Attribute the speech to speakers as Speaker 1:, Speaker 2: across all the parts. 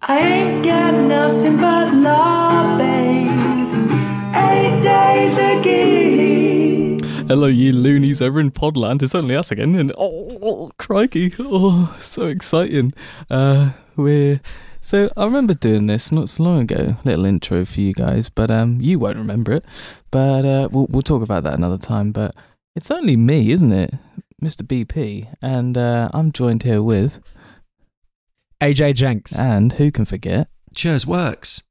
Speaker 1: I ain't got nothing but love, babe. Eight days a gig.
Speaker 2: Hello, you loonies over in Podland. It's only us again, and oh, oh, crikey, oh, so exciting. Uh, we're so I remember doing this not so long ago. Little intro for you guys, but um, you won't remember it. But uh, we'll we'll talk about that another time. But it's only me, isn't it, Mr. BP? And uh, I'm joined here with,
Speaker 3: AJ Jenks.
Speaker 2: and who can forget?
Speaker 4: Cheers works.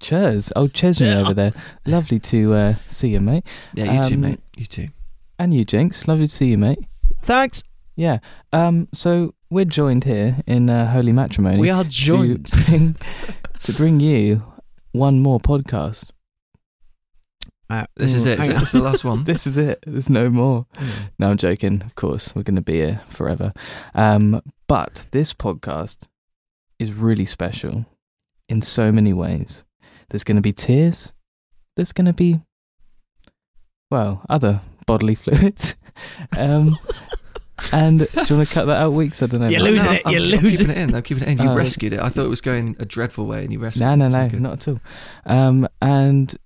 Speaker 2: Chers, oh Chesney over there. Lovely to uh, see you, mate.
Speaker 4: Yeah, you too,
Speaker 2: Um,
Speaker 4: mate. You too.
Speaker 2: And you, Jinx. Lovely to see you, mate.
Speaker 3: Thanks.
Speaker 2: Yeah. Um. So we're joined here in uh, Holy Matrimony.
Speaker 3: We are joined.
Speaker 2: to bring, to bring you one more podcast.
Speaker 3: Uh,
Speaker 4: This is it. Is
Speaker 3: hang
Speaker 4: it?
Speaker 3: on.
Speaker 4: This is the last one.
Speaker 2: This is it. There's no more. Mm. No, I'm joking. Of course, we're going to be here forever. Um. But this podcast is really special in so many ways. There's going to be tears. There's going to be, well, other bodily fluids. Um. And do you want to cut that out weeks? I don't know.
Speaker 3: You're
Speaker 2: Mark.
Speaker 3: losing
Speaker 4: I'm-
Speaker 3: it,
Speaker 4: I'm,
Speaker 3: you're
Speaker 4: I'm
Speaker 3: losing
Speaker 4: keeping it in. I'm keeping it in. You
Speaker 2: Oh.
Speaker 4: rescued it. I thought it was going a dreadful way, and you rescued
Speaker 2: No,
Speaker 4: it.
Speaker 2: no,
Speaker 4: It's
Speaker 2: no,
Speaker 4: all good.
Speaker 2: not at all. Um, and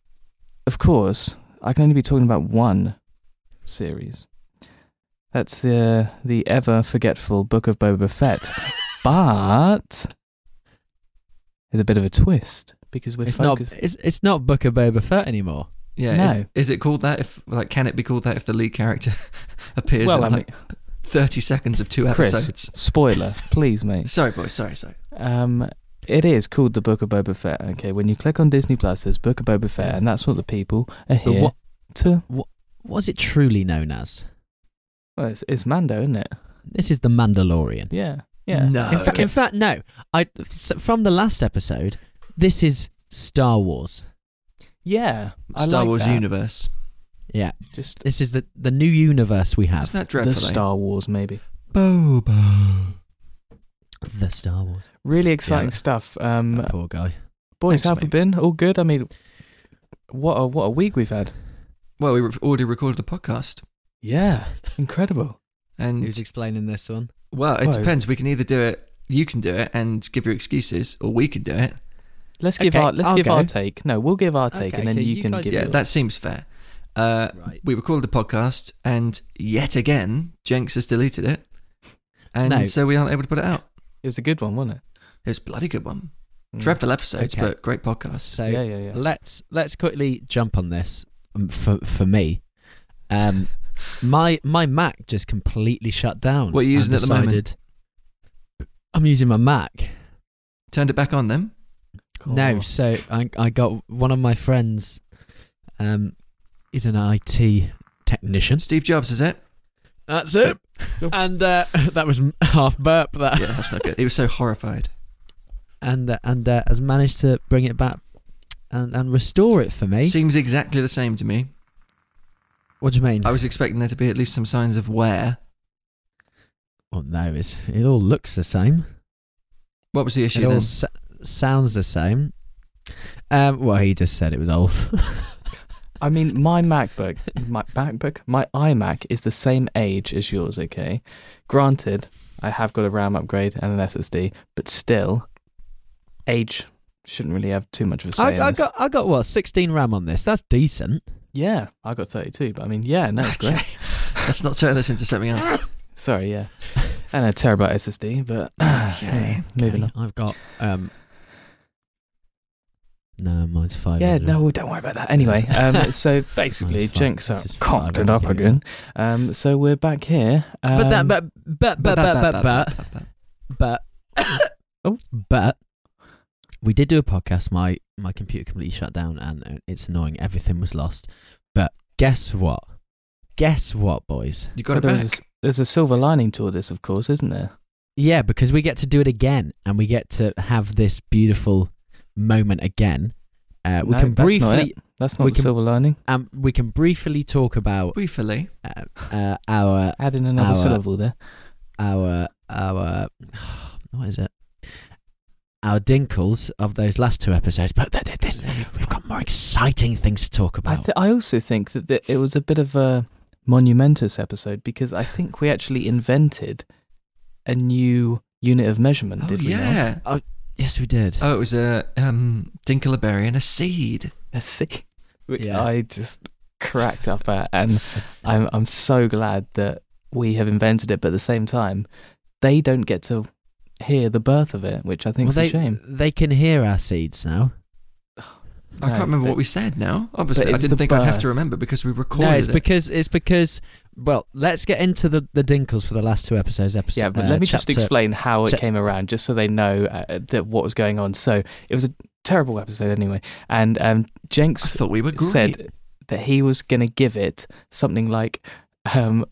Speaker 2: of course, I can only be talking about one series. That's the the ever forgetful Book of Boba Fett. but there's a bit of a twist because we're
Speaker 3: It's not.
Speaker 2: focused.
Speaker 3: It's, it's not Book of Boba Fett anymore.
Speaker 4: Yeah.
Speaker 2: No.
Speaker 4: Is, is it called that? If like, can it be called that if the lead character appears
Speaker 2: well,
Speaker 4: in
Speaker 2: I mean,
Speaker 4: like 30 seconds of two
Speaker 2: Chris.
Speaker 4: episodes?
Speaker 2: spoiler, please, mate.
Speaker 4: Sorry, boys. Sorry, sorry.
Speaker 2: Um, it is called the Book of Boba Fett. Okay, when you click on Disney Plus, there's Book of Boba Fett, and that's what the people are
Speaker 3: But
Speaker 2: here
Speaker 3: what
Speaker 2: to.
Speaker 3: was it truly known as?
Speaker 2: Well, it's, it's Mando, isn't it?
Speaker 3: This is the Mandalorian.
Speaker 2: Yeah, yeah.
Speaker 4: No.
Speaker 3: In, fa- in fact, no. I s- from the last episode, this is Star Wars.
Speaker 2: Yeah, I
Speaker 4: Star
Speaker 2: like
Speaker 4: Wars
Speaker 2: that.
Speaker 4: universe.
Speaker 3: Yeah,
Speaker 2: Just
Speaker 3: this is the the new universe we have.
Speaker 4: Isn't that dreadful?
Speaker 2: the
Speaker 4: eh?
Speaker 2: Star Wars, maybe.
Speaker 4: Boba.
Speaker 3: The Star Wars.
Speaker 2: Really exciting
Speaker 3: Yeah.
Speaker 2: stuff. Um,
Speaker 3: That poor guy.
Speaker 2: boys,
Speaker 4: thanks,
Speaker 2: how have we
Speaker 4: mate.
Speaker 2: been? All good. I mean, what a what a week we've had.
Speaker 4: Well, we've already recorded the podcast,
Speaker 2: Yeah, incredible.
Speaker 4: and
Speaker 3: Who's explaining this one?
Speaker 4: well, it
Speaker 2: Why?
Speaker 4: depends. We can either do it. You can do it and give your excuses, or we can do it.
Speaker 2: Let's give
Speaker 3: Okay,
Speaker 2: our let's
Speaker 3: I'll
Speaker 2: give
Speaker 3: go.
Speaker 2: our take. No, we'll give our take,
Speaker 3: Okay,
Speaker 2: and then
Speaker 3: okay,
Speaker 2: you,
Speaker 3: you
Speaker 2: can
Speaker 3: guys
Speaker 2: give
Speaker 3: do
Speaker 4: yeah,
Speaker 2: yours.
Speaker 4: that seems fair. Uh,
Speaker 3: Right.
Speaker 4: we recorded the podcast, and yet again, Jenks has deleted it, and
Speaker 3: No.
Speaker 4: so we aren't able to put it out.
Speaker 2: it was a good one, wasn't it?
Speaker 4: It was a bloody good one.
Speaker 2: Mm.
Speaker 4: Dreadful episodes,
Speaker 3: Okay.
Speaker 4: but great podcast.
Speaker 3: So
Speaker 2: yeah, yeah, yeah.
Speaker 3: let's let's quickly jump on this um, for for me. Um, my my Mac just completely shut down.
Speaker 4: What are you
Speaker 3: and
Speaker 4: using at the moment?
Speaker 3: decided- I'm using my Mac.
Speaker 4: Turned it back on then.
Speaker 3: No,
Speaker 2: Oh.
Speaker 3: so I I got one of my friends. Um, is an IT technician.
Speaker 4: Steve Jobs, is it?
Speaker 3: That's it. and uh, that was half burp. That
Speaker 4: Yeah, that's not good. He was so horrified.
Speaker 3: and uh, and uh, has managed to bring it back and and restore it for me.
Speaker 4: Seems exactly the same to me.
Speaker 3: what do you mean?
Speaker 4: I was expecting there to be at least some signs of wear.
Speaker 3: well, no, it's, it all looks the same.
Speaker 4: What was the issue
Speaker 3: it all
Speaker 4: then?
Speaker 3: s- sounds the same. Um, well, he just said it was old.
Speaker 2: I mean, my MacBook, my MacBook, my iMac is the same age as yours. Okay, granted, I have got a RAM upgrade and an SSD, but still, age shouldn't really have too much of a say.
Speaker 3: I,
Speaker 2: in
Speaker 3: I
Speaker 2: this.
Speaker 3: got I got what sixteen RAM on this. That's decent.
Speaker 2: yeah, I got thirty-two, but I mean, yeah, no, it's great.
Speaker 4: Okay. Let's not turn this into something else.
Speaker 2: Sorry, yeah, and a terabyte SSD, but
Speaker 4: Okay,
Speaker 2: you know, moving on.
Speaker 3: Okay, I've got um. No, mine's five.
Speaker 2: Yeah, no, don't worry about that. Anyway, um, so basically,
Speaker 3: Mine's fine.
Speaker 2: Jenks are
Speaker 3: This is
Speaker 2: cocked
Speaker 3: fine,
Speaker 2: it up
Speaker 3: yeah.
Speaker 2: again. Um, so we're back here. Um,
Speaker 3: But that, but but but but but but but oh, but we did do a podcast. My my computer completely shut down, and uh, it's annoying. Everything was lost. But guess what? Guess what, boys?
Speaker 4: You got
Speaker 2: well,
Speaker 4: it back.
Speaker 2: there's, a, s- there's a silver lining to all this, of course, isn't there?
Speaker 3: Yeah, because we get to do it again, and we get to have this beautiful moment again. Uh, we
Speaker 2: No,
Speaker 3: can
Speaker 2: that's not
Speaker 3: briefly
Speaker 2: That's not
Speaker 3: We
Speaker 2: the
Speaker 3: can-
Speaker 2: silver lining.
Speaker 3: um, we can briefly talk about
Speaker 4: Briefly.
Speaker 3: uh, uh, our
Speaker 2: Add in another
Speaker 3: Our-
Speaker 2: syllable there.
Speaker 3: our our what is it? Our dinkles of those last two episodes, but th- th- this we've got more exciting things to
Speaker 2: I,
Speaker 3: talk about.
Speaker 2: th- I also think that the, it was a bit of a monumentous episode because I think we actually invented a new unit of measurement,
Speaker 4: Oh
Speaker 2: did we? not?
Speaker 4: yeah.
Speaker 3: Yes, we did.
Speaker 4: Oh, it was a um, Dinkleberry and a seed.
Speaker 2: a sick, which
Speaker 3: Yeah.
Speaker 2: I just cracked up at, and I'm I'm so glad that we have invented it. But at the same time, they don't get to hear the birth of it, which I think's
Speaker 3: they,
Speaker 2: a shame.
Speaker 3: They can hear our seeds now.
Speaker 4: I
Speaker 2: No,
Speaker 4: can't remember
Speaker 2: but-
Speaker 4: what we said now. Obviously,
Speaker 2: but
Speaker 4: I
Speaker 2: it's
Speaker 4: didn't
Speaker 2: the
Speaker 4: think I'd have to
Speaker 2: birth.
Speaker 4: remember because we recorded
Speaker 3: No, it's
Speaker 4: it.
Speaker 3: because it's because. Well, let's get into the the dinkles for the last two episodes. Episode.
Speaker 2: Yeah, but
Speaker 3: uh,
Speaker 2: let me just
Speaker 3: chapter-
Speaker 2: explain how it
Speaker 3: cha-
Speaker 2: came around, just so they know uh, that what was going on. So it was a terrible episode anyway, and um,
Speaker 4: I
Speaker 2: Jenks
Speaker 4: thought we were great.
Speaker 2: said that he was going to give it something like um,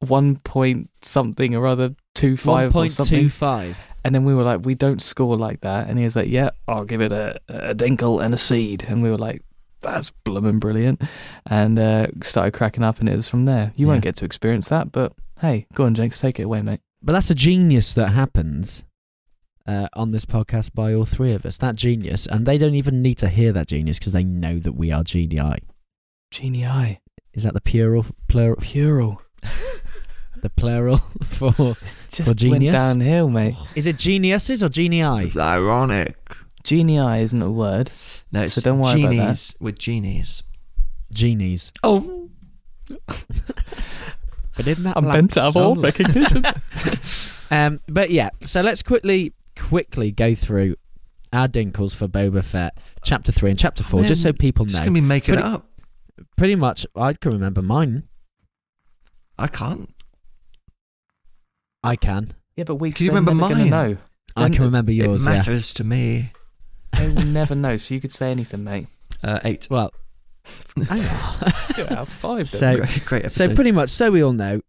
Speaker 2: one point something or other two five or something.
Speaker 3: 1.25.
Speaker 2: And then we were like, we don't score like that. And he was like, yeah, I'll give it a, a dinkle and a seed. And we were like, that's blooming brilliant. And uh, started cracking up, and it was from there. You won't
Speaker 3: Yeah.
Speaker 2: get to experience that, but hey, go on, Jenks, take it away, mate.
Speaker 3: But that's a genius that happens uh, on this podcast by all three of us. That genius, and they don't even need to hear that genius because they know that we are genii.
Speaker 2: Genii,
Speaker 3: Is that the plural? Plural?
Speaker 2: plural.
Speaker 3: The plural for?
Speaker 2: It's
Speaker 3: For
Speaker 2: just went
Speaker 3: genius?
Speaker 2: downhill, mate.
Speaker 3: Is it geniuses or genii?
Speaker 4: ironic.
Speaker 2: Genii isn't a word.
Speaker 4: No, it's
Speaker 2: So don't worry about
Speaker 4: genies
Speaker 2: that.
Speaker 4: with genies.
Speaker 3: Genies.
Speaker 4: Oh,
Speaker 3: But in that,
Speaker 2: I'm
Speaker 3: lap
Speaker 2: bent out of all
Speaker 3: song-
Speaker 2: recognition.
Speaker 3: Um, but yeah, so let's quickly, quickly go through our dinkles for Boba Fett, chapter three and chapter four,
Speaker 4: Man,
Speaker 3: just so people know.
Speaker 4: just gonna be making
Speaker 3: Pretty-
Speaker 4: it up.
Speaker 3: Pretty much, I can remember mine.
Speaker 4: I can't.
Speaker 3: I can.
Speaker 2: yeah, but we
Speaker 4: Can you remember
Speaker 2: never
Speaker 4: mine?
Speaker 2: Gonna know.
Speaker 3: I
Speaker 2: Don't-
Speaker 3: can remember yours.
Speaker 4: it
Speaker 3: yeah.
Speaker 4: matters to me.
Speaker 2: They will never know, so you could say anything, mate.
Speaker 4: Uh, eight.
Speaker 3: Well, hang on.
Speaker 2: You're out of five.
Speaker 3: So-
Speaker 2: then.
Speaker 4: great, great episode.
Speaker 3: so pretty much, so we all know,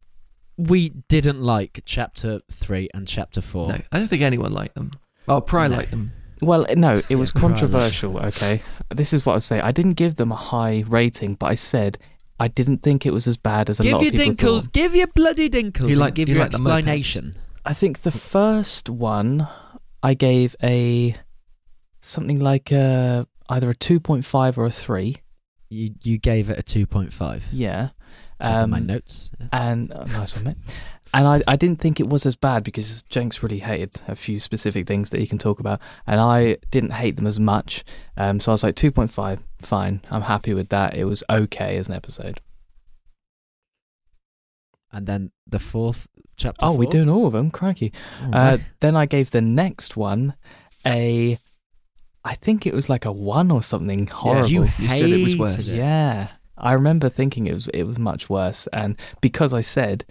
Speaker 3: we didn't like chapter three and chapter four.
Speaker 4: no, I don't think anyone liked them. Oh, Pry
Speaker 3: No.
Speaker 4: liked them.
Speaker 2: Well, no, it was
Speaker 3: Yeah, right.
Speaker 2: controversial, okay? This is what I was saying. I didn't give them a high rating, but I said I didn't think it was as bad as a
Speaker 3: Give
Speaker 2: lot
Speaker 3: your
Speaker 2: of people
Speaker 3: dinkles.
Speaker 2: thought.
Speaker 3: Give your bloody dinkles.
Speaker 4: You
Speaker 3: and
Speaker 4: like-
Speaker 3: give
Speaker 4: you
Speaker 3: your
Speaker 4: like the mopeds.
Speaker 3: explanation.
Speaker 2: I think the first one I gave a something like a, either a 2.5 or a 3.
Speaker 3: You you gave it a two point five.
Speaker 2: Yeah.
Speaker 3: my
Speaker 2: Um,
Speaker 3: notes. Yeah.
Speaker 2: and oh, nice one, mate. And I, I didn't think it was as bad because Jenks really hated a few specific things that he can talk about, and I didn't hate them as much. Um, so I was like, 2.5, fine. I'm happy with that. It was okay as an episode.
Speaker 3: And then the fourth chapter.
Speaker 2: Oh, we're
Speaker 3: four?
Speaker 2: doing all of them. Crikey.
Speaker 3: Oh,
Speaker 2: Uh,
Speaker 3: no.
Speaker 2: then I gave the next one a, I think it was like a one or something horrible.
Speaker 3: You
Speaker 2: Yeah,
Speaker 4: You said it was
Speaker 3: hated
Speaker 4: worse.
Speaker 3: it.
Speaker 2: I remember thinking it was it was much worse, and because I said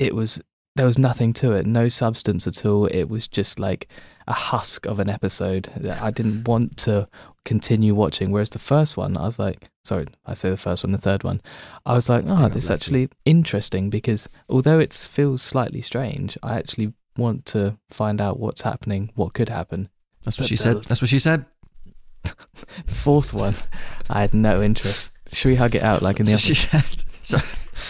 Speaker 2: it was there was nothing to it, no substance at all. It was just like a husk of an episode that I didn't want to continue watching. Whereas the first one, I was like, sorry, I say the first one, the third one, I was like, oh,
Speaker 3: God
Speaker 2: this is
Speaker 3: bless
Speaker 2: actually interesting because although it feels slightly strange, I actually want to find out what's happening, what could happen.
Speaker 4: That's what
Speaker 2: But
Speaker 4: she
Speaker 2: the-
Speaker 4: said. That's what she said.
Speaker 2: The fourth one, I had no interest. Should we hug it out like in the
Speaker 4: That's what she
Speaker 2: office?
Speaker 4: said.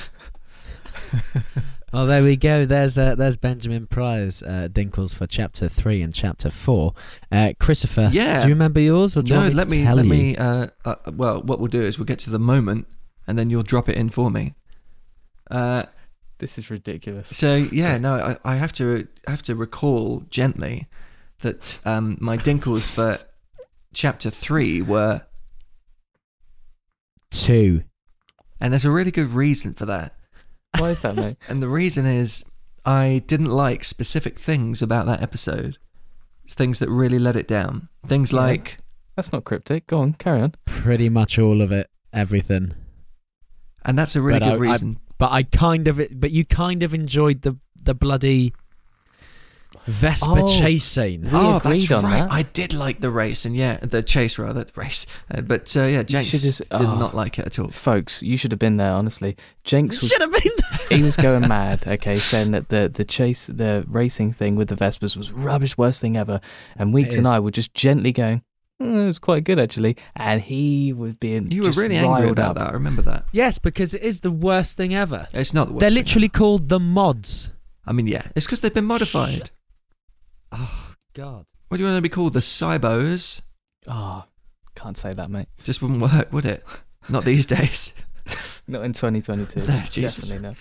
Speaker 3: Well, Oh, there we go. There's uh, there's Benjamin Pryor's uh, dinkles for chapter three and chapter four. Uh, Christopher,
Speaker 4: Yeah.
Speaker 3: do you remember yours, or do you
Speaker 4: no,
Speaker 3: want me
Speaker 4: let
Speaker 3: to
Speaker 4: me
Speaker 3: tell
Speaker 4: let
Speaker 3: you?
Speaker 4: me. Uh, uh, well, what we'll do is we'll get to the moment, and then you'll drop it in for me. Uh,
Speaker 2: This is ridiculous.
Speaker 4: so yeah, no, I, I have to I have to recall gently that um, my dinkles for chapter three were,
Speaker 3: Two.
Speaker 4: and there's a really good reason for that,
Speaker 2: Why is that, mate?
Speaker 4: and the reason is I didn't like specific things about that episode, things that really let it down, things
Speaker 2: Yeah.
Speaker 4: like
Speaker 2: That's not cryptic. Go on, carry on.
Speaker 3: Pretty much all of it, everything.
Speaker 4: And that's a really
Speaker 3: But I-
Speaker 4: good
Speaker 3: I-
Speaker 4: reason.
Speaker 3: But I kind of, but you kind of enjoyed the the bloody Vespa
Speaker 2: Oh.
Speaker 3: chase scene.
Speaker 4: Ah,
Speaker 2: We agreed on that.
Speaker 4: I did like the race, and yeah, the chase rather, the race. Uh, but uh, yeah, Jenks
Speaker 2: should just-
Speaker 4: did
Speaker 2: oh.
Speaker 4: not like it at all.
Speaker 2: Folks, you should have been there, honestly. Jenks was
Speaker 3: Should have been.
Speaker 2: he was going mad, okay, saying that the, the chase, the racing thing with the Vespers was rubbish, worst thing ever. And Weeks
Speaker 3: It
Speaker 2: and
Speaker 3: is.
Speaker 2: I were just gently going, mm, it was quite good actually. And he was being
Speaker 4: You were
Speaker 2: just
Speaker 4: really
Speaker 2: riled
Speaker 4: angry about
Speaker 2: up.
Speaker 4: that. I remember that.
Speaker 3: yes, because it is the worst thing ever.
Speaker 4: It's not the worst.
Speaker 3: They're
Speaker 4: thing.
Speaker 3: literally called the mods.
Speaker 4: I mean, yeah, it's because they've been modified.
Speaker 3: Oh God.
Speaker 4: What do you want to be called? The Cybos?
Speaker 2: Oh, can't say that, mate.
Speaker 4: Just wouldn't work, would it? Not these days.
Speaker 2: Not in 2022.
Speaker 4: No, Jesus.
Speaker 2: Definitely not.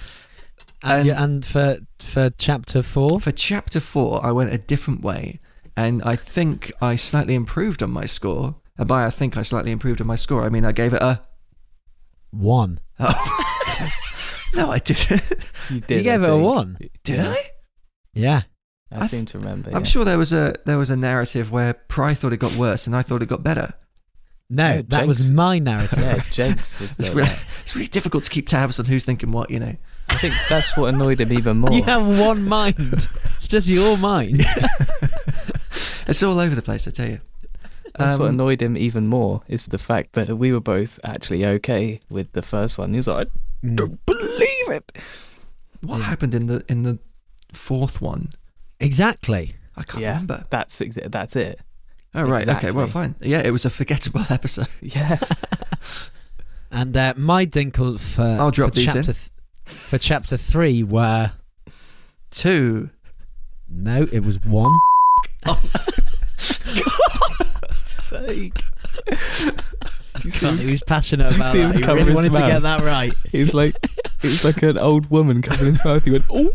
Speaker 3: And,
Speaker 4: And-
Speaker 3: and for for chapter four,
Speaker 4: For chapter four, I went a different way, and I think I slightly improved on my score. And by I think I slightly improved on my score, I mean I gave it a.
Speaker 3: One.
Speaker 4: Oh. no, I didn't.
Speaker 2: You did.
Speaker 3: You
Speaker 2: I
Speaker 3: gave it a
Speaker 2: think.
Speaker 3: one.
Speaker 4: Did
Speaker 2: Yeah.
Speaker 4: I?
Speaker 3: Yeah.
Speaker 2: I,
Speaker 4: I
Speaker 2: seem to remember.
Speaker 4: I'm
Speaker 2: yeah.
Speaker 4: sure there was a there was a narrative where Pry thought it got worse and I thought it got better.
Speaker 3: No,
Speaker 2: Yeah,
Speaker 4: Oh,
Speaker 3: that was
Speaker 2: Jake's-
Speaker 3: my narrative.
Speaker 2: Yeah, Jake's was
Speaker 4: It's
Speaker 2: the
Speaker 4: really, it's really difficult to keep tabs on who's thinking what, you know.
Speaker 2: I think that's what annoyed him even more.
Speaker 3: You
Speaker 4: Oh.
Speaker 3: have one mind. It's just your mind.
Speaker 4: It's all over the place, I tell you.
Speaker 2: That's what
Speaker 4: Um,
Speaker 2: annoyed him even more is the fact that we were both actually okay with the first one. He was like, I don't believe it.
Speaker 4: what happened in the in the fourth one?
Speaker 3: Exactly.
Speaker 4: I can't remember.
Speaker 2: That's exa- that's it.
Speaker 4: Oh right,
Speaker 2: exactly.
Speaker 4: okay, well fine. Yeah, it was a forgettable episode.
Speaker 2: Yeah.
Speaker 3: And uh, my dinkle for
Speaker 4: I'll drop
Speaker 3: for
Speaker 4: these in.
Speaker 3: chapter th- for chapter three were
Speaker 4: Two.
Speaker 3: no, it was one.
Speaker 2: Sake. Do you see
Speaker 3: God,
Speaker 2: him-
Speaker 3: he was passionate
Speaker 2: Do you
Speaker 3: about
Speaker 2: see him
Speaker 3: that. He
Speaker 2: cover
Speaker 3: really
Speaker 2: his
Speaker 3: wanted to
Speaker 2: mouth?
Speaker 3: get that right.
Speaker 2: It was like it was like an old woman covering his mouth. He went, "Oh,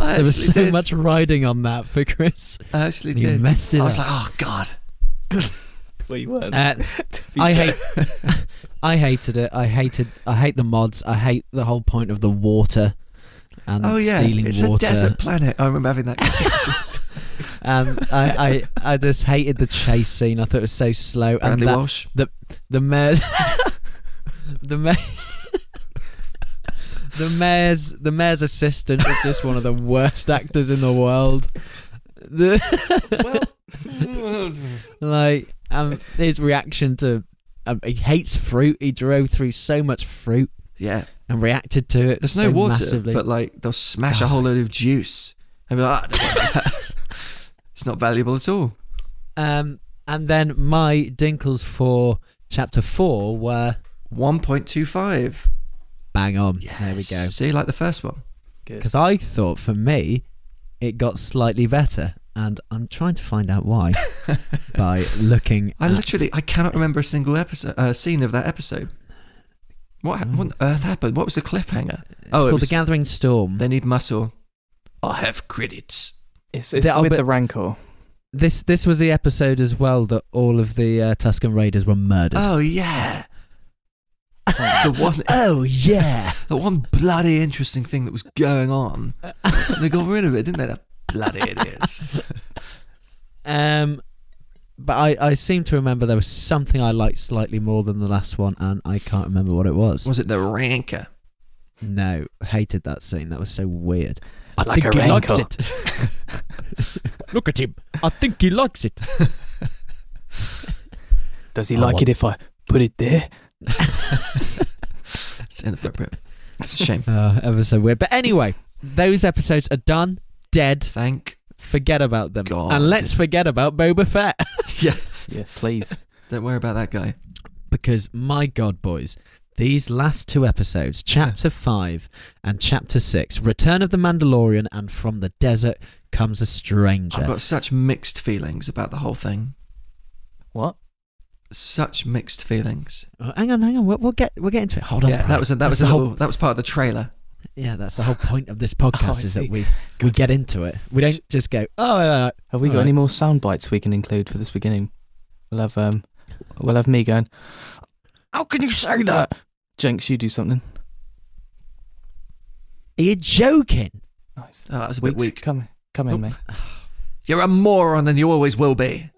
Speaker 4: I
Speaker 3: There was so
Speaker 4: actually did.
Speaker 3: much riding on that for Chris.
Speaker 4: I actually
Speaker 3: And he
Speaker 4: did.
Speaker 3: messed it
Speaker 4: I
Speaker 3: up.
Speaker 4: was like, oh god.
Speaker 2: well, you weren't."
Speaker 3: Uh, I hate. I hated it. I hated. I hate the mods. I hate the whole point of the water and
Speaker 4: Oh yeah,
Speaker 3: stealing
Speaker 4: it's
Speaker 3: water.
Speaker 4: a desert planet. I remember having that.
Speaker 3: Um, I, I I just hated the chase scene. I thought it was so slow.
Speaker 4: Bradley
Speaker 3: and that,
Speaker 4: Walsh.
Speaker 3: the mayor's the mayor the mayor's the mayor's assistant is just one of the worst actors in the world. The,
Speaker 4: well,
Speaker 3: like um, his reaction to um, he hates fruit. He drove through so much fruit
Speaker 4: yeah.
Speaker 3: and reacted to it.
Speaker 4: There's no
Speaker 3: so
Speaker 4: water,
Speaker 3: massively.
Speaker 4: but like they'll smash a whole load of juice. And be like, "Ah, I don't want that." it's not valuable at all.
Speaker 3: um, and then my dinkles for chapter four were
Speaker 4: One point two five.
Speaker 3: bang on. There we go.
Speaker 4: See, like the first one.
Speaker 3: because I thought for me it got slightly better, and I'm trying to find out why by looking.
Speaker 4: I
Speaker 3: at-
Speaker 4: literally, I cannot remember a single episode uh, scene of that episode. What, ha- what on earth happened? What was the cliffhanger?
Speaker 3: it's
Speaker 4: oh, it
Speaker 3: called
Speaker 4: was-
Speaker 3: the Gathering Storm.
Speaker 4: They need muscle. I have credits.
Speaker 2: It's, it's
Speaker 3: The- oh,
Speaker 2: with
Speaker 3: but-
Speaker 2: the rancor.
Speaker 3: This this was the episode as well that all of the uh, Tuscan Raiders were murdered.
Speaker 4: Oh yeah. the one,
Speaker 3: Oh, yeah,
Speaker 4: the one bloody interesting thing that was going on. they got rid of it, didn't they? The bloody idiots.
Speaker 3: um, but I I seem to remember there was something I liked slightly more than the last one, and I can't remember what it was.
Speaker 4: was it the ranker?
Speaker 3: No, hated that scene. That was so weird.
Speaker 2: I like a rancor.
Speaker 3: it. Look at him. I think he likes it.
Speaker 2: Does he
Speaker 3: I
Speaker 2: like
Speaker 3: want-
Speaker 2: it if Oh, I put it there?
Speaker 4: It's inappropriate. It's a shame.
Speaker 3: Uh, ever so weird. But anyway, those episodes are done, dead.
Speaker 4: Thank.
Speaker 3: Forget about them,
Speaker 4: God.
Speaker 3: and let's forget about Boba Fett
Speaker 4: Yeah.
Speaker 2: Yeah, please.
Speaker 4: Don't worry about that guy.
Speaker 3: because my God, boys, these last two episodes, Chapter Five and Chapter Six, Return of the Mandalorian and From the Desert Comes a Stranger.
Speaker 4: I've got such mixed feelings about the whole thing.
Speaker 2: What?
Speaker 4: Such mixed feelings.
Speaker 3: Oh, hang on, hang on. We'll, we'll get we'll get into it. Hold on.
Speaker 4: yeah,
Speaker 3: Brian.
Speaker 4: that was a, that
Speaker 3: That's
Speaker 4: was a
Speaker 3: the
Speaker 4: little,
Speaker 3: whole.
Speaker 4: that was part of the trailer.
Speaker 3: Yeah, that's the whole point of this
Speaker 2: Oh,
Speaker 3: podcast
Speaker 2: I
Speaker 3: is
Speaker 2: see.
Speaker 3: that we we get into it. We don't just go. Oh, all right."
Speaker 2: Have we got
Speaker 3: Alright.
Speaker 2: any more sound bites we can include for this beginning? We'll have um, we'll have me going. How can you say that? Jenks, you do something.
Speaker 3: are you joking?
Speaker 2: Nice.
Speaker 4: Oh, that was a bit
Speaker 2: Weeks,
Speaker 4: weak.
Speaker 2: Come, come
Speaker 4: Oh.
Speaker 2: in, mate.
Speaker 4: You're a moron, and you always will be.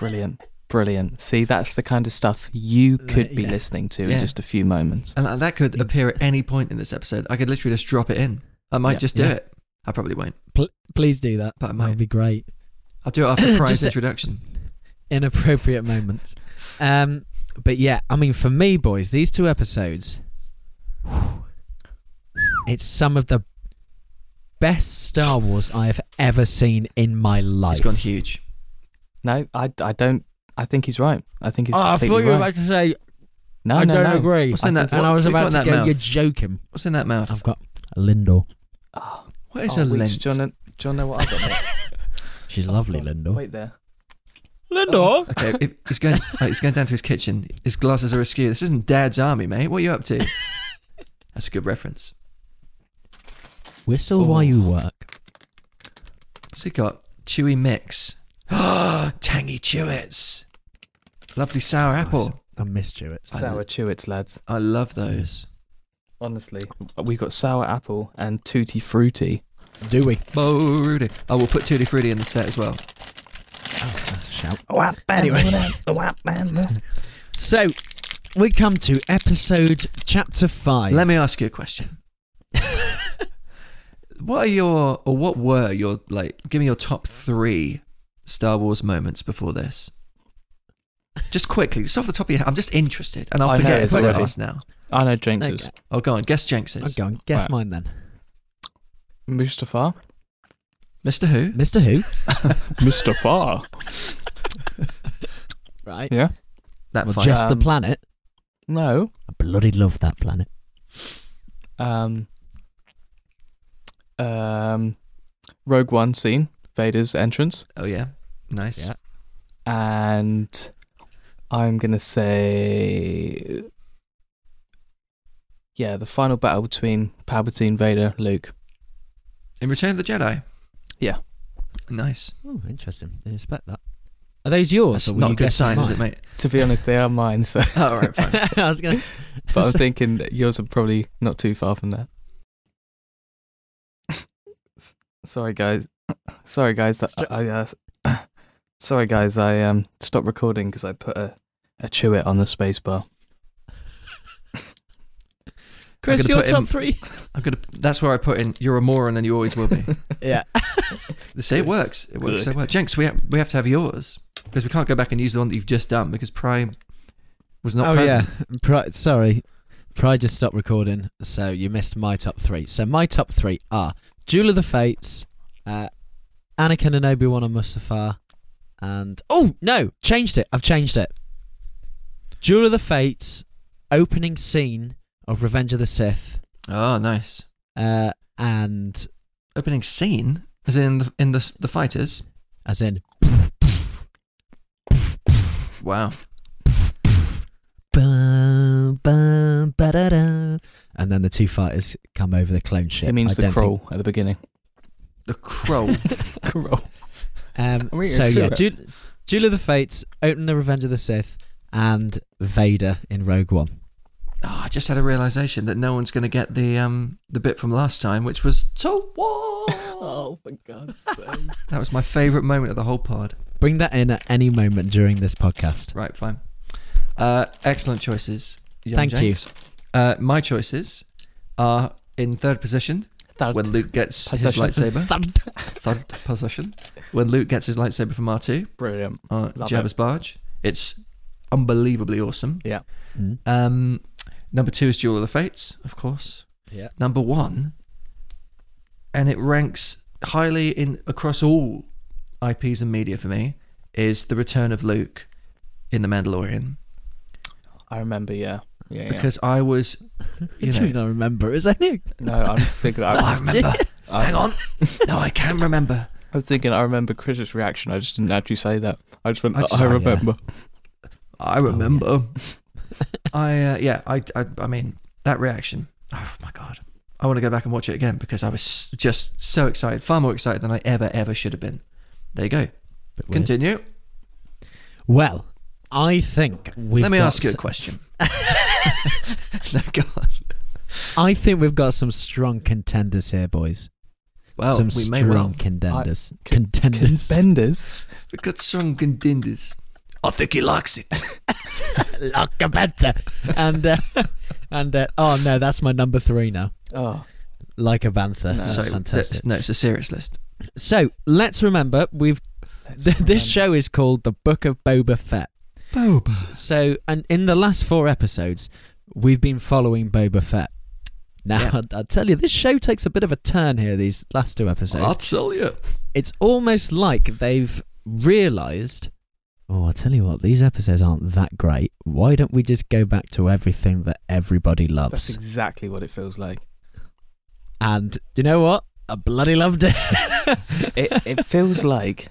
Speaker 2: Brilliant. Brilliant. See, that's the kind of stuff you could be
Speaker 3: yeah.
Speaker 2: listening to
Speaker 4: Yeah.
Speaker 2: in just a few moments.
Speaker 3: Uh,
Speaker 4: And that- that could appear at any point in this episode. I could literally just drop it in. I might
Speaker 3: Yeah,
Speaker 4: just do
Speaker 3: yeah.
Speaker 4: it. I probably won't.
Speaker 3: Pl- please do that.
Speaker 4: But I
Speaker 3: That
Speaker 4: might.
Speaker 3: would be great.
Speaker 4: I'll do it after Price
Speaker 3: Just a-
Speaker 4: introduction.
Speaker 3: inappropriate moments. Um, but yeah, I mean, for me, boys, these two episodes, it's some of the best Star Wars I have ever seen in my life.
Speaker 4: It's gone huge.
Speaker 2: No, I, I don't. I think he's right. I think he's.
Speaker 3: Oh, Ah,
Speaker 2: completely right.
Speaker 3: to say
Speaker 2: No, no, no.
Speaker 3: agree,
Speaker 4: What's in
Speaker 2: I
Speaker 4: that?
Speaker 3: and I was
Speaker 4: what-
Speaker 3: about
Speaker 4: what's
Speaker 3: to
Speaker 4: in that
Speaker 3: go.
Speaker 4: mouth?
Speaker 3: You're joking.
Speaker 4: What's in that mouth?
Speaker 3: I've got Lindor.
Speaker 2: Oh,
Speaker 4: what is
Speaker 2: oh,
Speaker 4: a
Speaker 2: Weeks,
Speaker 4: lint?
Speaker 2: Do you, know, do you know what I got? mate?
Speaker 3: She's lovely,
Speaker 2: Oh,
Speaker 3: Lindor.
Speaker 2: Wait there.
Speaker 3: Lindor.
Speaker 4: Okay, if he's going. oh, he's going down to his kitchen. His glasses are askew. This isn't Dad's army, mate. What are you up to? That's a good reference.
Speaker 3: Whistle while you work.
Speaker 4: What's he got? chewy mix. Tangy chewits. Lovely sour apple.
Speaker 5: I missed you. It's
Speaker 2: Sour chewits, lads.
Speaker 4: I love those.
Speaker 2: Honestly, we've got sour apple and tutti frutti.
Speaker 5: do we?
Speaker 4: Oh, Rudy. I will put Tutti Frutti in the set as well.
Speaker 3: That's a shout.
Speaker 5: Anyway,
Speaker 3: So we come to episode chapter five.
Speaker 4: Let me ask you a question. what are your, or what were your, like, give me your top three Star Wars moments before this? Just quickly, just off the top of your head. I'm just interested, and I'll
Speaker 2: I know
Speaker 4: forget
Speaker 2: it's
Speaker 4: if I
Speaker 2: already.
Speaker 4: ask now.
Speaker 2: I know Jenks's.
Speaker 3: Okay,
Speaker 4: Oh, go on, guess
Speaker 3: I'm
Speaker 4: Jenks's.
Speaker 3: going. Guess
Speaker 2: Right.
Speaker 3: mine then.
Speaker 2: Mustafa.
Speaker 4: Mr. Who?
Speaker 3: Mr. Who?
Speaker 2: Mustafa.
Speaker 3: Right.
Speaker 2: Yeah.
Speaker 4: That
Speaker 3: Well,
Speaker 4: fine.
Speaker 3: just the
Speaker 2: Um,
Speaker 3: planet.
Speaker 2: No.
Speaker 3: I bloody love that planet.
Speaker 2: Um. Um. Rogue One scene. Vader's entrance.
Speaker 4: Oh yeah, nice.
Speaker 3: Yeah.
Speaker 2: and I'm gonna say, yeah, the final battle between Palpatine, Vader, Luke.
Speaker 4: In Return of the Jedi.
Speaker 2: Yeah.
Speaker 4: Nice.
Speaker 3: Oh, interesting. Didn't expect that. Are those yours?
Speaker 4: That's
Speaker 3: or were
Speaker 4: not
Speaker 3: you
Speaker 4: a good
Speaker 3: guessing
Speaker 4: sign, is it,
Speaker 3: mine?
Speaker 4: mate?
Speaker 2: To be honest, they are mine. So,
Speaker 4: Oh, all right, fine.
Speaker 3: I was going to.
Speaker 2: but I'm thinking that yours are probably not too far from that. S- sorry, guys. Sorry, guys. That
Speaker 3: Stri-
Speaker 2: I. Uh, s- sorry, guys. I um stopped recording because I put a a chew it on the space bar.
Speaker 4: Chris,
Speaker 3: Chris,
Speaker 4: your
Speaker 3: your
Speaker 4: top
Speaker 3: top three.
Speaker 4: I'm gonna. That's where I put in. You're a moron, and you always will be.
Speaker 3: yeah.
Speaker 4: They say it works. It works so
Speaker 2: Good.
Speaker 4: well. Jenks, we have, we have to have yours because we can't go back and use the one that you've just done because Prime was not
Speaker 3: oh
Speaker 4: present.
Speaker 3: yeah. Pri- sorry, Pride just stopped recording, so you missed my top three. So my top three are Jewel of the Fates, uh, Anakin and Obi Wan on Mustafar, and oh no, changed it. I've changed it. Jewel of the Fates, opening scene of Revenge of the Sith,
Speaker 4: Oh, nice.
Speaker 3: uh, and
Speaker 4: Opening scene, as in the, in the the fighters.
Speaker 3: as in
Speaker 4: Wow.
Speaker 3: bum, bum, ba-da-da, and then the two fighters come over the clone ship.
Speaker 2: It means the
Speaker 3: I don't think-
Speaker 2: crawl at the beginning.
Speaker 4: The crow.
Speaker 2: Crawl.
Speaker 3: Um,
Speaker 2: I'm eating
Speaker 3: so
Speaker 2: too
Speaker 3: yeah,
Speaker 2: much.
Speaker 3: Duel, Duel of the Fates, Open the Revenge of the Sith, and Vader in Rogue One.
Speaker 4: oh, I just had a realization that no one's going to get the um the bit from last time, which was to war.
Speaker 2: Oh, for God's sake.
Speaker 4: that was my favorite moment of the whole pod.
Speaker 3: Bring that in at any moment during this podcast.
Speaker 4: Right, fine. Uh, excellent choices. Young
Speaker 3: Thank you.
Speaker 4: James. Uh, my choices are in third position
Speaker 2: Third
Speaker 4: when Luke gets his
Speaker 2: position.
Speaker 4: lightsaber. Third position when Luke gets his lightsaber from R2
Speaker 2: Brilliant.
Speaker 4: on
Speaker 2: Love
Speaker 4: Jabba's barge. It's unbelievably awesome.
Speaker 2: Yeah.
Speaker 3: Mm.
Speaker 4: Um, number two is Duel of the Fates, of course.
Speaker 3: Yeah.
Speaker 4: Number one, and it ranks highly in across all IPs and media for me, is the return of Luke in The Mandalorian.
Speaker 2: I remember, yeah. Yeah, yeah.
Speaker 4: because I was, you
Speaker 3: Do
Speaker 4: know,
Speaker 3: you not remember? Is that new?
Speaker 2: no, I'm thinking. I
Speaker 4: I
Speaker 2: was,
Speaker 4: remember.
Speaker 2: I,
Speaker 4: Hang on, no, I can remember.
Speaker 2: I was thinking. I remember Chris's reaction. I just didn't actually say that. I just went.
Speaker 4: I
Speaker 2: I,
Speaker 4: just-
Speaker 3: oh, yeah.
Speaker 2: remember.
Speaker 4: I remember. Oh, I uh, yeah, I, I I mean that reaction. Oh my god, I want to go back and watch it again because I was s- just so excited, far more excited than I ever ever should have been. There you go.
Speaker 3: Bit weird.
Speaker 4: Continue.
Speaker 3: Well, I think we've.
Speaker 4: Let me
Speaker 3: got
Speaker 4: ask you a
Speaker 3: s-
Speaker 4: question. no, go on.
Speaker 3: I think we've got some strong contenders here, boys.
Speaker 4: Well,
Speaker 3: some
Speaker 4: we may
Speaker 3: strong
Speaker 4: well.
Speaker 3: contenders.
Speaker 2: Con-
Speaker 3: contenders.
Speaker 2: Benders.
Speaker 4: We've got strong contenders. I think he likes it.
Speaker 3: Look about that. And uh, and uh, oh no, that's my number three now.
Speaker 2: Oh,
Speaker 3: Like a bantha.
Speaker 2: No.
Speaker 3: That's
Speaker 4: so
Speaker 3: fantastic.
Speaker 4: that's- no, it's a serious list.
Speaker 3: So let's remember we've th- this show is called the Book of Boba Fett.
Speaker 4: Boba.
Speaker 3: S- So and in the last four episodes, we've been following Boba Fett. Now
Speaker 4: Yeah.
Speaker 3: I, I tell you, this show takes a bit of a turn here. These last two episodes,
Speaker 4: I'll tell you.
Speaker 3: it's almost like they've realised. Oh, I tell you what, these episodes aren't that great. Why don't we just go back to everything that everybody
Speaker 2: that's
Speaker 3: loves?
Speaker 2: exactly what it feels like.
Speaker 3: and do you know what? I bloody loved it.
Speaker 2: It it feels like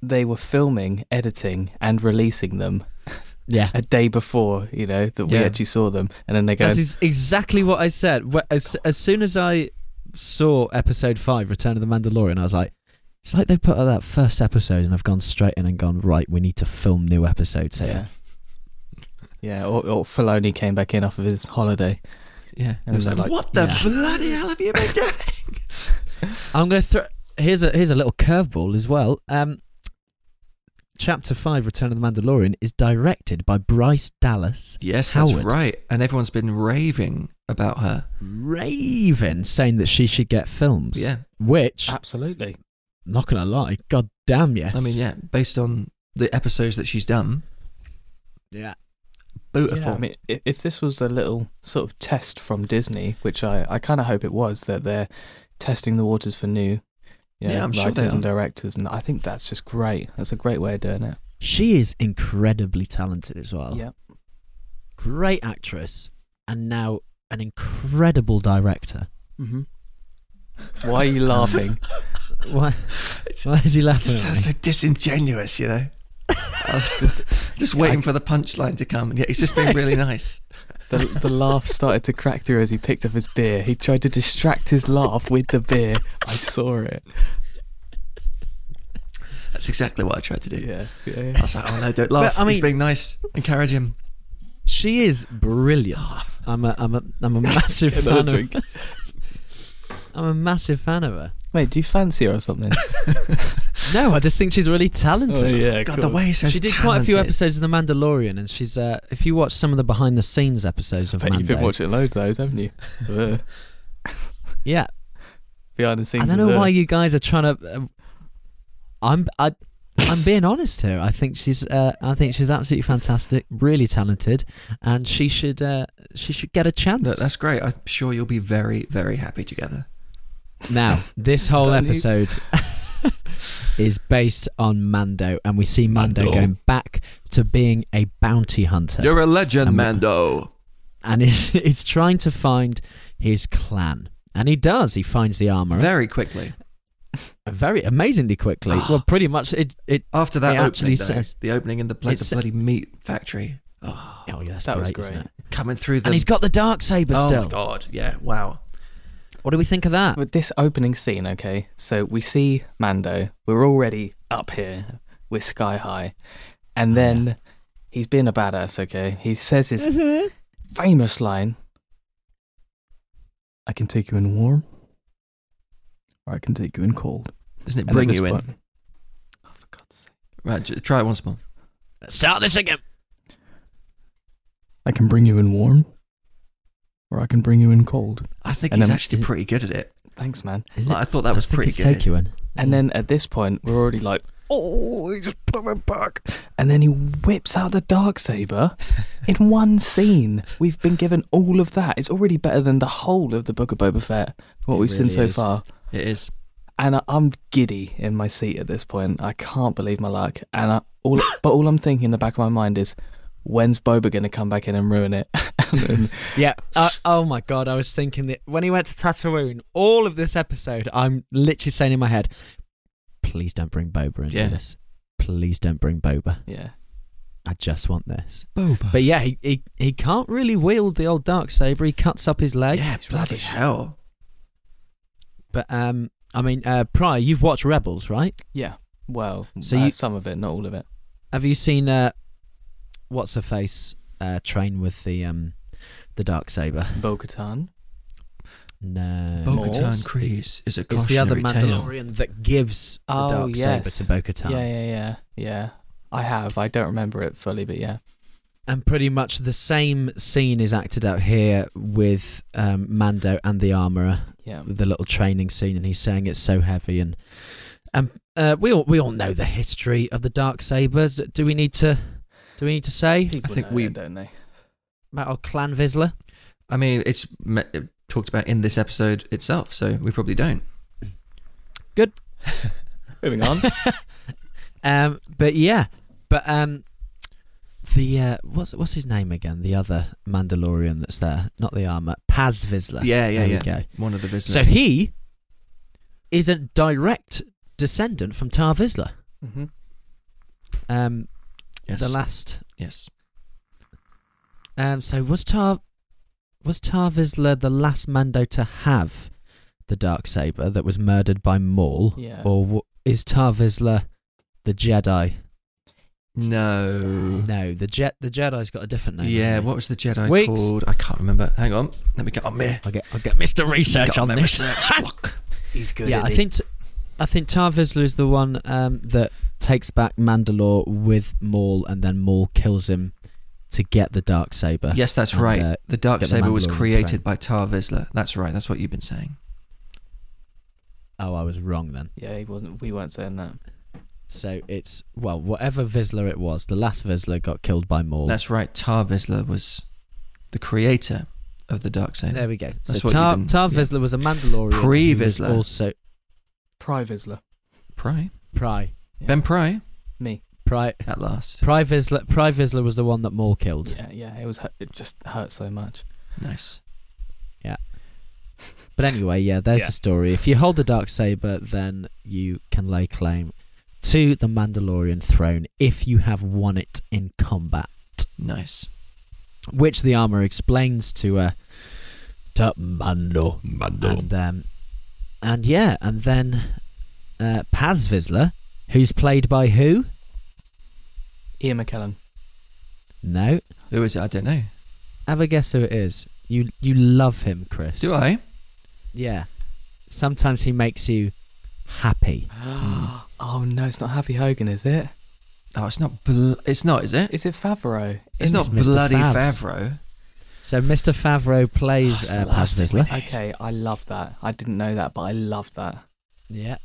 Speaker 2: they were filming, editing, and releasing them
Speaker 3: yeah.
Speaker 2: a day before. You know that we
Speaker 4: Yeah.
Speaker 2: actually saw them, and then they go.
Speaker 3: That is exactly what I said. Wh- As, as soon as I saw episode five, Return of the Mandalorian, I was like, It's like they put out that first episode and I've gone straight in and gone, right, we need to film new episodes here.
Speaker 2: Yeah. Yeah, or, or Filoni came back in off of his holiday.
Speaker 4: Yeah.
Speaker 2: And it was like,
Speaker 4: what the
Speaker 3: yeah.
Speaker 4: bloody hell have you been doing?
Speaker 3: I'm going to throw. Here's a here's a little curveball as well. Um, chapter five, Return of the Mandalorian, is directed by Bryce Dallas
Speaker 4: yes, that's
Speaker 3: Howard.
Speaker 4: right. And everyone's been raving about her.
Speaker 3: Raven, saying that she should get films.
Speaker 4: Yeah.
Speaker 3: Which,
Speaker 2: Absolutely.
Speaker 3: not gonna lie, god damn yes.
Speaker 4: I mean, yeah, based on the episodes that she's done,
Speaker 3: yeah.
Speaker 4: beautiful.
Speaker 2: I mean, i- if this was a little sort of test from Disney, which I, I kind of hope it was, that they're testing the waters for new you know,
Speaker 4: Yeah, I'm sure
Speaker 2: writers
Speaker 4: they
Speaker 2: and directors, and I think that's just great. That's a great way of doing it.
Speaker 3: She is incredibly talented as well.
Speaker 2: Yeah.
Speaker 3: Great actress, and now an incredible director.
Speaker 2: Mm-hmm. Why are you laughing?
Speaker 3: Why? Why is he laughing?
Speaker 4: Just
Speaker 3: At me?
Speaker 4: sounds so disingenuous, you know. just waiting for the punchline to come. Yeah, he's just been really nice.
Speaker 2: The, the laugh started to crack through as he picked up his beer. He tried to distract his laugh with the beer. I saw it.
Speaker 4: That's exactly what I tried to do.
Speaker 2: Yeah. yeah,
Speaker 4: I
Speaker 2: yeah.
Speaker 4: was like, oh no, don't laugh.
Speaker 3: But, I
Speaker 4: he's
Speaker 3: mean-
Speaker 4: being nice. Encourage him.
Speaker 3: She is brilliant. I'm a I'm a I'm a massive
Speaker 2: Another
Speaker 3: fan of.
Speaker 2: drink.
Speaker 3: I'm a massive fan of her.
Speaker 2: Mate, do you fancy her or something?
Speaker 3: No, I just think she's really
Speaker 2: Oh,
Speaker 3: talented.
Speaker 4: God, the way he says
Speaker 3: she did quite a few
Speaker 4: talented.
Speaker 3: episodes of The Mandalorian, and she's uh, if you watch some of the behind the scenes episodes of
Speaker 2: Bet you've
Speaker 3: Mando,
Speaker 2: been watching loads of those, haven't you? Ugh.
Speaker 3: yeah,
Speaker 2: Behind the scenes.
Speaker 3: I don't
Speaker 2: of
Speaker 3: know
Speaker 2: the-
Speaker 3: why you guys are trying to. Uh, I'm I, I'm being honest here. I think she's uh, I think she's absolutely fantastic, really talented, and she should uh, she should get a chance.
Speaker 4: Look, that's great. I'm sure you'll be very, very happy together.
Speaker 3: Now, this whole
Speaker 2: Don't you-
Speaker 3: episode is based on Mando, and we see Mando,
Speaker 2: Mando.
Speaker 3: going back to being a bounty hunter,
Speaker 4: a legend,
Speaker 3: Um,
Speaker 4: Mando.
Speaker 3: and is is trying to find his clan. And he does. He finds the armor
Speaker 4: Very quickly.
Speaker 3: very amazingly quickly. well, pretty much it. It.
Speaker 4: After that
Speaker 3: It
Speaker 4: opening,
Speaker 3: actually
Speaker 4: though,
Speaker 3: says-
Speaker 4: the opening in the, pla- the
Speaker 3: It's-
Speaker 4: bloody meat factory
Speaker 3: Oh, yeah, that's
Speaker 2: That was
Speaker 3: great, isn't
Speaker 2: great.
Speaker 3: it?
Speaker 4: coming through the.
Speaker 3: And he's got the dark saber
Speaker 4: oh
Speaker 3: still.
Speaker 4: my god! Yeah, wow.
Speaker 3: What do we think of that?
Speaker 2: But this opening scene, okay? So we see Mando. We're already up here. We're sky high.
Speaker 4: Oh,
Speaker 2: And then he's being a badass, okay? He says his
Speaker 4: Mm-hmm.
Speaker 2: famous line I can take you in warm, or I can take you in cold.
Speaker 4: Doesn't it
Speaker 2: And at
Speaker 4: bring
Speaker 2: this
Speaker 4: you in?
Speaker 2: point- Oh, for God's sake.
Speaker 4: Right, j- try it once more.
Speaker 3: Start this again.
Speaker 2: I can bring you in warm, or I can bring you in cold.
Speaker 4: I think
Speaker 2: And
Speaker 4: he's
Speaker 2: then-
Speaker 4: actually pretty good at it.
Speaker 2: Thanks, man.
Speaker 3: Is
Speaker 4: Like, I thought that was pretty
Speaker 3: it's
Speaker 4: good.
Speaker 3: Take you in.
Speaker 4: Mm.
Speaker 2: And then at this point, we're already like, oh, he just put my back. And then he whips out the dark saber in one scene. We've been given all of that. It's already better than the whole of the Book of Boba Fett, what
Speaker 3: It
Speaker 2: we've seen
Speaker 3: really
Speaker 2: so
Speaker 3: is.
Speaker 2: far.
Speaker 4: It is.
Speaker 2: And I, I'm giddy in my seat at this point. I can't believe my luck. And I, all, but all I'm thinking in the back of my mind is, when's Boba going to come back in and ruin it? and then,
Speaker 3: Yeah. Uh, oh my god, I was thinking that when he went to Tatooine, all of this episode, I'm literally saying in my head, please don't bring Boba into
Speaker 4: Yeah.
Speaker 3: this. Please don't bring Boba.
Speaker 2: yeah.
Speaker 3: I just want this.
Speaker 4: Boba.
Speaker 3: But yeah, he, he, he can't really wield the old dark saber. He cuts up his leg.
Speaker 4: yeah, bloody hell.
Speaker 3: But um, I mean, uh, Pryor, you've watched Rebels, right?
Speaker 2: Yeah. Well,
Speaker 3: So
Speaker 2: so
Speaker 3: you-
Speaker 2: some of it, not all of it.
Speaker 3: Have you seen uh, what's her face uh, train with the um, the dark saber?
Speaker 2: Bo Katan.
Speaker 3: No,
Speaker 4: Bo-Katan
Speaker 2: Maul's-
Speaker 4: Kreese is a
Speaker 3: it's the other
Speaker 4: cautionary tale.
Speaker 3: Mandalorian that gives the
Speaker 2: Oh,
Speaker 3: dark
Speaker 2: yes.
Speaker 3: saber to Bo-Katan.
Speaker 2: Yeah, yeah, yeah, yeah. I have. I don't remember it fully, but yeah.
Speaker 3: And pretty much the same scene is acted out here with um, Mando and the armorer,
Speaker 2: Yeah.
Speaker 3: with the little training scene, and he's saying it's so heavy, and and uh, we all we all know the history of the dark saber. D- Do we need to do we need to say
Speaker 2: People
Speaker 4: think
Speaker 2: know
Speaker 4: we-
Speaker 2: it, don't they?
Speaker 3: about our clan Vizsla?
Speaker 4: I mean, it's me- talked about in this episode itself, so we probably don't.
Speaker 2: Moving on.
Speaker 3: Um, but yeah, but um, the uh, what's what's his name again? The other Mandalorian that's there, not the armor, Paz Vizsla.
Speaker 4: Yeah, yeah,
Speaker 3: there
Speaker 4: yeah.
Speaker 3: We go.
Speaker 4: One of the visitors.
Speaker 3: So he is a direct descendant from Tar Vizsla.
Speaker 6: Mm-hmm.
Speaker 2: Mhm.
Speaker 3: Um,
Speaker 4: yes.
Speaker 3: the last.
Speaker 4: yes.
Speaker 3: Um, so was Tar was Tar Vizsla the last Mando to have the dark saber that was murdered by Maul,
Speaker 2: Yeah.
Speaker 3: or w- is Tar Vizsla the Jedi?
Speaker 4: No.
Speaker 3: No, the Je- the Jedi's got a different name.
Speaker 4: Mm. Yeah,
Speaker 3: hasn't he?
Speaker 4: what was the Jedi
Speaker 3: Weeks.
Speaker 4: called? I can't remember. Hang on. Let me get on here.
Speaker 3: I get I get Mr. Research
Speaker 4: Got
Speaker 3: on
Speaker 4: my
Speaker 3: this.
Speaker 4: research book.
Speaker 6: He's good.
Speaker 3: yeah, I think t- I think Tar Vizsla is the one um, that takes back Mandalore with Maul, and then Maul kills him to get the dark saber.
Speaker 4: Yes, that's
Speaker 3: And,
Speaker 4: right.
Speaker 3: uh,
Speaker 4: the dark
Speaker 3: get the
Speaker 4: saber was
Speaker 3: Mandalorian
Speaker 4: created
Speaker 3: throne.
Speaker 4: by Tar Vizsla. That's right. That's what you've been saying.
Speaker 3: Oh, I was wrong then.
Speaker 2: Yeah, he wasn't. We weren't saying that.
Speaker 3: So it's well, whatever Vizsla it was, the last Vizsla got killed by Maul.
Speaker 4: That's right. Tar Vizsla was the creator of the dark saber.
Speaker 3: there we go. So
Speaker 4: That's what
Speaker 3: Tar,
Speaker 4: you've been-
Speaker 3: Tar
Speaker 4: yeah.
Speaker 3: Vizsla was a Mandalorian. who was
Speaker 4: Pre-Vizsla.
Speaker 3: also
Speaker 6: Pri Vizsla.
Speaker 4: Pry.
Speaker 3: Pry.
Speaker 4: Ben Pry
Speaker 2: Me.
Speaker 3: Pry.
Speaker 4: at last.
Speaker 3: Pry Vizsla, Pry Vizsla was the one that Maul killed.
Speaker 2: Yeah, yeah. It was. hu- It just hurt so much.
Speaker 4: Nice.
Speaker 3: But anyway, yeah, there's
Speaker 2: Yeah.
Speaker 3: the story. If you hold the dark saber, then you can lay claim to the Mandalorian throne if you have won it in combat,
Speaker 4: Nice.
Speaker 3: which the armor explains to uh, to Mando. And um, and yeah, and then uh, Paz Vizsla, who's played by who?
Speaker 2: Ian McKellen.
Speaker 3: No,
Speaker 4: Who is it? I don't know.
Speaker 3: have a guess who it is. You you love him, Chris.
Speaker 4: Do I?
Speaker 3: Yeah. Sometimes he makes you happy. Hmm.
Speaker 2: oh no, it's not Happy Hogan, is it?
Speaker 4: Oh, it's not. Bl- it's not, is it?
Speaker 2: Is it Favreau?
Speaker 4: It's not
Speaker 3: Mr.
Speaker 4: bloody
Speaker 3: Favs.
Speaker 4: Favreau.
Speaker 3: So Mr. Favreau
Speaker 4: Oh,
Speaker 3: plays
Speaker 4: it's the
Speaker 3: uh, Paz
Speaker 4: last thing we
Speaker 3: Vizsla.
Speaker 4: need.
Speaker 2: Okay, I love that. I didn't know that, but I love that.
Speaker 3: Yeah,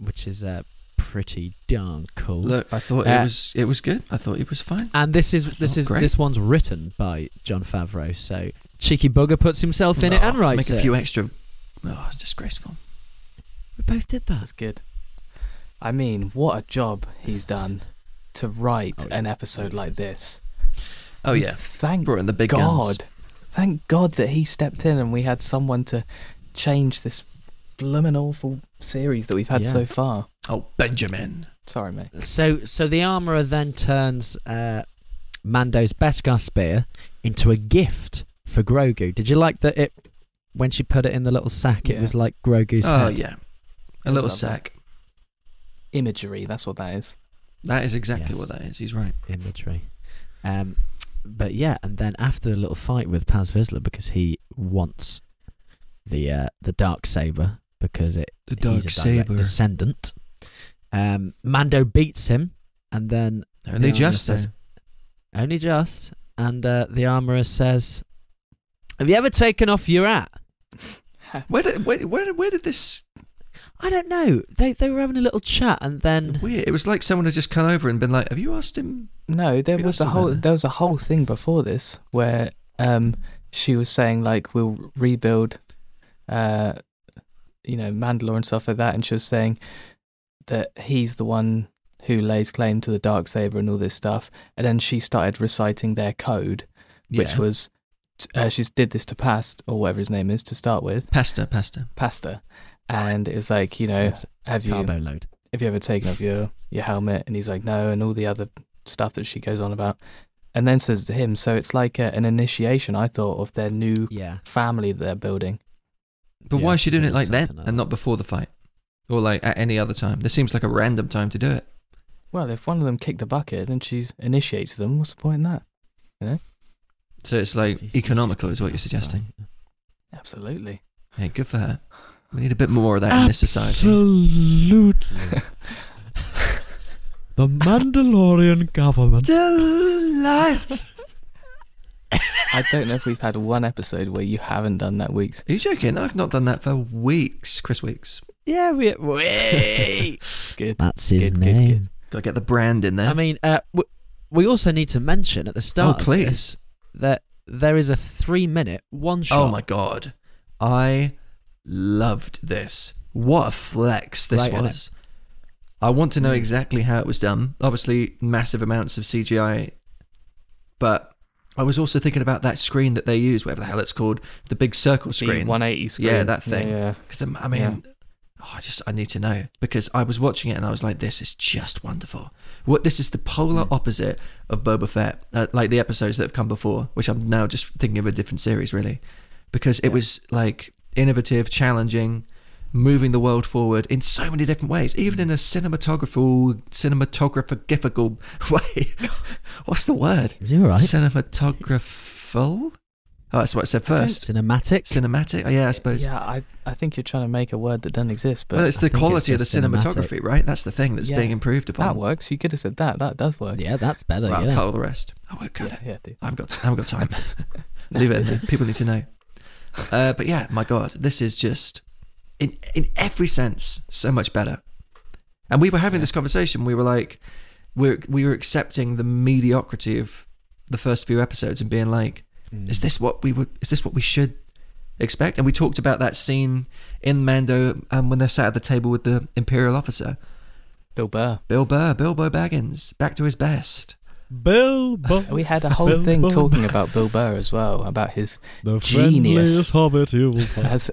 Speaker 3: which is uh, pretty darn cool.
Speaker 4: Look, I thought
Speaker 3: Uh,
Speaker 4: it was. It was good. I thought it was fine.
Speaker 3: and this is this
Speaker 4: not
Speaker 3: is
Speaker 4: great.
Speaker 3: this one's written by John Favreau. So cheeky bugger puts himself in it
Speaker 4: Oh,
Speaker 3: and writes
Speaker 4: Make
Speaker 3: it.
Speaker 4: a few extra. Oh, it's disgraceful.
Speaker 3: we both did that.
Speaker 2: That's good. I mean, what a job he's done to write
Speaker 3: Oh, yeah.
Speaker 2: an episode like this.
Speaker 4: Oh yeah,
Speaker 2: Thank
Speaker 4: brought in the big
Speaker 2: God.
Speaker 4: guns.
Speaker 2: Thank God that he stepped in and we had someone to change this bloomin' awful series that we've had
Speaker 3: Yeah.
Speaker 2: so far.
Speaker 4: Oh Benjamin.
Speaker 2: Sorry, mate.
Speaker 3: So so the armorer then turns uh, Mando's Beskar spear into a gift for Grogu. Did you like that? It when she put it in the little sack, it
Speaker 2: Yeah.
Speaker 3: was like Grogu's
Speaker 4: oh
Speaker 3: head.
Speaker 4: yeah, a little
Speaker 2: Love that.
Speaker 4: sack.
Speaker 2: Imagery, that's what that is.
Speaker 4: That is exactly
Speaker 3: Yes.
Speaker 4: what that is. He's right.
Speaker 3: imagery. Um, but yeah, and then after the little fight with Paz Vizsla because he wants the uh, the dark saber because it
Speaker 4: The
Speaker 3: he's a direct descendant. Um, Mando beats him, and then
Speaker 4: And they
Speaker 3: the armourer
Speaker 4: just
Speaker 3: says, only just, and uh, the armorer says, "Have you ever taken off your hat?"
Speaker 4: where did where, where where did this
Speaker 3: I don't know. They they were having a little chat, and then
Speaker 4: weird? It was like someone had just come over and been like, "Have you asked him?"
Speaker 2: No, there
Speaker 4: We
Speaker 2: was
Speaker 4: asked
Speaker 2: a
Speaker 4: about
Speaker 2: whole
Speaker 4: that.
Speaker 2: there was a whole thing before this where um she was saying like we'll rebuild uh you know Mandalore and stuff like that and she was saying that he's the one who lays claim to the dark saber and all this stuff and then she started reciting their code which
Speaker 4: Yeah.
Speaker 2: was t- uh, she did this to Past or whatever his name is to start with
Speaker 4: pasta, pasta.
Speaker 2: Pasta and it was like you know have you
Speaker 3: carbo load.
Speaker 2: have you ever taken off your your helmet? And he's like, no, and all the other stuff that she goes on about, and then says to him, so it's like a, an initiation. I thought of their new
Speaker 3: Yeah,
Speaker 2: family that they're building.
Speaker 4: But
Speaker 3: Yeah,
Speaker 4: why is she doing
Speaker 3: there
Speaker 4: it like
Speaker 3: was
Speaker 4: then
Speaker 3: something like
Speaker 4: and not before the fight, or like at any other time? This seems like a random time to do it.
Speaker 2: Well, if one of them kicked the bucket, then she initiates them. What's the point in that?
Speaker 4: So it's like economical, is what you're suggesting.
Speaker 2: Absolutely.
Speaker 4: Hey, good for her. We need a bit more of that in this society.
Speaker 7: Absolutely. the Mandalorian government.
Speaker 4: Delight.
Speaker 2: I don't know if we've had one episode where you haven't done that weeks.
Speaker 4: Are you joking? I've not done that for weeks, Chris Weeks.
Speaker 3: yeah, we.
Speaker 2: Good.
Speaker 3: That's his
Speaker 2: Good, good,
Speaker 3: name.
Speaker 2: good.
Speaker 4: Got to get the brand in there.
Speaker 3: I mean, uh, w- we also need to mention at the
Speaker 4: oh
Speaker 3: start of this
Speaker 4: please!
Speaker 3: that there is a three-minute one-shot.
Speaker 4: Oh my god, I loved this. What a flex this
Speaker 3: Right, innit? Hmm.
Speaker 4: was! I want to know exactly how it was done. Obviously, massive amounts of CGI, but I was also thinking about that screen that they use, whatever the hell it's called, the big circle
Speaker 2: The
Speaker 4: screen.
Speaker 2: 180 screen.
Speaker 4: Yeah, that thing.
Speaker 2: Yeah.
Speaker 4: 'Cause the- I mean, oh, I just I need to know because I was watching it and I was like, this is just wonderful. What this is the polar
Speaker 2: Hmm.
Speaker 4: opposite of Boba Fett, uh, like the episodes that have come before, which I'm now just thinking of a different series really, because it was like innovative, challenging, moving the world forward in so many different ways,
Speaker 2: Hmm.
Speaker 4: even in a cinematographical, cinematographical way. What's the word?
Speaker 3: Is he all right?
Speaker 4: Cinematographical? Oh, that's what I said first.
Speaker 3: Cinematic.
Speaker 4: Cinematic? Oh, yeah, I suppose.
Speaker 2: Yeah, I, I think you're trying to make a word that doesn't exist, but
Speaker 4: well, it's
Speaker 3: I
Speaker 4: the
Speaker 3: think it's
Speaker 4: quality
Speaker 3: just
Speaker 4: of the
Speaker 3: cinematic.
Speaker 4: cinematography, right? That's the thing that's
Speaker 2: Yeah.
Speaker 4: being improved upon.
Speaker 2: that works. You could have said that. That does work.
Speaker 3: yeah, that's better.
Speaker 4: Well,
Speaker 3: yeah.
Speaker 4: cut all the rest. I won't cut
Speaker 2: yeah,
Speaker 4: it.
Speaker 2: yeah dude.
Speaker 4: I've got, I haven't got time. Leave it. in. People need to know. Uh, but yeah, my God, this is just in in every sense so much better. And we were having this conversation. We were like, we we were accepting the mediocrity of the first few episodes and being like, is this what we would? Is this what we should expect? And we talked about that scene in Mando um, when they're sat at the table with the Imperial officer,
Speaker 2: Bill Burr.
Speaker 4: Bill Burr, Bilbo Baggins, back to his best.
Speaker 8: Bilbo,
Speaker 2: We had a whole
Speaker 8: Bill
Speaker 2: thing
Speaker 8: Burr.
Speaker 2: talking about Bill Burr as well, about his
Speaker 8: the
Speaker 2: Genius. Um,
Speaker 8: friendliest hobbit you will find.
Speaker 2: as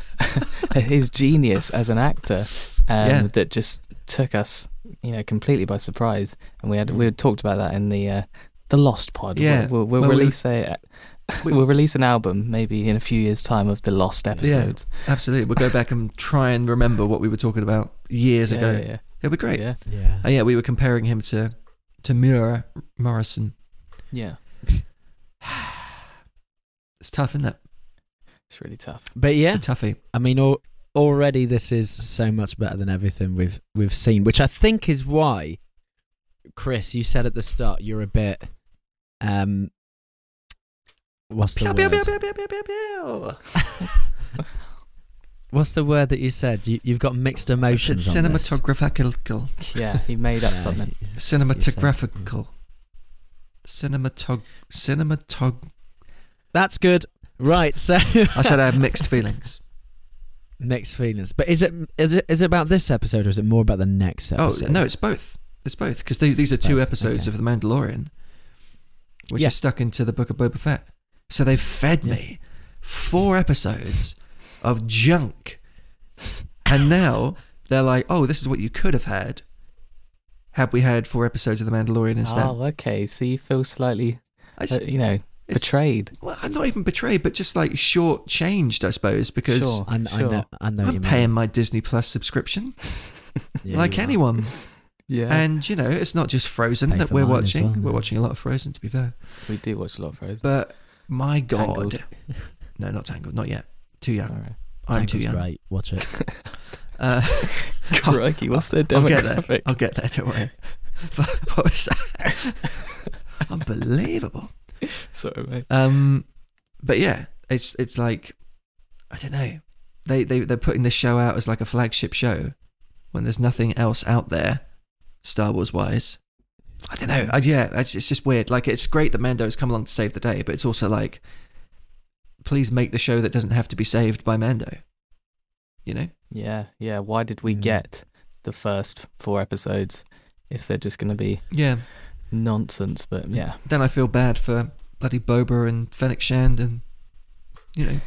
Speaker 2: his genius as an actor um,
Speaker 4: Yeah.
Speaker 2: that just took us, you know, completely by surprise. And we had we had talked about that in the uh, the Lost Pod.
Speaker 4: Mm. Yeah.
Speaker 2: we'll, we'll, we'll
Speaker 4: Well, we-
Speaker 2: release a
Speaker 4: we-
Speaker 2: we'll release an album maybe in a few years' time of the Lost episodes.
Speaker 4: Absolutely. We'll go back and try and remember what we were talking about years ago.
Speaker 2: yeah, yeah,
Speaker 4: It'll be great.
Speaker 2: yeah,
Speaker 3: Yeah.
Speaker 4: And yeah, we were comparing him to to Mira Morrison.
Speaker 2: yeah.
Speaker 4: It's tough, isn't it?
Speaker 2: It's really tough.
Speaker 3: But yeah,
Speaker 4: It's a toughie.
Speaker 3: I mean, al- already this is so much better than everything we've we've seen, which I think is why, Chris, you said at the start you're a bit, um, what's the
Speaker 4: Pew,
Speaker 3: word?
Speaker 4: pew, pew, pew, pew, pew, pew, pew.
Speaker 3: What's the word that you said? You, you've got mixed
Speaker 4: It's
Speaker 3: emotions. on this.
Speaker 4: cinematographical.
Speaker 2: Yeah, he made up
Speaker 3: Yeah,
Speaker 2: something.
Speaker 3: you- you said-
Speaker 4: Cinematographical. Cinematog. Cinematog.
Speaker 3: That's good. Right. So
Speaker 4: I said I have mixed feelings.
Speaker 3: mixed feelings. But is it is it is it about this episode or is it more about the next
Speaker 4: Oh
Speaker 3: episode?
Speaker 4: no, it's both. It's both because these, these are two
Speaker 3: Both,
Speaker 4: episodes
Speaker 3: okay.
Speaker 4: of The Mandalorian, which
Speaker 3: Yeah.
Speaker 4: is stuck into the Book of Boba Fett. So they've fed
Speaker 3: Yeah.
Speaker 4: me four episodes of junk, and now they're like, "Oh, this is what you could have had had we had four episodes of The Mandalorian instead."
Speaker 2: Oh, okay. So you feel slightly,
Speaker 4: I
Speaker 2: uh,
Speaker 4: just-
Speaker 2: you know, betrayed.
Speaker 4: well, I'm not even betrayed, but just like short-changed, I suppose, because
Speaker 2: Sure.
Speaker 3: I, I
Speaker 2: Sure.
Speaker 3: know. I know what you
Speaker 4: I'm
Speaker 3: mean.
Speaker 4: paying my Disney Plus subscription
Speaker 3: Yeah,
Speaker 4: like
Speaker 3: you are.
Speaker 4: anyone.
Speaker 2: Yeah,
Speaker 4: And you know, it's not just Frozen
Speaker 3: Pay
Speaker 4: that
Speaker 3: for
Speaker 4: we're
Speaker 3: mine as
Speaker 4: watching.
Speaker 3: well,
Speaker 4: we're
Speaker 3: yeah.
Speaker 4: watching a lot of Frozen, to be fair.
Speaker 2: we do watch a lot of Frozen.
Speaker 4: But my God,
Speaker 2: Tangled.
Speaker 4: no, not Tangled, not yet. Too young.
Speaker 2: All right.
Speaker 4: I'm too
Speaker 3: Tangled's
Speaker 4: young.
Speaker 3: Great. Watch it.
Speaker 4: Uh,
Speaker 2: Crikey, what's their
Speaker 4: I'll get there.
Speaker 2: demographic?
Speaker 4: I'll get there. Don't worry. But what was that? Unbelievable.
Speaker 2: Sorry, mate.
Speaker 4: Um, but yeah, it's it's like I don't know. They they they're putting this show out as like a flagship show when there's nothing else out there, Star Wars wise. I don't know. I, yeah, it's, it's just weird. Like it's great that Mando has come along to save the day, but it's also like, please make the show that doesn't have to be saved by Mando. You know.
Speaker 2: Yeah, yeah. Why did we
Speaker 4: Hmm.
Speaker 3: Mm.
Speaker 2: get the first four episodes if they're just going to be
Speaker 4: Yeah.
Speaker 2: nonsense?
Speaker 4: Hmm.
Speaker 2: But yeah,
Speaker 4: Then I feel bad for bloody Boba and Fennec Shand and you know.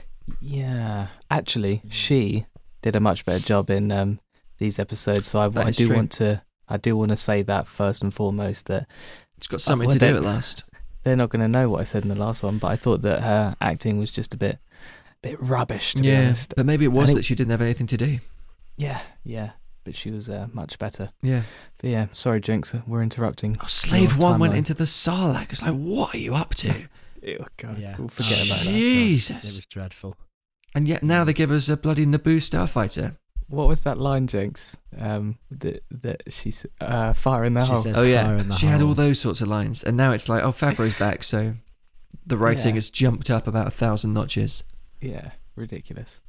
Speaker 2: yeah. Actually, she did a much better job in um, these episodes. So I,
Speaker 4: That
Speaker 2: I
Speaker 4: is
Speaker 2: do
Speaker 4: true.
Speaker 2: want to, I do want to say that first and foremost that
Speaker 4: It's got something
Speaker 2: well,
Speaker 4: to do
Speaker 2: they-
Speaker 4: at last.
Speaker 2: they're not going to know what I said in the last one. But I thought that her acting was just a bit, bit rubbish to be
Speaker 4: yeah,
Speaker 2: honest.
Speaker 4: but maybe it
Speaker 2: And
Speaker 4: was
Speaker 2: it-
Speaker 4: that she didn't have anything to do.
Speaker 2: Yeah, yeah. But she was uh, much better.
Speaker 4: Yeah.
Speaker 2: But yeah, sorry, Jinx, we're interrupting.
Speaker 4: Oh, Slave
Speaker 2: your
Speaker 4: One went
Speaker 2: timeline.
Speaker 4: into the Sarlacc. It's like, what are you up to?
Speaker 2: Ew, God,
Speaker 3: Yeah.
Speaker 2: we'll forget about that.
Speaker 4: Jesus.
Speaker 3: It was dreadful.
Speaker 4: And yet now they give us a bloody Naboo starfighter.
Speaker 2: What was that line, Jinx? Um, that that she's uh, fire in the
Speaker 3: She
Speaker 2: hole.
Speaker 3: says
Speaker 4: oh
Speaker 3: fire in
Speaker 4: yeah,
Speaker 3: the
Speaker 4: she had all
Speaker 3: hole.
Speaker 4: those sorts of lines, and now it's like, oh, Favreau's back, so the writing
Speaker 2: Yeah.
Speaker 4: has jumped up about a thousand notches.
Speaker 2: yeah, ridiculous.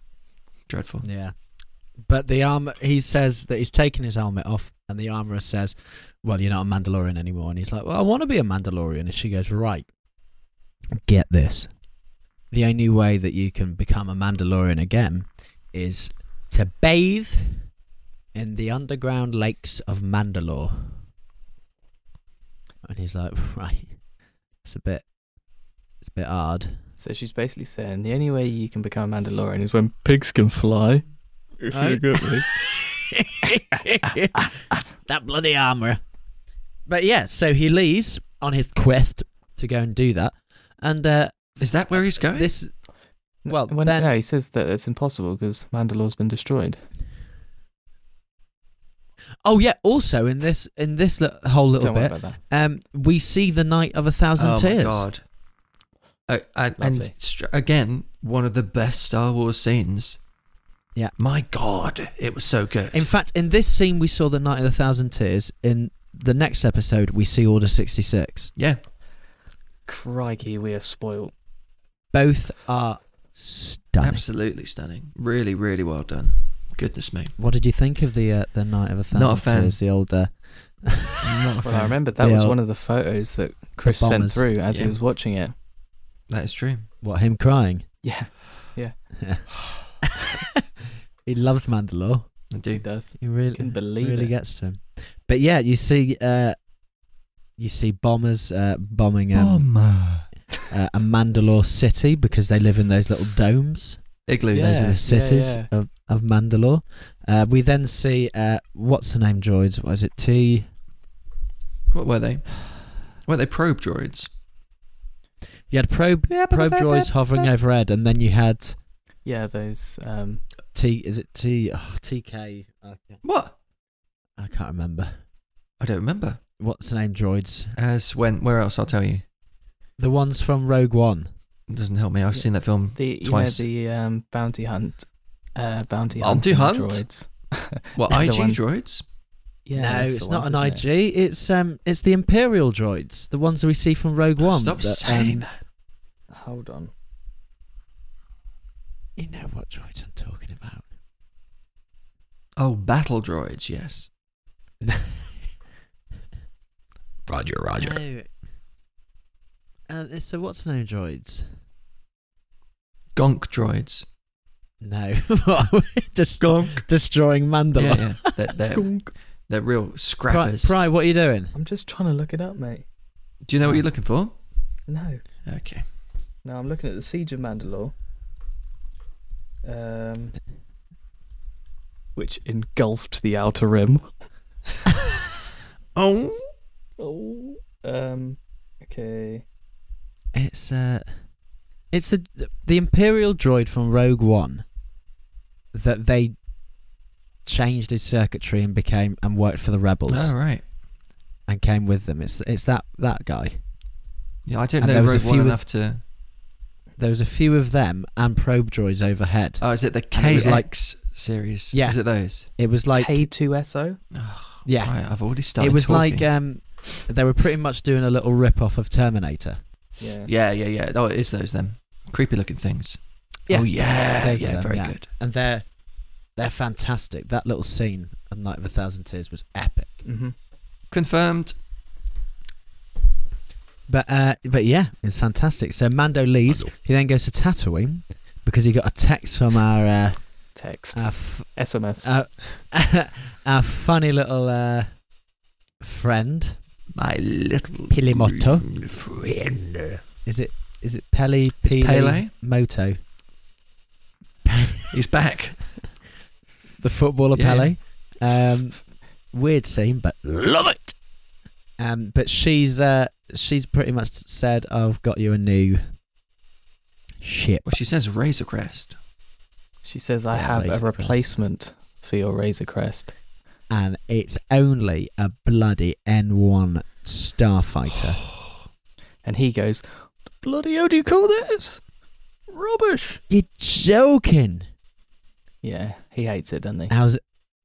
Speaker 4: Dreadful.
Speaker 3: Yeah. But the armor, he says that he's taken his helmet off, and the armorer says, Well, you're not a Mandalorian anymore. And he's like, Well, I want to be a Mandalorian. And she goes, Right, get this. The only way that you can become a Mandalorian again is to bathe in the underground lakes of Mandalore. And he's like, Right, it's a bit, it's a bit hard.
Speaker 2: So she's basically saying the only way you can become a Mandalorian is when pigs can fly. If
Speaker 3: Oh.
Speaker 2: you get me.
Speaker 3: that bloody armor. But yeah, so he leaves on his quest to go and do that, and uh,
Speaker 4: Is that where he's going?
Speaker 3: this well
Speaker 2: Well,
Speaker 3: then
Speaker 2: no, he says that it's impossible because Mandalore's been destroyed.
Speaker 3: Oh yeah. Also in this in this li- whole little
Speaker 2: Don't worry
Speaker 3: bit,
Speaker 2: about that.
Speaker 3: um, we see the night of a thousand
Speaker 4: oh
Speaker 3: tears.
Speaker 4: my god! Uh, and, and
Speaker 3: Lovely.
Speaker 4: str- again, one of the best Star Wars scenes.
Speaker 3: Yeah.
Speaker 4: My god, it was so good.
Speaker 3: In fact, in this scene, we saw the night of a thousand tears. In the next episode, we see Order sixty six.
Speaker 4: yeah.
Speaker 9: Crikey, we are spoiled.
Speaker 3: Both are stunning.
Speaker 4: Absolutely stunning. Really, really well done. Goodness me.
Speaker 3: What did you think of the uh, the night of a thousand
Speaker 4: Not a fan.
Speaker 3: tears? The old uh,
Speaker 9: Well, I remember that
Speaker 3: They
Speaker 2: was
Speaker 3: are-
Speaker 2: one of the photos that Chris sent
Speaker 3: bombers.
Speaker 2: through as
Speaker 4: Yeah.
Speaker 2: he was watching it.
Speaker 4: That is true.
Speaker 3: what him crying.
Speaker 2: Yeah,
Speaker 3: He loves Mandalore.
Speaker 4: I
Speaker 2: he
Speaker 4: do.
Speaker 2: does.
Speaker 3: He really
Speaker 2: Can believe
Speaker 3: really
Speaker 2: it.
Speaker 3: gets to him. But yeah, you see, uh, you see bombers uh, bombing um, uh, a Mandalore city because they live in those little domes.
Speaker 4: Igloos.
Speaker 3: Those
Speaker 2: Yeah,
Speaker 3: are the cities
Speaker 2: yeah,
Speaker 3: of of Mandalore. Uh, we then see uh, what's the name droids? What is it? T.
Speaker 4: What were they? Were they probe droids?
Speaker 3: You had probe probe droids hovering overhead, and then you had
Speaker 2: Yeah, those. Um,
Speaker 3: T. Is it T? Oh, TK. I can't-
Speaker 4: What?
Speaker 3: I can't remember.
Speaker 4: I don't remember.
Speaker 3: What's the name droids?
Speaker 4: As when? Where else? I'll tell you.
Speaker 3: The ones from Rogue One.
Speaker 4: It doesn't help me. I've
Speaker 2: Yeah.
Speaker 4: seen that film.
Speaker 2: the you
Speaker 4: Twice.
Speaker 2: know the um, bounty hunt, uh, bounty,
Speaker 4: Bounty
Speaker 2: hunting
Speaker 4: hunt?
Speaker 2: droids.
Speaker 4: What
Speaker 2: The
Speaker 4: IG
Speaker 2: one-
Speaker 4: droids?
Speaker 2: Yeah,
Speaker 3: no,
Speaker 2: that's
Speaker 3: it's
Speaker 2: the
Speaker 3: not
Speaker 2: ones,
Speaker 3: an
Speaker 2: isn't
Speaker 3: IG.
Speaker 2: it?
Speaker 3: It's um, it's the Imperial droids, the ones that we see from Rogue One.
Speaker 4: Stop
Speaker 3: that, um,
Speaker 4: saying that.
Speaker 2: Hold on.
Speaker 3: You know what droids I'm talking about.
Speaker 4: Oh, battle droids. Yes. Roger,
Speaker 3: No. Uh, so what's no droids?
Speaker 4: Gonk droids.
Speaker 3: No, We're just
Speaker 4: Gonk.
Speaker 3: destroying Mandalore.
Speaker 4: Yeah, yeah. They're, they're, they're real
Speaker 3: Pri,
Speaker 4: scrappers.
Speaker 3: Pri, what are you doing?
Speaker 2: I'm just trying to look it up, mate.
Speaker 4: Do you know what you're looking for?
Speaker 2: No,
Speaker 4: Okay.
Speaker 2: no, I'm looking at the Siege of Mandalore. Um,
Speaker 10: which engulfed the outer rim.
Speaker 4: Oh.
Speaker 2: oh, um, okay.
Speaker 3: It's uh, it's the the Imperial droid from Rogue One that they changed his circuitry and became and worked for the rebels
Speaker 4: All right.
Speaker 3: and came with them. It's it's that that guy.
Speaker 4: Yeah, I don't
Speaker 3: And
Speaker 4: know
Speaker 3: there was a
Speaker 4: Rogue One
Speaker 3: few-
Speaker 4: enough to.
Speaker 3: There was a few of them and probe droids overhead.
Speaker 4: Oh, is it the
Speaker 3: And it was
Speaker 4: KX
Speaker 3: like-
Speaker 4: series?
Speaker 3: Yeah.
Speaker 4: Is it those?
Speaker 3: It was like
Speaker 2: K2SO.
Speaker 3: yeah,
Speaker 4: Right, I've already started.
Speaker 3: it was
Speaker 4: talking.
Speaker 3: like um, they were pretty much doing a little rip off of Terminator.
Speaker 2: Yeah.
Speaker 4: Yeah, yeah, yeah. Oh, it is those then. Creepy looking things.
Speaker 3: Yeah.
Speaker 4: Oh yeah.
Speaker 3: Those are
Speaker 4: yeah,
Speaker 3: them,
Speaker 4: very
Speaker 3: yeah.
Speaker 4: good.
Speaker 3: and they're they're fantastic. That little scene of Night of a Thousand Tears was epic.
Speaker 2: Mm-hmm.
Speaker 4: Confirmed.
Speaker 3: But uh, but yeah, it's fantastic. So Mando leaves. He then goes to Tatooine because he got a text from our uh,
Speaker 2: Text.
Speaker 3: our, f-
Speaker 2: SMS.
Speaker 3: our, our funny little uh, friend.
Speaker 4: My little
Speaker 3: Pilimoto.
Speaker 4: friend.
Speaker 3: Is it is it Pele Pele
Speaker 4: It's Pele.
Speaker 3: Moto
Speaker 4: He's back.
Speaker 3: the footballer
Speaker 4: Yeah,
Speaker 3: Pele? Um, weird scene, but
Speaker 4: Love it.
Speaker 3: Um, but she's uh, she's pretty much said, "I've got you a new ship."
Speaker 4: Well, she says Razor Crest.
Speaker 2: She says, I
Speaker 3: Yeah,
Speaker 2: have
Speaker 3: Razor
Speaker 2: a
Speaker 3: Crest.
Speaker 2: replacement for your Razor Crest.
Speaker 3: and it's only a bloody N1 starfighter.
Speaker 2: And he goes, Bloody hell do you call this? Rubbish.
Speaker 3: You're joking.
Speaker 2: Yeah, he hates it, doesn't he?
Speaker 3: How's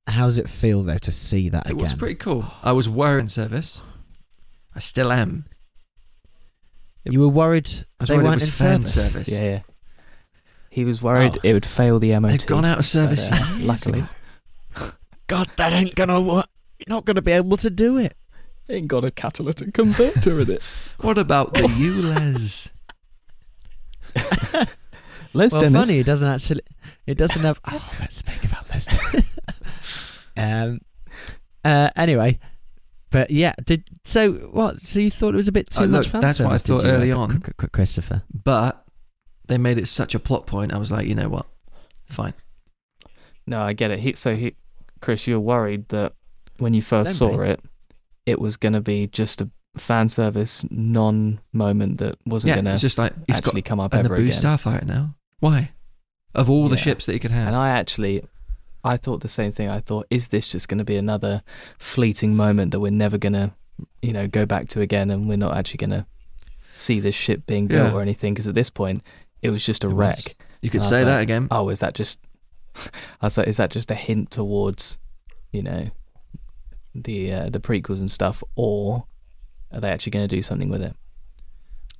Speaker 3: how's it feel though to see that
Speaker 4: It
Speaker 3: again?
Speaker 4: was pretty cool. I was worried in service. I still am.
Speaker 3: you were worried
Speaker 4: I was
Speaker 3: they
Speaker 4: worried it
Speaker 3: weren't
Speaker 4: was
Speaker 3: in
Speaker 4: fan
Speaker 3: service.
Speaker 4: service.
Speaker 2: Yeah, yeah. He was worried it would fail the MOT.
Speaker 4: They've gone out of
Speaker 2: but,
Speaker 4: service.
Speaker 2: uh, luckily.
Speaker 3: God, that ain't gonna work. You're not gonna be able to do it.
Speaker 10: Ain't got a catalytic converter in it.
Speaker 4: What about the ULEZ?
Speaker 2: Les
Speaker 3: well,
Speaker 2: Dennis.
Speaker 3: funny it doesn't actually. It doesn't have. oh, let's speak about this. um. Uh. Anyway, but yeah. Did so? What? So you thought it was a bit too
Speaker 4: Uh,
Speaker 3: much
Speaker 4: look,
Speaker 3: fan
Speaker 4: that's what I
Speaker 3: service, did
Speaker 4: thought
Speaker 3: you, uh,
Speaker 4: early
Speaker 3: Qu-
Speaker 4: on.
Speaker 3: Qu- Qu- Christopher.
Speaker 4: But they made it such a plot point. I was like, you know what? Fine.
Speaker 2: No, I get it. He, so, he, Chris, you're worried that when you 1st
Speaker 3: Don't
Speaker 2: saw
Speaker 3: be.
Speaker 2: it, it was going to be just a fan service non moment that wasn't
Speaker 4: yeah,
Speaker 2: going
Speaker 4: it's
Speaker 2: to
Speaker 4: just like he's got
Speaker 2: actually come up
Speaker 4: an
Speaker 2: ever
Speaker 4: Naboo
Speaker 2: again.
Speaker 4: Starfighter now. Why? Of all the
Speaker 2: Yeah.
Speaker 4: ships that he could have,
Speaker 2: And I actually, I thought the same thing. I thought, is this just going to be another fleeting moment that we're never going to, you know, go back to again, and we're not actually going to see this ship being built
Speaker 4: Yeah.
Speaker 2: or anything? Because at this point, it was just a
Speaker 4: It was.
Speaker 2: wreck.
Speaker 4: You could
Speaker 2: I was
Speaker 4: say that
Speaker 2: like,
Speaker 4: again.
Speaker 2: Oh, is that just? I was like, is that just a hint towards, you know, the uh, the prequels and stuff, or are they actually going to do something with it?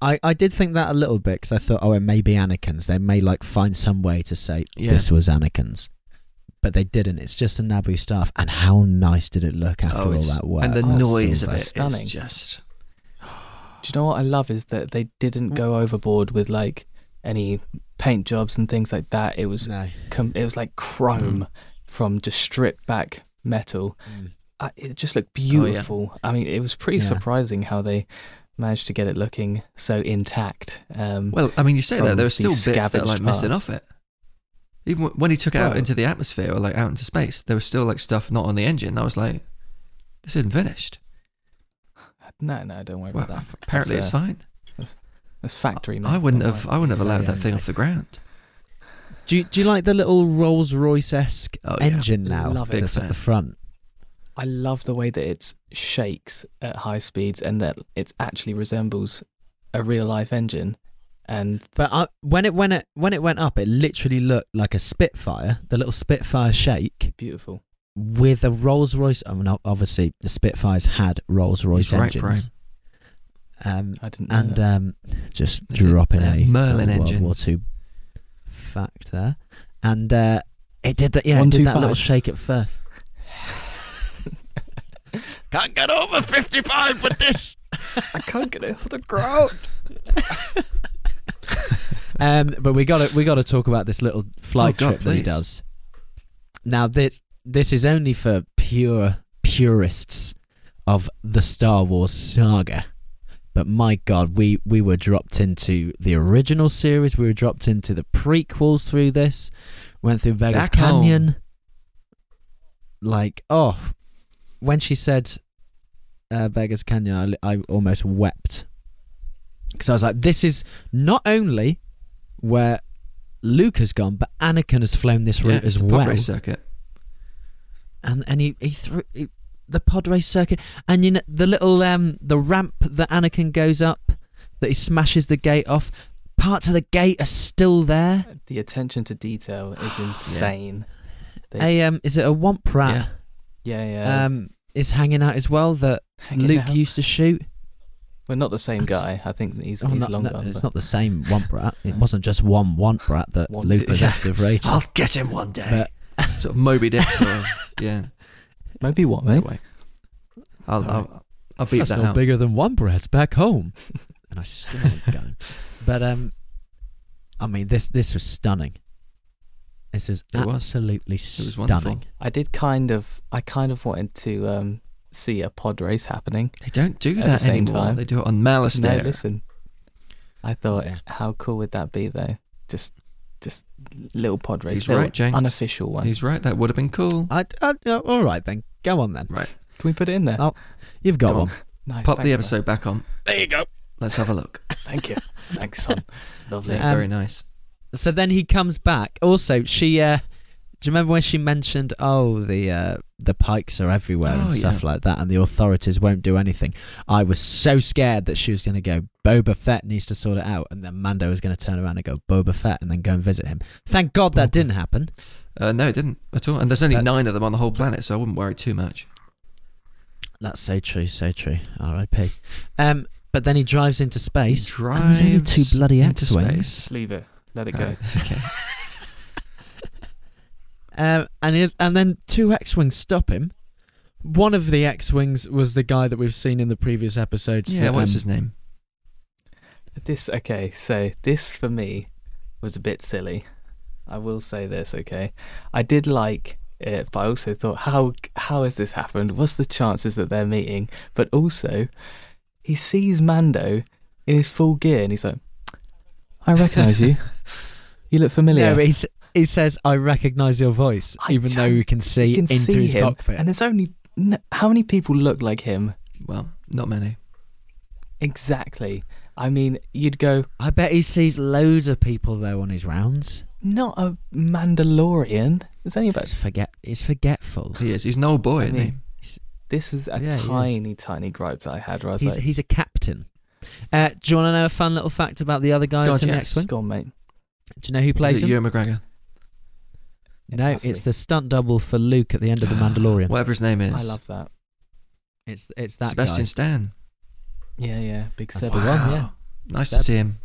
Speaker 3: I, I did think that a little bit because I thought, oh, it may be Anakin's. They may like find some way to say
Speaker 4: Yeah.
Speaker 3: this was Anakin's, but they didn't. It's just a Naboo staff, and how nice did it look after all
Speaker 4: Oh, it's-
Speaker 3: that work?
Speaker 4: and the
Speaker 3: That's
Speaker 4: noise of
Speaker 3: silver.
Speaker 4: it is
Speaker 2: Stunning.
Speaker 4: just
Speaker 2: Do you know what I love is that they didn't go overboard with like any paint jobs and things like that. It was
Speaker 3: No.
Speaker 2: com- it was like chrome
Speaker 4: Mm.
Speaker 2: from just stripped back metal.
Speaker 3: Mm.
Speaker 2: I, it just
Speaker 4: Oh,
Speaker 2: looked beautiful. I mean, it was pretty
Speaker 3: Yeah.
Speaker 2: surprising how they managed to get it looking so intact. Um,
Speaker 4: well. I mean, you say that
Speaker 2: From
Speaker 4: there are
Speaker 2: these
Speaker 4: still bits that are
Speaker 2: scavenged
Speaker 4: like missing
Speaker 2: parts.
Speaker 4: off it. Even wh- when he took it out
Speaker 2: Well-
Speaker 4: into the atmosphere or like out into space, there was still like stuff not on the engine. That was like, this isn't finished.
Speaker 2: no, no, don't worry
Speaker 4: Well,
Speaker 2: about that.
Speaker 4: apparently
Speaker 2: That's,
Speaker 4: it's
Speaker 2: uh,
Speaker 4: fine.
Speaker 2: That's factory. Mate.
Speaker 4: I wouldn't
Speaker 2: Don't
Speaker 4: have.
Speaker 2: worry.
Speaker 4: I wouldn't have
Speaker 2: Don't
Speaker 4: allowed
Speaker 2: worry,
Speaker 4: that thing
Speaker 2: mate.
Speaker 4: off the ground.
Speaker 3: Do you, do you like the little Rolls Royce esque
Speaker 4: Oh, yeah.
Speaker 3: engine now
Speaker 2: Love
Speaker 4: it.
Speaker 3: that's
Speaker 4: Big
Speaker 3: at the
Speaker 4: fan.
Speaker 3: front?
Speaker 2: I love the way that it shakes at high speeds and that it actually resembles a real life engine. And
Speaker 3: But I, when it when it when it went up, it literally looked like a Spitfire, the little Spitfire shake
Speaker 2: beautiful.
Speaker 3: with a Rolls Royce. I mean, ob- obviously the Spitfires had Rolls Royce
Speaker 4: right,
Speaker 3: engines. Um,
Speaker 2: I didn't know.
Speaker 3: and
Speaker 4: uh,
Speaker 2: that.
Speaker 3: um, just
Speaker 4: Is it,
Speaker 3: dropping
Speaker 4: uh,
Speaker 3: a
Speaker 4: Merlin
Speaker 3: a World War
Speaker 4: engines?
Speaker 3: Two fact there, and uh, it did that. Yeah,
Speaker 2: One,
Speaker 3: it did
Speaker 2: two,
Speaker 3: that little
Speaker 2: five.
Speaker 3: shake at first. Can't get over fifty-five with this.
Speaker 8: I can't get over the ground.
Speaker 3: Um, but we got to we got to talk about this little flight
Speaker 4: Oh, God,
Speaker 3: trip that he
Speaker 4: please.
Speaker 3: does. Now this this is only for pure purists of the Star Wars saga. But my God, we we were dropped into the original series. We were dropped into the prequels through this. Went through Vegas
Speaker 4: Back home.
Speaker 3: Canyon. Like oh, when she said uh, Beggars Canyon, I, I almost wept because I was like, this is not only where Luke has gone, but Anakin has flown this
Speaker 4: Yeah,
Speaker 3: route as
Speaker 4: it's a pod
Speaker 3: well.
Speaker 4: race circuit.
Speaker 3: And and he he threw he, the pod race circuit, and you know the little um the ramp that Anakin goes up, that he smashes the gate off. Parts of the gate are still there.
Speaker 2: the attention to detail is insane.
Speaker 3: A um, is it a Womp Rat?
Speaker 2: Yeah, yeah.
Speaker 3: Um, is hanging out as well that
Speaker 2: Hanging
Speaker 3: Luke
Speaker 2: out.
Speaker 3: used to shoot.
Speaker 2: We're not the same
Speaker 3: I'm s-
Speaker 2: guy. I think he's
Speaker 3: Oh,
Speaker 2: he's
Speaker 3: not-
Speaker 2: long
Speaker 3: no,
Speaker 2: gone.
Speaker 3: it's
Speaker 2: but-
Speaker 3: not the same Womp Rat. It wasn't just one Womp Rat that
Speaker 2: One-
Speaker 3: Luke was
Speaker 4: yeah.
Speaker 3: after for ages.
Speaker 4: I'll get him one day. sort of Moby Dick. Sort of, yeah.
Speaker 2: Maybe what, mate?
Speaker 4: Anyway, I'll,
Speaker 3: All
Speaker 4: I'll I'll beat
Speaker 3: That's
Speaker 4: that
Speaker 3: no
Speaker 4: out.
Speaker 3: bigger than one bread's back home. and I still haven't got him. But um, I mean this this was stunning. This is
Speaker 4: It was.
Speaker 3: absolutely
Speaker 4: was wonderful.
Speaker 3: stunning.
Speaker 2: I did kind of. I kind of wanted to um, see a pod race happening.
Speaker 4: They don't do
Speaker 2: At
Speaker 4: that
Speaker 2: the same
Speaker 4: anymore.
Speaker 2: time.
Speaker 4: They do it on Malice
Speaker 2: No,
Speaker 4: Day.
Speaker 2: listen. I thought,
Speaker 3: Yeah.
Speaker 2: how cool would that be though? Just, just little pod race,
Speaker 4: He's
Speaker 2: little
Speaker 4: right, James.
Speaker 2: unofficial one.
Speaker 4: He's right. That would have been cool.
Speaker 3: I, I, uh, all right then, go on then.
Speaker 4: Right.
Speaker 2: Can we put it in there?
Speaker 3: Oh, You've got
Speaker 4: Come on.
Speaker 3: one.
Speaker 2: Nice.
Speaker 4: Pop the
Speaker 2: thanks,
Speaker 4: episode back on.
Speaker 8: There you go.
Speaker 4: Let's have a look.
Speaker 2: mate. Thank you. Thanks, son. Lovely.
Speaker 4: Yeah,
Speaker 3: Um,
Speaker 4: very nice.
Speaker 3: So then he comes back. Also, she. Uh, do you remember when she mentioned, "Oh, the uh, the pikes are everywhere
Speaker 4: Oh,
Speaker 3: and stuff
Speaker 4: yeah.
Speaker 3: like that, and the authorities won't do anything"? I was so scared that she was going to go. Boba Fett needs to sort it out, and then Mando was going to turn around and go Boba Fett, and then go and visit him. Thank God that didn't happen.
Speaker 4: Uh, no, it didn't at all. And there's only
Speaker 3: But-
Speaker 4: nine of them on the whole planet, so I wouldn't worry too much.
Speaker 3: That's so true, so true. R.I.P. Um, but then he drives into space.
Speaker 4: He
Speaker 3: and there's only two
Speaker 4: drives
Speaker 3: bloody
Speaker 4: into
Speaker 3: X-wings.
Speaker 4: space.
Speaker 2: Just leave it. Let it
Speaker 4: Uh,
Speaker 2: go.
Speaker 4: okay.
Speaker 3: Um, and he- and then two X-wings stop him. One of the X-wings was the guy that we've seen in the previous episodes.
Speaker 4: Yeah,
Speaker 3: that,
Speaker 4: what's
Speaker 3: um,
Speaker 4: his name?
Speaker 2: This okay, so this for me was a bit silly. I will say this, okay. I did like it, but I also thought, how how has this happened? What's the chances that they're meeting? But also, he sees Mando in his full gear, and he's like, "I recognise you. You look familiar."
Speaker 3: No, he's, he says, "I recognise your voice,"
Speaker 2: I
Speaker 3: even though
Speaker 2: don't-
Speaker 3: you can see
Speaker 2: you can
Speaker 3: into
Speaker 2: see
Speaker 3: his
Speaker 2: him,
Speaker 3: cockpit.
Speaker 2: and there's only n- how many people look like him
Speaker 4: Well, not many.
Speaker 2: exactly. I mean, you'd go,
Speaker 3: I bet he sees loads of people though on his rounds.
Speaker 2: not a Mandalorian. was only about
Speaker 3: He's forget. He's forgetful.
Speaker 4: He is. He's no boy, isn't he?
Speaker 2: this was a
Speaker 3: Yeah, he is.
Speaker 2: tiny, tiny gripe that I had where I was
Speaker 3: He's,
Speaker 2: like,
Speaker 3: he's a captain. Uh, do you want to know a fun little fact about the other guys
Speaker 4: God,
Speaker 3: in the
Speaker 4: yes.
Speaker 3: next one?
Speaker 2: Go on, mate.
Speaker 3: Do you know who plays
Speaker 4: Is it
Speaker 3: him?
Speaker 4: Ewan McGregor?
Speaker 3: No,
Speaker 2: Ask me.
Speaker 3: it's the stunt double for Luke at the end of The Mandalorian.
Speaker 4: Whatever his name is.
Speaker 2: I love that.
Speaker 3: It's it's that
Speaker 4: Sebastian
Speaker 3: guy.
Speaker 4: Stan.
Speaker 2: Yeah, yeah. Big
Speaker 3: That's
Speaker 2: Seb.
Speaker 3: the
Speaker 2: as
Speaker 3: one,
Speaker 2: well.
Speaker 3: yeah.
Speaker 4: Nice
Speaker 3: Seb's-
Speaker 4: to see him.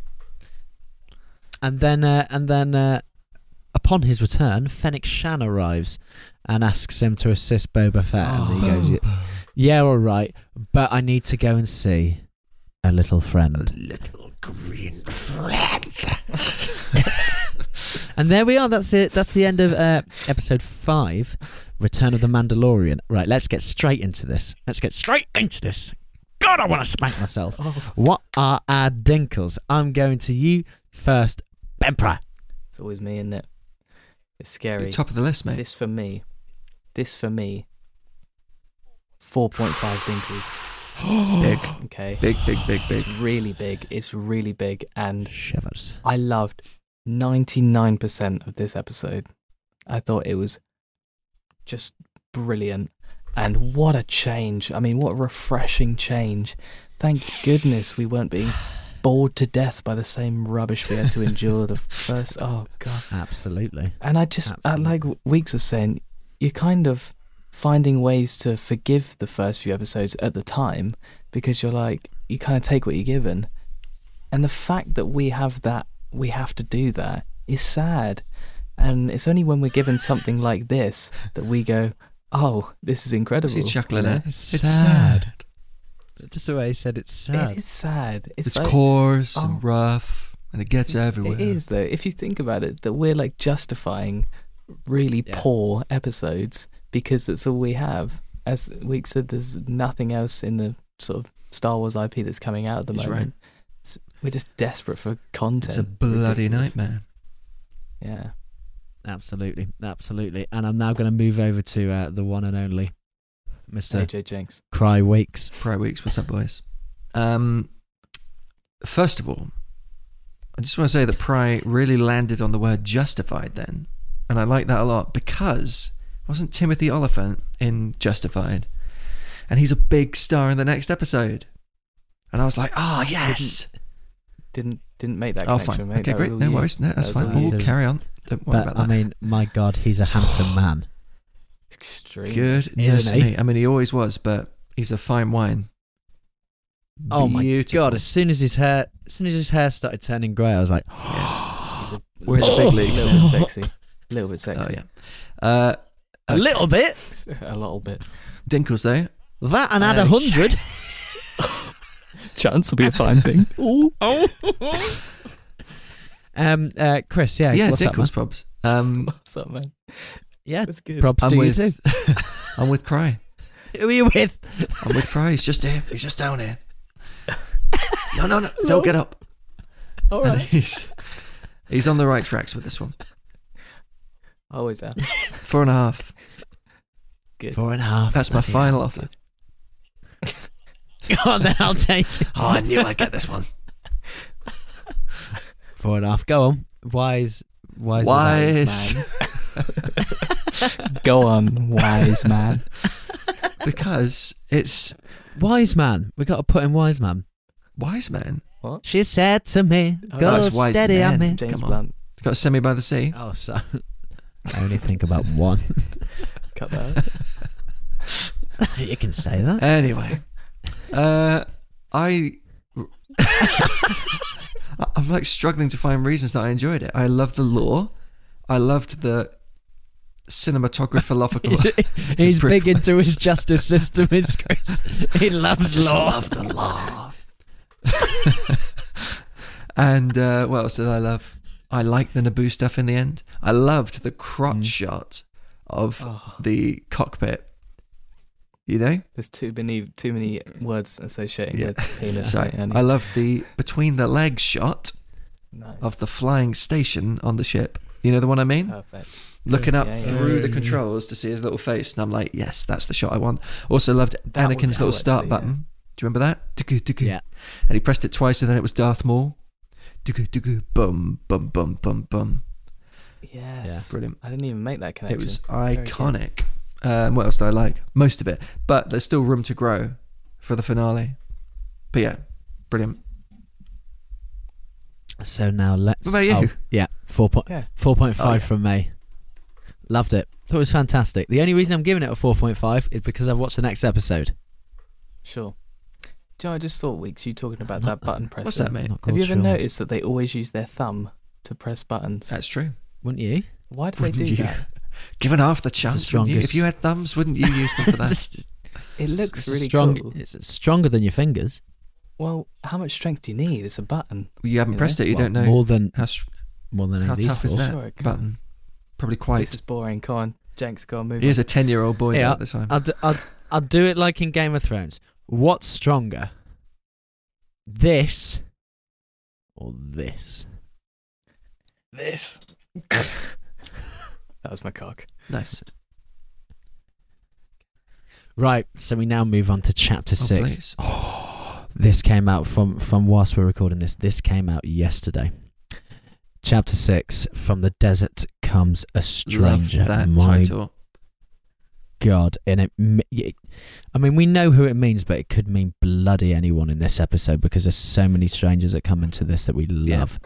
Speaker 3: And then uh, and then uh, upon his return, Fennec Shan arrives and asks him to assist Boba Fett, and he goes, "Yeah,
Speaker 4: Oh.
Speaker 3: "Yeah, all right, but I need to go and see a little friend."
Speaker 4: Little green friend.
Speaker 3: And there we are. That's it. That's the end of uh, episode five, Return of the Mandalorian. Right, let's get straight into this. Let's get straight into this. God, I want to smack myself.
Speaker 4: Oh.
Speaker 3: What are our dinkles? I'm going to you first, Emperor.
Speaker 2: It's always me, isn't it? It's scary.
Speaker 4: Top of the list, mate.
Speaker 2: This for me. This for me. 4.5 dinkles.
Speaker 4: Big,
Speaker 2: Okay.
Speaker 4: big, big, big, big.
Speaker 2: It's really big. It's really big. And
Speaker 3: Shivers.
Speaker 2: I loved 99% of this episode. I thought it was just brilliant. And what a change. I mean, what a refreshing change. Thank goodness we weren't being bored to death by the same rubbish we had to endure the first. Oh, God.
Speaker 3: Absolutely.
Speaker 2: And I just, uh, like Weeks was saying, you're kind of finding ways to forgive the first few episodes at the time because you're like, you kind of take what you're given. And the fact that we have that, we have to do that, is sad. And it's only when we're given something like this that we go, oh, this is incredible.
Speaker 4: Is he chuckling
Speaker 2: you know?
Speaker 4: at?
Speaker 3: It's
Speaker 4: It's sad.
Speaker 3: Just the way he said it's
Speaker 2: It is sad. It's,
Speaker 4: It's,
Speaker 2: like,
Speaker 4: coarse and
Speaker 2: oh.
Speaker 4: rough, and it gets everywhere.
Speaker 2: It is though. If you think about it, that we're like justifying really
Speaker 3: Yeah.
Speaker 2: poor episodes because that's all we have. As Week said, there's nothing else in the sort of Star Wars IP that's coming out at the
Speaker 4: He's right.
Speaker 2: moment. S- We're just desperate for content.
Speaker 4: It's a bloody
Speaker 2: Ridiculous.
Speaker 4: nightmare.
Speaker 2: Yeah.
Speaker 3: Absolutely. Absolutely. And I'm now going to move over to uh, the one and only Mr.
Speaker 2: AJ Jenks.
Speaker 3: Cry Weeks.
Speaker 4: Prior weeks, what's up, boys? Um, first of all, I just want to say that Pry really landed on the word justified then, and I like that a lot because wasn't Timothy Oliphant in Justified, and he's a big star in the next episode, and I was like, oh yes.
Speaker 2: Didn't didn't make that
Speaker 4: Oh,
Speaker 2: connection,
Speaker 4: fine.
Speaker 2: mate.
Speaker 4: Okay,
Speaker 2: That
Speaker 4: great.
Speaker 2: was all
Speaker 4: No
Speaker 2: you.
Speaker 4: worries. No, that's
Speaker 2: That was
Speaker 4: fine.
Speaker 2: all
Speaker 4: We'll
Speaker 2: you.
Speaker 4: carry on. Don't worry
Speaker 3: But
Speaker 4: about
Speaker 3: I
Speaker 4: that.
Speaker 3: mean, my God, he's a handsome man.
Speaker 2: Extreme.
Speaker 4: Goodness
Speaker 3: Isn't he?
Speaker 4: me. I mean, he always was, but he's a fine wine.
Speaker 3: Oh my
Speaker 4: Beautiful.
Speaker 3: God! As soon as his hair, as soon as his hair started turning grey, I was like,
Speaker 2: He's a
Speaker 4: We're in the big
Speaker 2: little
Speaker 4: leagues
Speaker 2: bit
Speaker 4: now.
Speaker 2: sexy. A little bit
Speaker 4: Oh,
Speaker 2: sexy.
Speaker 4: yeah. Uh,
Speaker 3: a little bit.
Speaker 2: A little bit.
Speaker 4: Dinkles, though.
Speaker 3: That and add a
Speaker 4: Okay.
Speaker 3: hundred.
Speaker 11: Chance will be a fine thing. Ooh.
Speaker 3: Oh. Um, uh, Chris, yeah,
Speaker 4: yeah,
Speaker 3: what's up, man?
Speaker 4: Dinkles probs. Um,
Speaker 2: What's up, man?
Speaker 3: Yeah,
Speaker 2: That's good.
Speaker 3: props to
Speaker 4: I'm
Speaker 3: you too.
Speaker 4: with, I'm with Pry.
Speaker 3: Who are you with?
Speaker 4: I'm with Pry. He's just here. He's just down here. No, no, no. Don't get up.
Speaker 2: All
Speaker 4: And
Speaker 2: right.
Speaker 4: he's, he's on the right tracks with this one.
Speaker 2: Always am.
Speaker 4: Four and a half.
Speaker 3: Four and a half.
Speaker 4: That's my
Speaker 3: bloody
Speaker 4: final offer.
Speaker 3: hell. God, then I'll take it.
Speaker 4: Oh, I knew I'd get this one.
Speaker 3: four and a half. Go on. Wise, wise,
Speaker 4: Wise.
Speaker 2: Go on, wise man.
Speaker 4: Because it's
Speaker 3: wise man. We got to put in wise man.
Speaker 4: wise man.
Speaker 3: She said to me,
Speaker 2: Oh,
Speaker 3: "Go
Speaker 4: that's wise
Speaker 3: steady on
Speaker 4: man.
Speaker 3: me."
Speaker 2: James
Speaker 4: Come on.
Speaker 2: Blunt.
Speaker 4: Got to send me by the sea.
Speaker 3: Oh, so I only think about one.
Speaker 2: Cut that. out.
Speaker 3: you can say that.
Speaker 4: Anyway, uh, I. I'm like struggling to find reasons that I enjoyed it. I loved the lore. I loved the cinematographical.
Speaker 3: He's big into his justice system, is Chris. He loves law.
Speaker 4: the law. and uh, what else did I love? I liked the Naboo stuff in the end. I loved the crotch shot of the cockpit. You know?
Speaker 2: There's too many too many words associating
Speaker 4: Yeah.
Speaker 2: with penis.
Speaker 4: Sorry.
Speaker 2: mate, and-
Speaker 4: I loved the between the legs shot
Speaker 2: nice.
Speaker 4: of the flying station on the ship. You know the one I mean?
Speaker 2: perfect.
Speaker 4: Looking up
Speaker 2: Uh, yeah, yeah.
Speaker 4: through the controls to see his little face, and I'm like, yes, that's the shot I want. Also loved
Speaker 2: That was
Speaker 4: Anakin's little
Speaker 2: cool,
Speaker 4: start
Speaker 2: actually,
Speaker 4: button. Do you remember that? Tugu, tugu.
Speaker 3: Yeah.
Speaker 4: And he pressed it twice, and then it was Darth Maul. Tugu, tugu, bum, bum, bum, bum, bum.
Speaker 2: Yes.
Speaker 4: Brilliant.
Speaker 2: I didn't even make that
Speaker 4: It
Speaker 2: connection.
Speaker 4: was
Speaker 2: good.
Speaker 4: iconic. Um, what else did I like? Most of it, but there's still room to grow for the finale. But yeah, brilliant.
Speaker 3: So now let's. Oh,
Speaker 4: What about you?
Speaker 3: yeah, four point
Speaker 2: Yeah.
Speaker 3: four point five
Speaker 4: Oh, yeah.
Speaker 3: from me. Loved it. Thought it was fantastic. The only reason I'm giving it a four point five is because I've watched the next episode.
Speaker 2: Sure. Do you know, I just thought, Weeks, you talking about
Speaker 3: Not
Speaker 2: that button press.
Speaker 4: What's that, mate?
Speaker 3: Not
Speaker 2: Have
Speaker 3: called
Speaker 2: you ever
Speaker 3: Sean.
Speaker 2: noticed that they always use their thumb to press buttons?
Speaker 4: That's true.
Speaker 3: Wouldn't you?
Speaker 2: Why do they do
Speaker 4: Wouldn't you?
Speaker 2: that?
Speaker 4: Given half the chance, wouldn't you, if
Speaker 3: strongest-
Speaker 4: you had thumbs, wouldn't you use them for that?
Speaker 2: It looks
Speaker 3: It's
Speaker 2: really
Speaker 3: strong.
Speaker 2: cool.
Speaker 3: It's stronger than your fingers.
Speaker 2: Well, how much strength do you need? It's a button.
Speaker 4: you haven't
Speaker 2: You know?
Speaker 4: pressed it. You
Speaker 3: Well,
Speaker 4: don't know
Speaker 3: more than
Speaker 4: how, str-
Speaker 3: more than any
Speaker 4: how
Speaker 3: of these
Speaker 4: tough is
Speaker 3: four.
Speaker 4: that
Speaker 2: Sure, it can.
Speaker 4: button. Probably
Speaker 2: This
Speaker 4: quite.
Speaker 2: is boring. Come on, Jenks, go on, move
Speaker 4: He is
Speaker 2: on.
Speaker 4: a ten-year-old boy
Speaker 3: Yeah,
Speaker 4: at the time.
Speaker 3: I'll, d- I'll, I'll do it like in Game of Thrones. What's stronger? This or this?
Speaker 2: This. that was my cock.
Speaker 4: nice.
Speaker 3: Right, so we now move on to chapter
Speaker 4: Oh,
Speaker 3: six.
Speaker 4: please.
Speaker 3: This came out from from whilst we're recording this. This came out yesterday. Chapter six. From the desert comes a
Speaker 4: Love
Speaker 3: stranger.
Speaker 4: that
Speaker 3: My
Speaker 4: title.
Speaker 3: God, and it. m- y- I mean, we know who it means, but it could mean bloody anyone in this episode because there's so many strangers that come into this that we
Speaker 4: Yeah.
Speaker 3: love.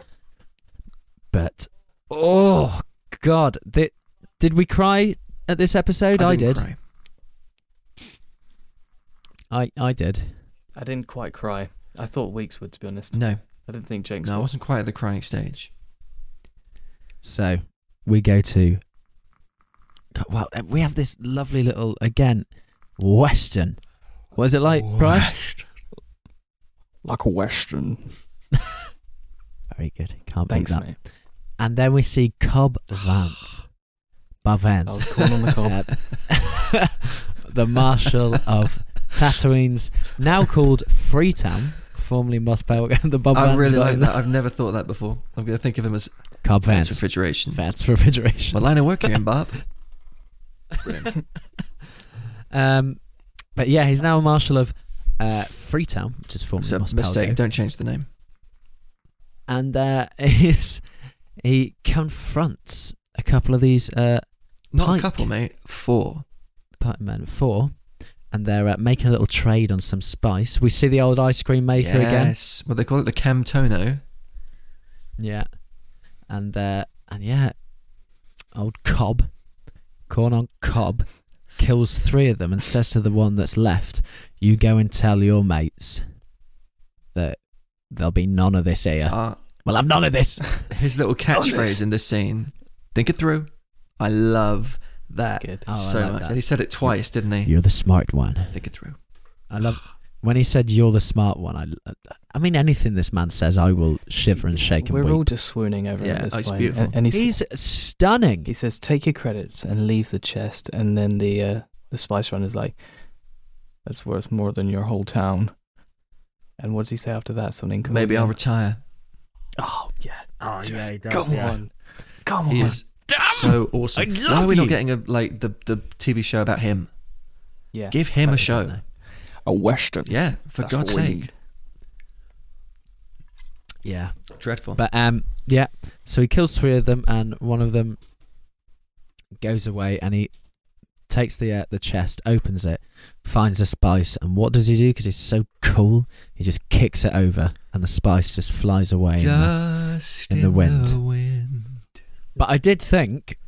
Speaker 3: But oh God, thi- did we cry at this episode? I,
Speaker 4: didn't
Speaker 3: did.
Speaker 4: cry.
Speaker 3: I I did.
Speaker 2: I didn't quite cry. I thought Weeks would, to be honest.
Speaker 4: No,
Speaker 2: I didn't think Jenks
Speaker 4: no, I
Speaker 2: would.
Speaker 4: wasn't quite at the crying stage.
Speaker 3: So we go to. God, Well, uh, we have this lovely little again, Western. What is it like, Brian?
Speaker 8: Like a Western.
Speaker 3: Very good. Can't beat
Speaker 2: Thanks,
Speaker 3: that.
Speaker 2: mate.
Speaker 3: And then we see Cobb Vanth, Bavans,
Speaker 2: I'll call on the cob.
Speaker 3: uh, the Marshal of Tatooines, now called Freetown, formerly Mospelga. The Bob
Speaker 4: I
Speaker 3: Vance
Speaker 4: really like
Speaker 3: one.
Speaker 4: that. I've never thought that before. I'm going to think of him as
Speaker 3: Cobb
Speaker 4: Vance
Speaker 3: Vance.
Speaker 4: refrigeration.
Speaker 3: Vance refrigeration.
Speaker 4: What line of work are you in, Bob?
Speaker 3: Um, but yeah, he's now a Marshal of uh, Freetown, which is formerly
Speaker 4: It's a
Speaker 3: Mospelga.
Speaker 4: mistake. Don't change the name.
Speaker 3: and uh, he's, he confronts a couple of these uh,
Speaker 4: Not
Speaker 3: Pike.
Speaker 4: a couple, mate. Four.
Speaker 3: party men, four, and they're uh, making a little trade on some spice. We see the old ice cream maker again,
Speaker 4: yes. Well, they call it the Camtono.
Speaker 3: yeah, and uh, and yeah, old Cobb, corn on Cobb, kills three of them and says to the one that's left, "You go and tell your mates that." There'll be none of this here.
Speaker 4: Uh,
Speaker 3: Well, I've none of this.
Speaker 4: his
Speaker 3: Oh,
Speaker 4: little catchphrase in this scene. Think it through. I love that
Speaker 2: Good.
Speaker 3: Oh, I
Speaker 4: so
Speaker 3: like
Speaker 4: much.
Speaker 3: that.
Speaker 4: And he said it twice, didn't he?
Speaker 3: You're the smart one.
Speaker 4: Think it through.
Speaker 3: I love when he said you're the smart one. I, I mean anything this man says, I will shiver and shake and
Speaker 2: We're
Speaker 3: weep.
Speaker 2: all just swooning over him
Speaker 4: Yeah,
Speaker 2: at this
Speaker 4: it's
Speaker 2: point.
Speaker 4: beautiful.
Speaker 2: And, and he's,
Speaker 3: He's stunning.
Speaker 2: he says, "Take your credits and leave the chest." And then the uh, the spice runner's like, "That's worth more than your whole town." And what does he say after that? Something cool.
Speaker 4: Maybe I'll
Speaker 2: again.
Speaker 4: retire.
Speaker 2: oh yeah.
Speaker 3: oh
Speaker 2: Just come on, come
Speaker 4: He
Speaker 2: on.
Speaker 4: is so awesome.
Speaker 3: I
Speaker 4: Why are
Speaker 3: love
Speaker 4: we not
Speaker 3: you.
Speaker 4: getting a like the, the TV show about him?
Speaker 2: Yeah.
Speaker 4: Give him a show.
Speaker 8: A Western.
Speaker 4: Yeah, for
Speaker 8: That's
Speaker 4: God's
Speaker 8: what we
Speaker 4: sake.
Speaker 8: need.
Speaker 3: Yeah.
Speaker 4: Dreadful.
Speaker 3: But um yeah. So he kills three of them and one of them goes away and he takes the uh, the chest, opens it, finds the spice and what does he do because he's so cool? He just kicks it over and the spice just flies away. in the-
Speaker 4: Dust
Speaker 3: in the wind.
Speaker 4: wind.
Speaker 3: But I did think,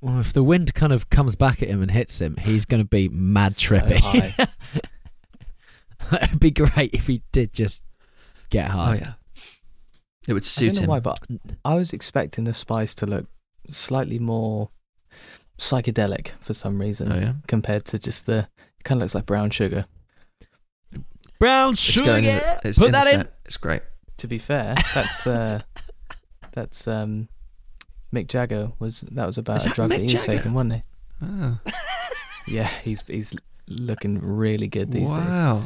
Speaker 3: well, if the wind kind of comes back at him and hits him, he's going to be mad
Speaker 2: So
Speaker 3: trippy.
Speaker 2: high.
Speaker 3: It'd be great if he did just get
Speaker 4: Oh
Speaker 3: high.
Speaker 4: yeah. It
Speaker 2: I
Speaker 4: would
Speaker 2: don't
Speaker 4: suit
Speaker 2: know
Speaker 4: him.
Speaker 2: why, but I was expecting the spice to look slightly more psychedelic for some reason
Speaker 4: Oh yeah.
Speaker 2: compared to just the. It kind of looks like brown sugar.
Speaker 3: Brown
Speaker 4: It's going in the- it's
Speaker 3: Put
Speaker 4: in the
Speaker 3: that in.
Speaker 4: set. It's great.
Speaker 2: To be fair, that's uh, that's um, Mick Jagger was that was about
Speaker 4: Is
Speaker 2: a
Speaker 4: that
Speaker 2: drug that he
Speaker 4: Mick
Speaker 2: was
Speaker 4: Jagger?
Speaker 2: taking, wasn't it?
Speaker 4: Oh,
Speaker 2: Yeah, he's he's looking really good these days.
Speaker 4: wow.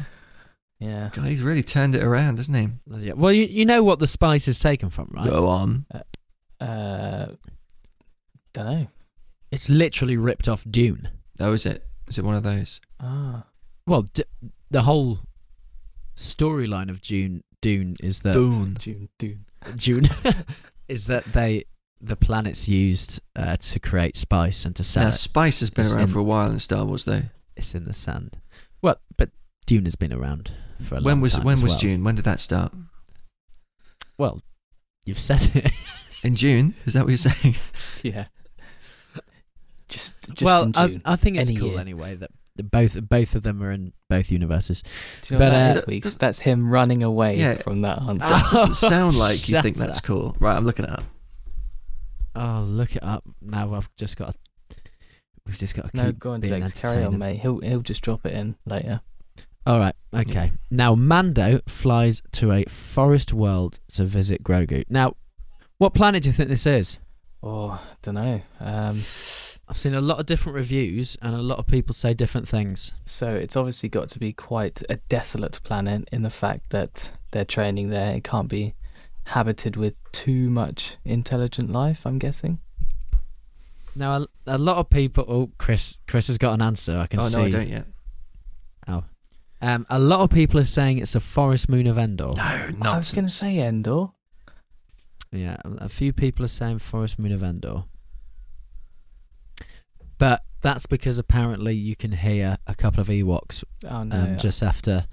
Speaker 2: Yeah,
Speaker 4: God, he's really turned it around, hasn't he?
Speaker 3: Yeah, Well, you, you know what the spice is taken from, right?
Speaker 4: Go on.
Speaker 2: uh, don't know.
Speaker 3: It's literally ripped off Dune.
Speaker 4: Oh, is it? Is it one of those?
Speaker 2: Ah,
Speaker 3: Well, d- the whole storyline
Speaker 4: Uh,
Speaker 3: of Dune Dune is that
Speaker 4: Boon.
Speaker 2: June, Dune.
Speaker 3: Dune is that they the planets used uh, to create spice and to sell
Speaker 4: Now,
Speaker 3: it.
Speaker 4: spice has been
Speaker 3: It's
Speaker 4: around
Speaker 3: in-
Speaker 4: for a while in Star Wars, though.
Speaker 3: It's in the sand. Well, but Dune has been around for a
Speaker 4: When
Speaker 3: long
Speaker 4: was
Speaker 3: time.
Speaker 4: when
Speaker 3: as
Speaker 4: was
Speaker 3: well.
Speaker 4: June? When did that start?
Speaker 3: Well, you've said it.
Speaker 4: In June? Is that what you're saying?
Speaker 2: Yeah. Just, just
Speaker 3: well,
Speaker 2: in
Speaker 3: I-
Speaker 2: June.
Speaker 3: I, think it's
Speaker 2: Any
Speaker 3: cool
Speaker 2: year.
Speaker 3: anyway that the both both of them are in both universes.
Speaker 2: Do you know what
Speaker 3: but,
Speaker 2: that
Speaker 3: uh,
Speaker 2: is, Weeks? That's him running away
Speaker 4: Yeah.
Speaker 2: from that answer.
Speaker 4: That doesn't sound like you
Speaker 3: Shut
Speaker 4: think that's
Speaker 3: up.
Speaker 4: cool. Right, I'm looking it up.
Speaker 3: Oh, look it up now. I've just got. to- We've just got to
Speaker 2: no,
Speaker 3: keep
Speaker 2: go on,
Speaker 3: being
Speaker 2: Jakes. Carry on,
Speaker 3: entertaining.
Speaker 2: mate. He'll he'll just drop it in later.
Speaker 3: All right. Okay. Now Mando flies to a forest world to visit Grogu. Now, what planet do you think this is?
Speaker 2: Oh, don't know. Um,
Speaker 3: I've seen a lot of different reviews and a lot of people say different things.
Speaker 2: so it's obviously got to be quite a desolate planet in the fact that they're training there. It can't be habited with too much intelligent life. I'm guessing.
Speaker 3: Now, a, a lot of people. Oh, Chris, Chris has got an answer. I can
Speaker 4: oh
Speaker 3: see.
Speaker 4: no, I don't yet.
Speaker 3: Um, a lot of people are saying it's a forest moon of Endor.
Speaker 4: No,
Speaker 2: I was going to say Endor.
Speaker 3: Yeah, a- a few people are saying forest moon of Endor. But that's because apparently you can hear a couple of Ewoks
Speaker 2: Oh no.
Speaker 3: um, just after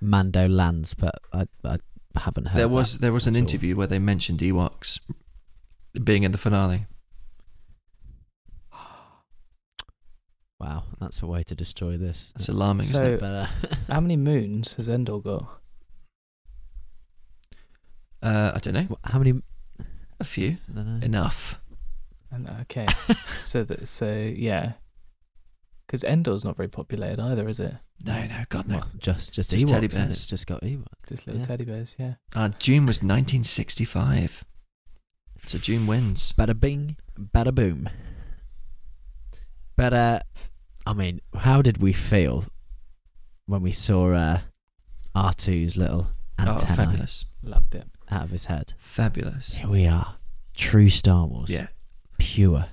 Speaker 3: Mando lands, but I, I haven't heard.
Speaker 4: There
Speaker 3: that.
Speaker 4: was there was an
Speaker 3: at all.
Speaker 4: interview where they mentioned Ewoks being in the finale.
Speaker 3: Wow, that's a way to destroy this.
Speaker 4: That's alarming.
Speaker 2: So-
Speaker 4: isn't it?
Speaker 3: But, uh,
Speaker 2: How many moons has Endor got?
Speaker 4: Uh, I don't know.
Speaker 3: wh- how many?
Speaker 4: A few.
Speaker 3: I don't know.
Speaker 4: Enough.
Speaker 2: And- uh, Okay. so that so yeah. Because Endor's not very populated either, is it?
Speaker 4: No, no, God no.
Speaker 3: What, just just,
Speaker 4: Just
Speaker 3: Ewoks,
Speaker 4: teddy
Speaker 3: and
Speaker 4: bears.
Speaker 3: it's just got Ewoks.
Speaker 2: Just little
Speaker 3: Yeah.
Speaker 2: teddy bears, yeah.
Speaker 4: Uh, June was 1965, so June wins.
Speaker 3: Bada bing, bada boom. But uh, I mean, how did we feel when we saw uh, R2's little
Speaker 4: Oh,
Speaker 3: antenna
Speaker 4: fabulous,
Speaker 2: Loved it.
Speaker 3: out of his head?
Speaker 4: fabulous.
Speaker 3: Here we are, true Star Wars.
Speaker 4: Yeah,
Speaker 3: pure,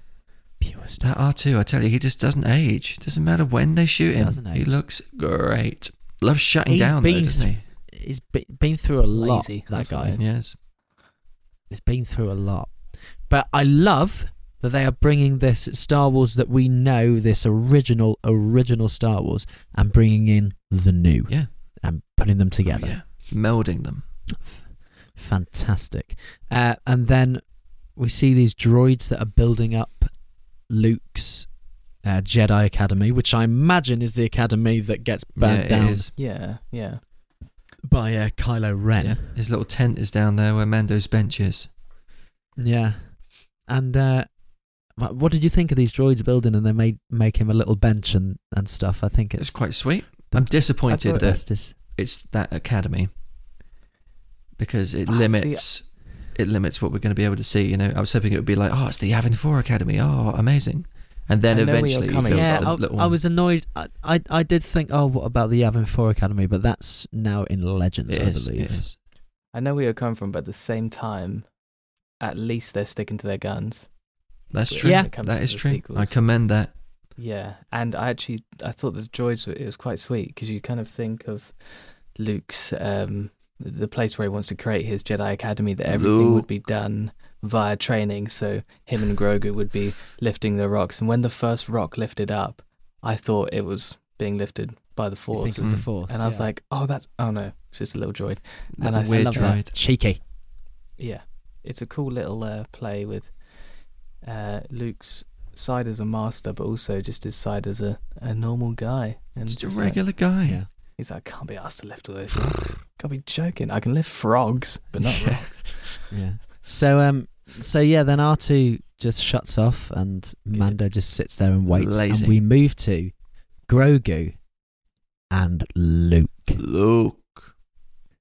Speaker 3: pure Star.
Speaker 4: that R two. I tell you, he just doesn't age. Doesn't matter when they shoot him.
Speaker 3: Doesn't
Speaker 4: He
Speaker 3: age.
Speaker 4: looks great. Loves shutting
Speaker 3: He's
Speaker 4: down, though,
Speaker 3: been
Speaker 4: doesn't he?
Speaker 3: He's be- been through a lot.
Speaker 2: Lazy,
Speaker 3: That
Speaker 2: that's what
Speaker 3: guy.
Speaker 2: it is.
Speaker 4: Yes.
Speaker 3: It's been through a lot. But I love that they are bringing this Star Wars that we know, this original, original Star Wars, and bringing in the new.
Speaker 4: Yeah. Oh,
Speaker 3: And putting them
Speaker 4: Yeah.
Speaker 3: together.
Speaker 4: Melding them.
Speaker 3: Fantastic. Uh, and then we see these droids that are building up Luke's uh, Jedi Academy, which I imagine is the academy that gets
Speaker 4: yeah,
Speaker 3: burnt
Speaker 4: it
Speaker 3: down
Speaker 4: is.
Speaker 2: Yeah, yeah.
Speaker 3: by uh, Kylo Ren.
Speaker 4: Yeah. His little tent is down there where Mando's bench is.
Speaker 3: Yeah, and uh, wha- what did you think of these droids building? And they made make him a little bench and, and stuff. I think
Speaker 4: It's
Speaker 3: it's
Speaker 4: quite sweet. I'm
Speaker 3: I
Speaker 4: disappointed
Speaker 3: thought
Speaker 4: that
Speaker 3: that's just-
Speaker 4: it's that academy because it
Speaker 2: Ah, see,
Speaker 4: limits it limits what we're going to be able to see. You know, I was hoping it would be like, oh, it's the Yavin Four Academy. Oh, amazing! And then
Speaker 2: I know where you're
Speaker 4: eventually,
Speaker 2: coming
Speaker 4: builds
Speaker 3: yeah,
Speaker 2: from.
Speaker 4: the
Speaker 3: I,
Speaker 4: little
Speaker 3: I was annoyed. I, I I did think, oh, what about the Yavin Four Academy? But that's now in Legends,
Speaker 4: It
Speaker 3: I
Speaker 4: is,
Speaker 3: believe.
Speaker 4: it is.
Speaker 2: I know where you're coming from, but at the same time, at least they're sticking to their guns.
Speaker 4: That's
Speaker 2: when
Speaker 4: true.
Speaker 3: Yeah.
Speaker 2: it comes
Speaker 4: that
Speaker 2: to
Speaker 4: is
Speaker 2: the
Speaker 4: true. I
Speaker 2: sequels.
Speaker 4: commend that.
Speaker 2: Yeah, and I actually I thought the droids were, it was quite sweet because you kind of think of Luke's um the place where he wants to create his Jedi Academy that everything
Speaker 4: Luke.
Speaker 2: would be done via training. So him and Grogu would be lifting the rocks, and when the first rock lifted up, I thought it was being lifted by the
Speaker 3: You think
Speaker 2: Force,
Speaker 3: it was the
Speaker 4: Mm.
Speaker 3: Force?
Speaker 2: and I was
Speaker 3: yeah.
Speaker 2: like, oh that's oh no, it's just a little droid.
Speaker 4: Little
Speaker 2: I
Speaker 4: weird
Speaker 3: love
Speaker 4: droid.
Speaker 3: that. Cheeky.
Speaker 2: Yeah, it's a cool little uh, play with uh, Luke's side as a master, but also just his side as a, a normal guy. And
Speaker 4: Just a
Speaker 2: just uh, like-
Speaker 4: regular guy.
Speaker 3: Yeah.
Speaker 2: he's like, I can't be asked to lift all those rocks. Can't be joking. I can lift frogs, but not
Speaker 4: Yeah.
Speaker 2: rocks.
Speaker 3: Yeah. So um, so yeah, then R two just shuts off, and Mando just sits there and waits,
Speaker 4: Lazy.
Speaker 3: and we move to Grogu and Luke.
Speaker 4: Luke.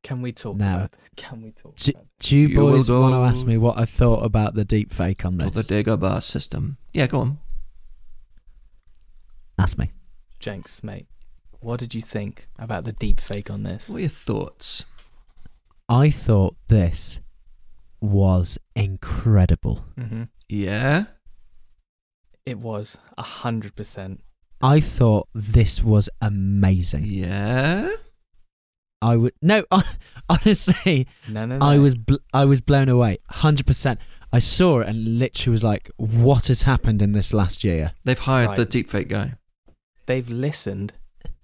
Speaker 2: Can we talk
Speaker 3: No.
Speaker 2: about this? Can we talk
Speaker 3: J-
Speaker 2: about this?
Speaker 3: Do you
Speaker 4: You will
Speaker 3: boys want to
Speaker 4: go-
Speaker 3: ask me what I thought about the deep fake on
Speaker 4: Or the
Speaker 3: this?
Speaker 4: Dagobah system. Yeah, go on.
Speaker 3: Ask me.
Speaker 2: Jenks, mate, what did you think about the deep fake on this?
Speaker 4: What are your thoughts?
Speaker 3: I thought this was incredible.
Speaker 2: Mm-hmm.
Speaker 4: Yeah.
Speaker 2: It was 100%.
Speaker 3: I thought this was amazing.
Speaker 4: Yeah.
Speaker 3: I would no, honestly,
Speaker 2: No, no, no.
Speaker 3: I was bl- I was blown away, hundred percent. I I saw it and literally was like, what has happened in this last year?
Speaker 4: They've hired
Speaker 2: Right.
Speaker 4: the deepfake guy.
Speaker 2: They've listened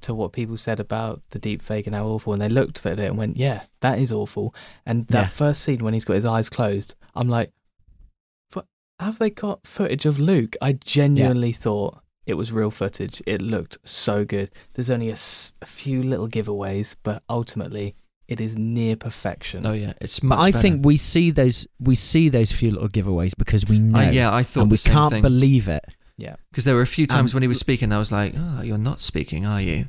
Speaker 2: to what people said about the deep fake and how awful, and they looked at it and went, "Yeah, that is awful." And that
Speaker 3: Yeah.
Speaker 2: first scene when he's got his eyes closed, I'm like, "But have they got footage of Luke?" I genuinely thought it was real footage. It looked so good. There's only a, s- a few little giveaways, but ultimately, it is near perfection.
Speaker 4: Oh yeah, it's much.
Speaker 3: But I
Speaker 4: better.
Speaker 3: think we see those we see those few little giveaways because we know
Speaker 4: I, yeah, I thought
Speaker 3: and
Speaker 4: the
Speaker 3: we
Speaker 4: same
Speaker 3: can't
Speaker 4: thing.
Speaker 3: believe it.
Speaker 4: because there were a few times
Speaker 3: Um,
Speaker 4: when he was speaking, I was like, "Oh, you're not speaking, are you?"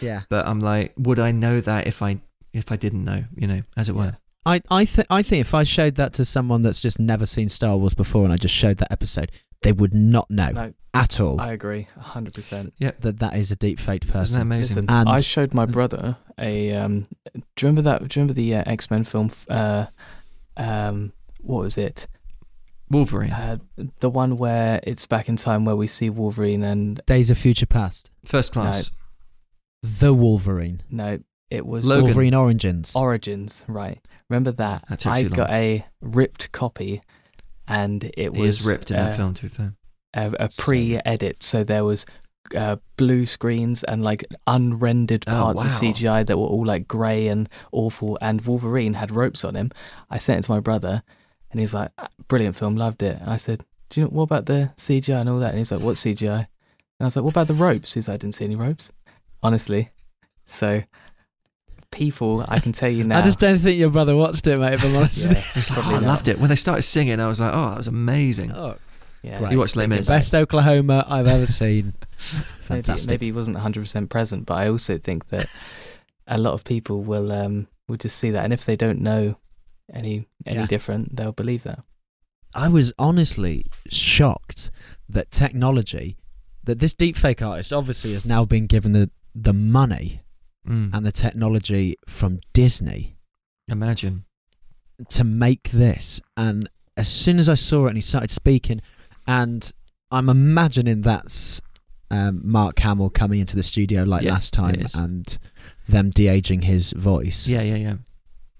Speaker 3: Yeah.
Speaker 4: But I'm like, would I know that if I if I didn't know, you know, as it were?
Speaker 3: I I think I think if I showed that to someone that's just never seen Star Wars before and I just showed that episode, they would not know
Speaker 2: No,
Speaker 3: at all
Speaker 2: I agree, hundred percent.
Speaker 3: that that is a deep faked
Speaker 4: Isn't that
Speaker 3: person.
Speaker 4: amazing?
Speaker 2: Listen,
Speaker 3: And-
Speaker 2: I showed my brother a. Um, do you remember that? Do you remember the uh, X Men film? f- Uh, um, what was it?
Speaker 4: Wolverine,
Speaker 2: Uh, the one where it's back in time where we see Wolverine and
Speaker 3: Days of Future Past,
Speaker 4: first class.
Speaker 3: The Wolverine,
Speaker 2: no, it was
Speaker 4: Logan.
Speaker 3: Wolverine Origins.
Speaker 2: Origins, right? Remember that?
Speaker 4: That took
Speaker 2: I
Speaker 4: too long.
Speaker 2: got a ripped copy, and it
Speaker 4: He
Speaker 2: was
Speaker 4: is ripped in
Speaker 2: uh,
Speaker 4: that film. To be fair,
Speaker 2: a, a pre-edit, so there was uh, blue screens and like unrendered
Speaker 4: Oh,
Speaker 2: parts of
Speaker 4: wow.
Speaker 2: CGI that were all like grey and awful. And Wolverine had ropes on him. I sent it to my brother, and he was like, "Ah, "Brilliant film, loved it." And I said, "Do you know what about the CGI and all that?" And he's like, "What CGI?" And I was like, "What about the ropes?" He's like, "I didn't see any ropes, honestly." So people, I can tell you now.
Speaker 3: I just don't think your brother watched it, mate. If I'm honest.
Speaker 2: yeah,
Speaker 4: It's like, oh,
Speaker 2: probably
Speaker 4: I
Speaker 2: not.
Speaker 4: loved it when they started singing. I was like, "Oh, that was amazing."
Speaker 3: Oh,
Speaker 2: yeah.
Speaker 3: Great.
Speaker 4: You watched Les
Speaker 2: Maybe-
Speaker 4: Mis.
Speaker 3: best Oklahoma I've ever seen.
Speaker 2: Maybe-
Speaker 3: Fantastic.
Speaker 2: Maybe, he wasn't 100% present, but I also think that a lot of people will um will just see that, and if they don't know any any
Speaker 3: Yeah.
Speaker 2: different, they'll believe that.
Speaker 3: I was honestly shocked that technology, that this deepfake artist obviously has now been given the, the money
Speaker 4: Mm.
Speaker 3: and the technology from Disney
Speaker 4: Imagine.
Speaker 3: to make this. And as soon as I saw it and he started speaking, and I'm imagining that's um, Mark Hamill coming into the studio like
Speaker 4: Yeah,
Speaker 3: last
Speaker 4: it
Speaker 3: time
Speaker 4: is.
Speaker 3: and them de aging his voice.
Speaker 4: Yeah, yeah, yeah.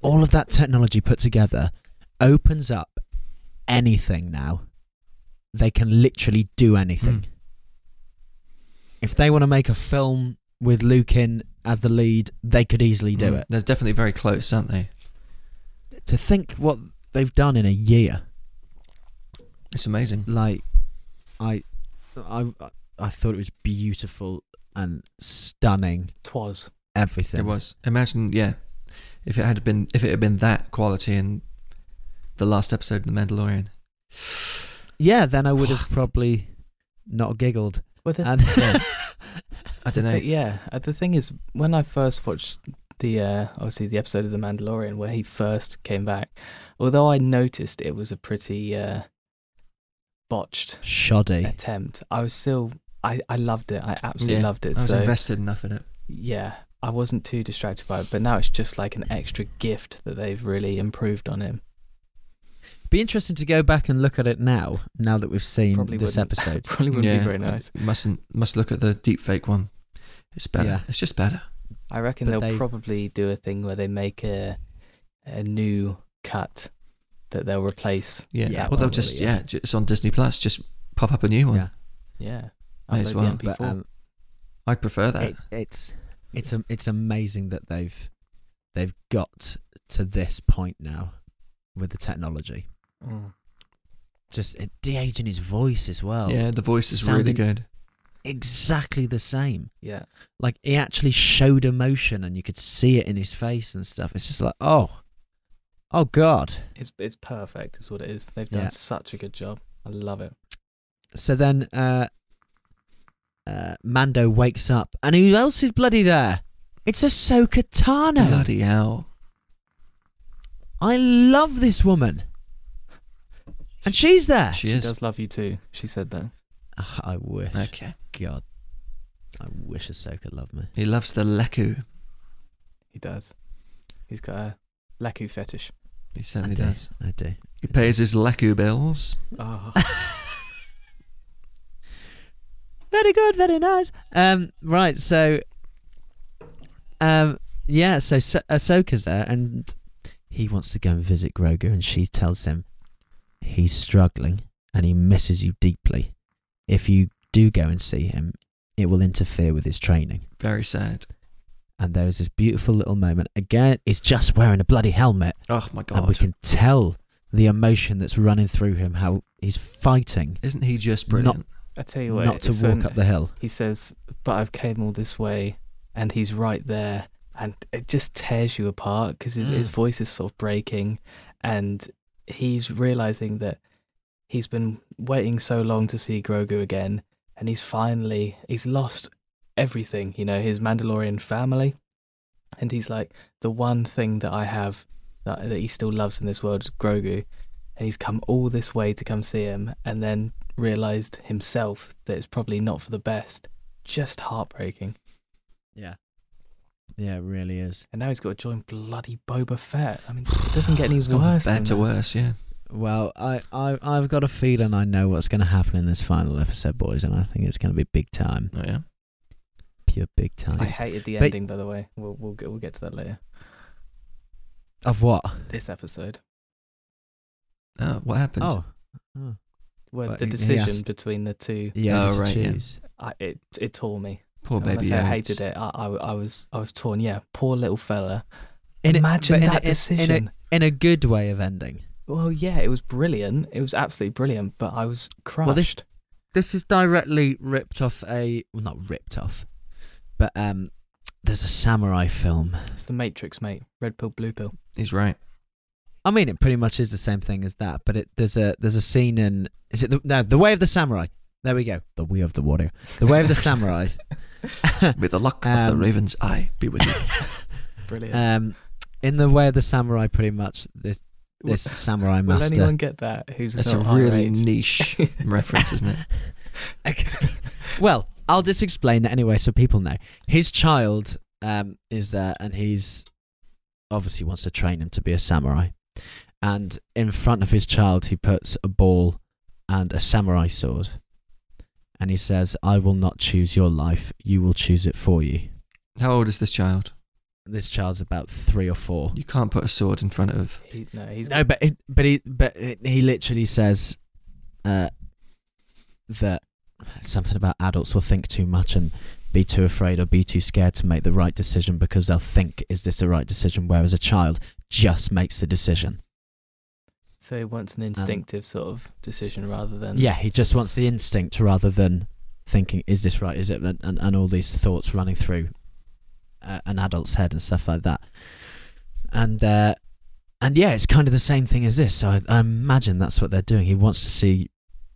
Speaker 3: All of that technology put together opens up anything now. They can literally do anything.
Speaker 4: Mm.
Speaker 3: If they want to make a film with Luke in as the lead, they could easily do
Speaker 4: Mm.
Speaker 3: it.
Speaker 4: They're definitely very close, aren't they?
Speaker 3: To think what they've done in a year,
Speaker 4: It's amazing.
Speaker 3: like I, I, I thought it was beautiful and stunning.
Speaker 2: Twas.
Speaker 3: Everything.
Speaker 4: It was. Imagine, yeah, if it had been if it had been that quality in the last episode of The Mandalorian.
Speaker 3: Yeah, then I would have probably not giggled.
Speaker 2: Well, the,
Speaker 3: And
Speaker 4: Yeah. I
Speaker 2: the
Speaker 4: don't know.
Speaker 2: thi- yeah, uh, the thing is, when I first watched the uh, obviously the episode of The Mandalorian where he first came back, although I noticed it was a pretty uh, botched
Speaker 3: shoddy.
Speaker 2: attempt, I was still I I loved it. I absolutely
Speaker 4: Yeah,
Speaker 2: loved it.
Speaker 4: I was
Speaker 2: so
Speaker 4: invested enough in it.
Speaker 2: yeah, I wasn't too distracted by it, but now it's just like an extra gift that they've really improved on him.
Speaker 3: Be interesting to go back and look at it now. Now that we've seen
Speaker 2: Probably
Speaker 3: this
Speaker 2: wouldn't.
Speaker 3: episode.
Speaker 2: Probably wouldn't
Speaker 4: Yeah.
Speaker 2: be very nice.
Speaker 4: Mustn't must look at the deep fake one. It's better.
Speaker 3: Yeah.
Speaker 4: It's just better.
Speaker 2: I reckon
Speaker 3: But
Speaker 2: they'll
Speaker 3: they-
Speaker 2: probably do a thing where they make a a new cut that they'll replace.
Speaker 4: Yeah.
Speaker 3: Yeah,
Speaker 4: well, they'll
Speaker 3: probably,
Speaker 4: just yeah.
Speaker 3: yeah.
Speaker 4: ju- it's on Disney Plus. Just pop up a new one.
Speaker 3: Yeah.
Speaker 2: Yeah,
Speaker 4: May as
Speaker 2: upload
Speaker 4: well,
Speaker 2: the
Speaker 3: But
Speaker 2: MP4.
Speaker 3: um,
Speaker 4: I'd prefer that.
Speaker 3: it, it's it's am- it's amazing that they've they've got to this point now with the technology.
Speaker 2: Mm.
Speaker 3: Just uh, de-aging his voice as well.
Speaker 4: yeah, the voice is really
Speaker 3: oh. sounding-
Speaker 4: good.
Speaker 3: Exactly the same.
Speaker 2: yeah,
Speaker 3: Like he actually showed emotion and you could see it in his face and stuff. It's just like, "Oh. Oh god."
Speaker 2: it's it's perfect. Is what it is. They've done
Speaker 3: Yeah.
Speaker 2: such a good job. I love it.
Speaker 3: So then uh uh Mando wakes up and who else is bloody there? It's Ahsoka Tano.
Speaker 4: Bloody hell!
Speaker 3: I love this woman. And she's there.
Speaker 4: She
Speaker 2: She
Speaker 4: is.
Speaker 2: does love you too. She said that.
Speaker 3: Ah, I wish.
Speaker 4: Okay.
Speaker 3: God. I wish Ahsoka loved me.
Speaker 4: He loves the leku.
Speaker 2: He does. He's got a Leku fetish.
Speaker 4: He
Speaker 3: I
Speaker 4: certainly
Speaker 3: do.
Speaker 4: does.
Speaker 3: I do.
Speaker 4: He pays his leku bills.
Speaker 2: Oh,
Speaker 3: Very good, very nice. Um, right, so, um, yeah, so so- Ahsoka's there, and he wants to go and visit Grogu, and she tells him, he's struggling and he misses you deeply. If you do go and see him, it will interfere with his training.
Speaker 4: Very sad.
Speaker 3: And there is this beautiful little moment. Again, he's just wearing a bloody helmet.
Speaker 4: Oh my
Speaker 3: And we
Speaker 4: god.
Speaker 3: can tell the emotion that's running through him, how he's fighting
Speaker 4: Isn't he just
Speaker 3: Not-
Speaker 4: brilliant?
Speaker 2: I tell you what,
Speaker 3: not to
Speaker 2: it's
Speaker 3: walk
Speaker 2: when
Speaker 3: up the hill.
Speaker 2: He says, "But I've came all this way, and he's right there, and it just tears you apart because his, his
Speaker 4: Mm.
Speaker 2: voice is sort of breaking, and he's realizing that he's been waiting so long to see Grogu again, and he's finally he's lost everything, you know, his Mandalorian family, and he's like the one thing that I have that, that he still loves in this world is Grogu, and he's come all this way to come see him, and then realized himself that it's probably not for the best. Just heartbreaking.
Speaker 3: Yeah. Yeah, it really is.
Speaker 2: And now he's got to join bloody Boba Fett. I mean, it doesn't get any worse.
Speaker 4: Better
Speaker 2: Than that.
Speaker 4: worse, yeah.
Speaker 3: Well, I, I, I've got a feeling I know what's going to happen in this final episode, boys, and I think it's going to be big time.
Speaker 4: Oh yeah.
Speaker 3: Pure big time.
Speaker 2: I hated the
Speaker 3: But-
Speaker 2: ending, by the way. We'll we'll get, we'll get to that later.
Speaker 3: of what?
Speaker 2: This episode,
Speaker 4: Oh, what happened?
Speaker 3: Oh. oh.
Speaker 2: where
Speaker 3: Well,
Speaker 2: the
Speaker 3: he- he
Speaker 2: decision
Speaker 3: asked-
Speaker 2: between the two,
Speaker 3: Yeah,
Speaker 4: Oh,
Speaker 3: to
Speaker 4: right, yeah.
Speaker 3: choose.
Speaker 2: I, it it tore me.
Speaker 4: poor
Speaker 2: And when I
Speaker 4: baby.
Speaker 2: say I
Speaker 4: Yoda.
Speaker 2: hated it. I, I I was I was torn. Yeah, poor little fella.
Speaker 3: In a-
Speaker 2: Imagine
Speaker 3: but in a-
Speaker 2: that
Speaker 3: in- in a-
Speaker 2: decision.
Speaker 3: In a good way of ending.
Speaker 2: Well, yeah, it was brilliant. It was absolutely brilliant, but I was crushed.
Speaker 3: Well, this- This is directly ripped off a. Well, not ripped off, but um, there's a samurai film.
Speaker 2: It's the Matrix, mate. Red pill, blue pill.
Speaker 4: He's right.
Speaker 3: I mean, it pretty much is the same thing as that, but it there's a there's a scene in is it the no, the way of the samurai? There we go, the way of the warrior, the way of the samurai.
Speaker 4: With the luck of the
Speaker 3: Um,
Speaker 4: Ravens, I be with you.
Speaker 2: Brilliant.
Speaker 3: um, in the way of the samurai, pretty much this this samurai
Speaker 2: Will
Speaker 3: master.
Speaker 2: anyone get that? Who's
Speaker 4: That's a
Speaker 2: not our
Speaker 4: really
Speaker 2: age?
Speaker 4: niche reference, isn't it?
Speaker 3: Okay. well, I'll just explain that anyway, so people know. His child um, is there, and he's obviously wants to train him to be a samurai. And in front of his child, he puts a ball and a samurai sword, and he says, "I will not choose your life; you will choose it for you."
Speaker 4: How old is this child?
Speaker 3: This child's about three or four.
Speaker 4: You can't put a sword in front of.
Speaker 2: He, no, he's
Speaker 3: No, but it, but he but it, he literally says uh, that something about adults will think too much and be too afraid or be too scared to make the right decision because they'll think is this the right decision, whereas a child just makes the decision.
Speaker 2: so he wants an instinctive sort of decision rather than
Speaker 3: Um, Yeah, he just wants the instinct rather than thinking is this right, is it, and and, and all these thoughts running through uh, an adult's head and stuff like that. And uh, and yeah, it's kind of the same thing as this. So I, I imagine that's what they're doing. He wants to see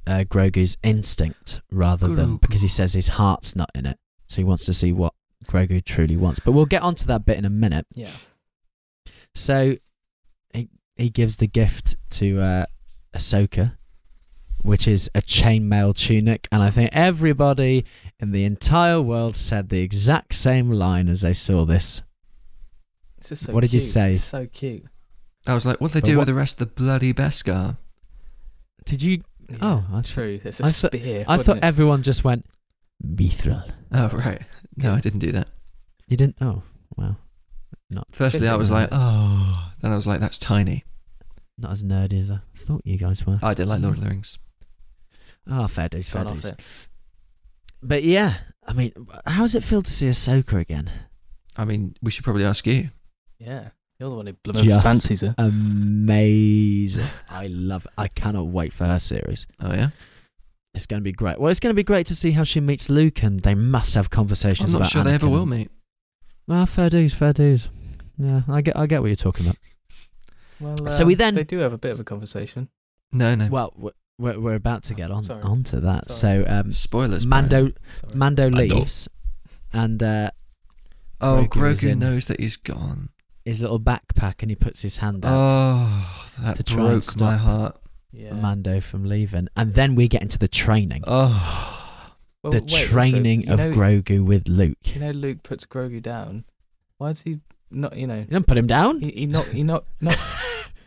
Speaker 3: uh, Grogu's instinct rather than
Speaker 4: Grogu.
Speaker 3: because he says his heart's not in it. So he wants to see what Grogu truly wants. But we'll get onto that bit in a minute.
Speaker 2: yeah.
Speaker 3: So he he gives the gift to uh, Ahsoka, which is a chainmail tunic, and I think everybody in the entire world said the exact same line as they saw this.
Speaker 2: It's just so
Speaker 3: What did you
Speaker 2: cute.
Speaker 3: say?
Speaker 2: It's so cute.
Speaker 4: I was like, what they
Speaker 3: But
Speaker 4: do
Speaker 3: what-
Speaker 4: with the rest of the bloody Beskar?
Speaker 3: Did you?
Speaker 2: Yeah,
Speaker 3: Oh, I-
Speaker 2: true. It's a
Speaker 3: I thought-
Speaker 2: spear.
Speaker 3: I thought
Speaker 2: wouldn't it?
Speaker 3: everyone just went Mithril.
Speaker 4: Oh right. No, I didn't do that.
Speaker 3: You didn't? Oh, wow. Not
Speaker 4: Firstly, I was like, oh. Then I was like, that's tiny.
Speaker 3: not as nerdy as I thought you guys were.
Speaker 4: I did like Lord of the Rings.
Speaker 3: Ah, fair dues, fair
Speaker 2: Gone off
Speaker 3: dues.
Speaker 2: it.
Speaker 3: But yeah, I mean, how does it feel to see Ahsoka again?
Speaker 4: I mean, we should probably ask you.
Speaker 2: Yeah, you're the one who bloody
Speaker 3: Just-
Speaker 2: fancies her.
Speaker 3: amazing. I love. I cannot wait for her series.
Speaker 4: Oh yeah.
Speaker 3: It's going to be great. Well, it's going to be great to see how she meets Luke, and they must have conversations
Speaker 4: I'm not
Speaker 3: about.
Speaker 4: sure they ever
Speaker 3: Anakin.
Speaker 4: will, mate.
Speaker 3: Ah, fair dues, fair dues. Yeah, I get, I get what you're talking about.
Speaker 2: Well, um,
Speaker 3: So we then-
Speaker 2: they do have a bit of a conversation.
Speaker 4: No, no.
Speaker 3: Well, we're- we're, we're about
Speaker 4: Oh,
Speaker 3: to get on
Speaker 2: Sorry.
Speaker 3: onto that.
Speaker 2: Sorry.
Speaker 3: So, um,
Speaker 4: Spoilers. bro.
Speaker 3: Mando,
Speaker 2: Sorry.
Speaker 3: Mando
Speaker 4: Mando.
Speaker 3: leaves, and uh,
Speaker 4: Oh,
Speaker 3: Grogu is
Speaker 4: Grogu
Speaker 3: in.
Speaker 4: knows that he's gone.
Speaker 3: his little backpack, and he puts his hand out.
Speaker 4: Oh, that
Speaker 3: to try and
Speaker 4: broke my
Speaker 3: stop-
Speaker 4: heart.
Speaker 2: yeah.
Speaker 3: for Mando from leaving, and then we get into the training,
Speaker 4: Oh,
Speaker 2: Well,
Speaker 3: the
Speaker 2: wait, also,
Speaker 3: training
Speaker 2: you
Speaker 3: of
Speaker 2: know-
Speaker 3: Grogu with Luke.
Speaker 2: You know, Luke puts Grogu down. Why does he not? You know,
Speaker 3: You don't put him down.
Speaker 2: he he knock he knock knock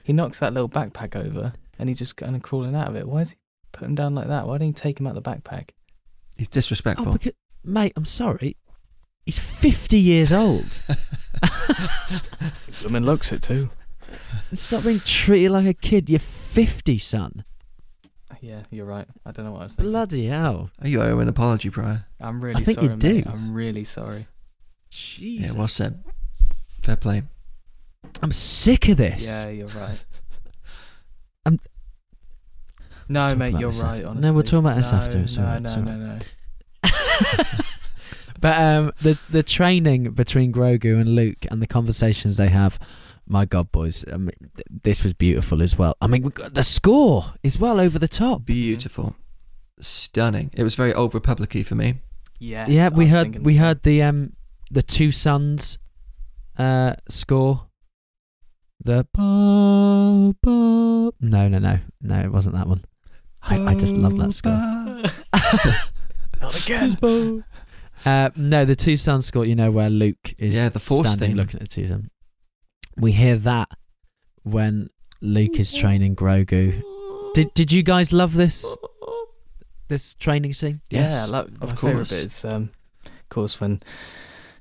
Speaker 2: he knocks that little backpack over, and he just kind of crawling out of it. Why is he putting him down like that? Why didn't he take him out the backpack?
Speaker 4: he's
Speaker 3: Oh,
Speaker 4: disrespectful.
Speaker 3: because, mate, I'm sorry. He's 50 years old.
Speaker 2: Woman looks it too.
Speaker 3: Stop being treated like a kid. You're 50, son.
Speaker 2: Yeah, you're right. I don't know what I was thinking.
Speaker 3: Bloody hell.
Speaker 4: Oh, you owe an apology, Prior.
Speaker 2: I'm really
Speaker 3: think
Speaker 2: sorry,
Speaker 3: you do.
Speaker 2: mate. I'm really sorry.
Speaker 3: Jesus. Mm-hmm.
Speaker 4: Yeah, well said. Fair play.
Speaker 3: I'm sick of this.
Speaker 2: Yeah, you're right.
Speaker 3: I'm-
Speaker 2: No,
Speaker 3: Talk
Speaker 2: mate,
Speaker 3: about
Speaker 2: you're
Speaker 3: this
Speaker 2: right.
Speaker 3: after-
Speaker 2: Honestly.
Speaker 3: No, we'll talk about this
Speaker 2: No,
Speaker 3: after, it's
Speaker 2: no,
Speaker 3: alright,
Speaker 2: no,
Speaker 3: it's
Speaker 2: no,
Speaker 3: alright.
Speaker 2: no,
Speaker 3: but um, the the training between Grogu and Luke and the conversations they have, my God, boys, I mean, th- this was beautiful as well. I mean, we got the score is well over the top.
Speaker 4: Beautiful. Stunning. It was very old republic for me.
Speaker 2: Yes,
Speaker 3: yeah,
Speaker 2: I
Speaker 3: we
Speaker 2: was
Speaker 3: heard
Speaker 2: thinking
Speaker 3: we
Speaker 2: the same.
Speaker 3: heard the um the two sons, uh, score. The ba, ba. no no no no it wasn't that one. I, I just love that score.
Speaker 2: Not again.
Speaker 3: Uh, no, the two sons score. You know where Luke is.
Speaker 4: Yeah, the Force
Speaker 3: standing
Speaker 4: theme.
Speaker 3: looking at the two of them. We hear that when Luke is training Grogu. Did Did you guys love this this training scene?
Speaker 2: Yeah,
Speaker 4: Yes,
Speaker 2: like,
Speaker 4: of
Speaker 2: my favorite
Speaker 4: course.
Speaker 2: bit is, um, of course, when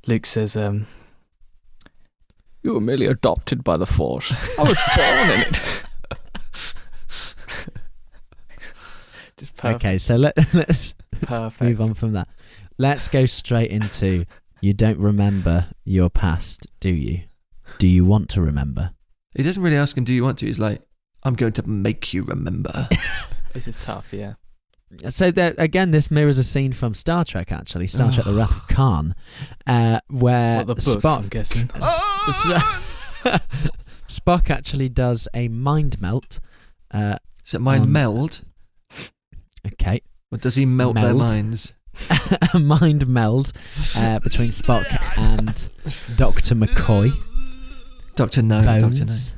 Speaker 2: Luke says, um,
Speaker 8: You were merely adopted by the Force. I was born in it.
Speaker 2: "Just perfect,
Speaker 3: Okay, so let let's
Speaker 2: perfect."
Speaker 3: move on from that. Let's go straight into you don't remember your past, do you? Do you want to remember?
Speaker 4: He doesn't really ask him, "Do you want to?" He's like, "I'm going to make you remember."
Speaker 2: This is tough, yeah.
Speaker 3: so that again, this mirrors a scene from Star Trek. Actually, Star Trek: The Wrath of Khan, uh, Oh, where
Speaker 2: What, the Ah! books, I'm
Speaker 3: Spock
Speaker 2: guessing.
Speaker 3: S- Spock actually does a mind melt. Uh,
Speaker 4: Is it mind
Speaker 3: Um,
Speaker 4: meld,
Speaker 3: okay,
Speaker 4: or does he melt, their
Speaker 3: Meld.
Speaker 4: minds?
Speaker 3: a mind meld uh, between Spock and Doctor McCoy.
Speaker 4: Doctor No, Doctor No.
Speaker 3: Bones.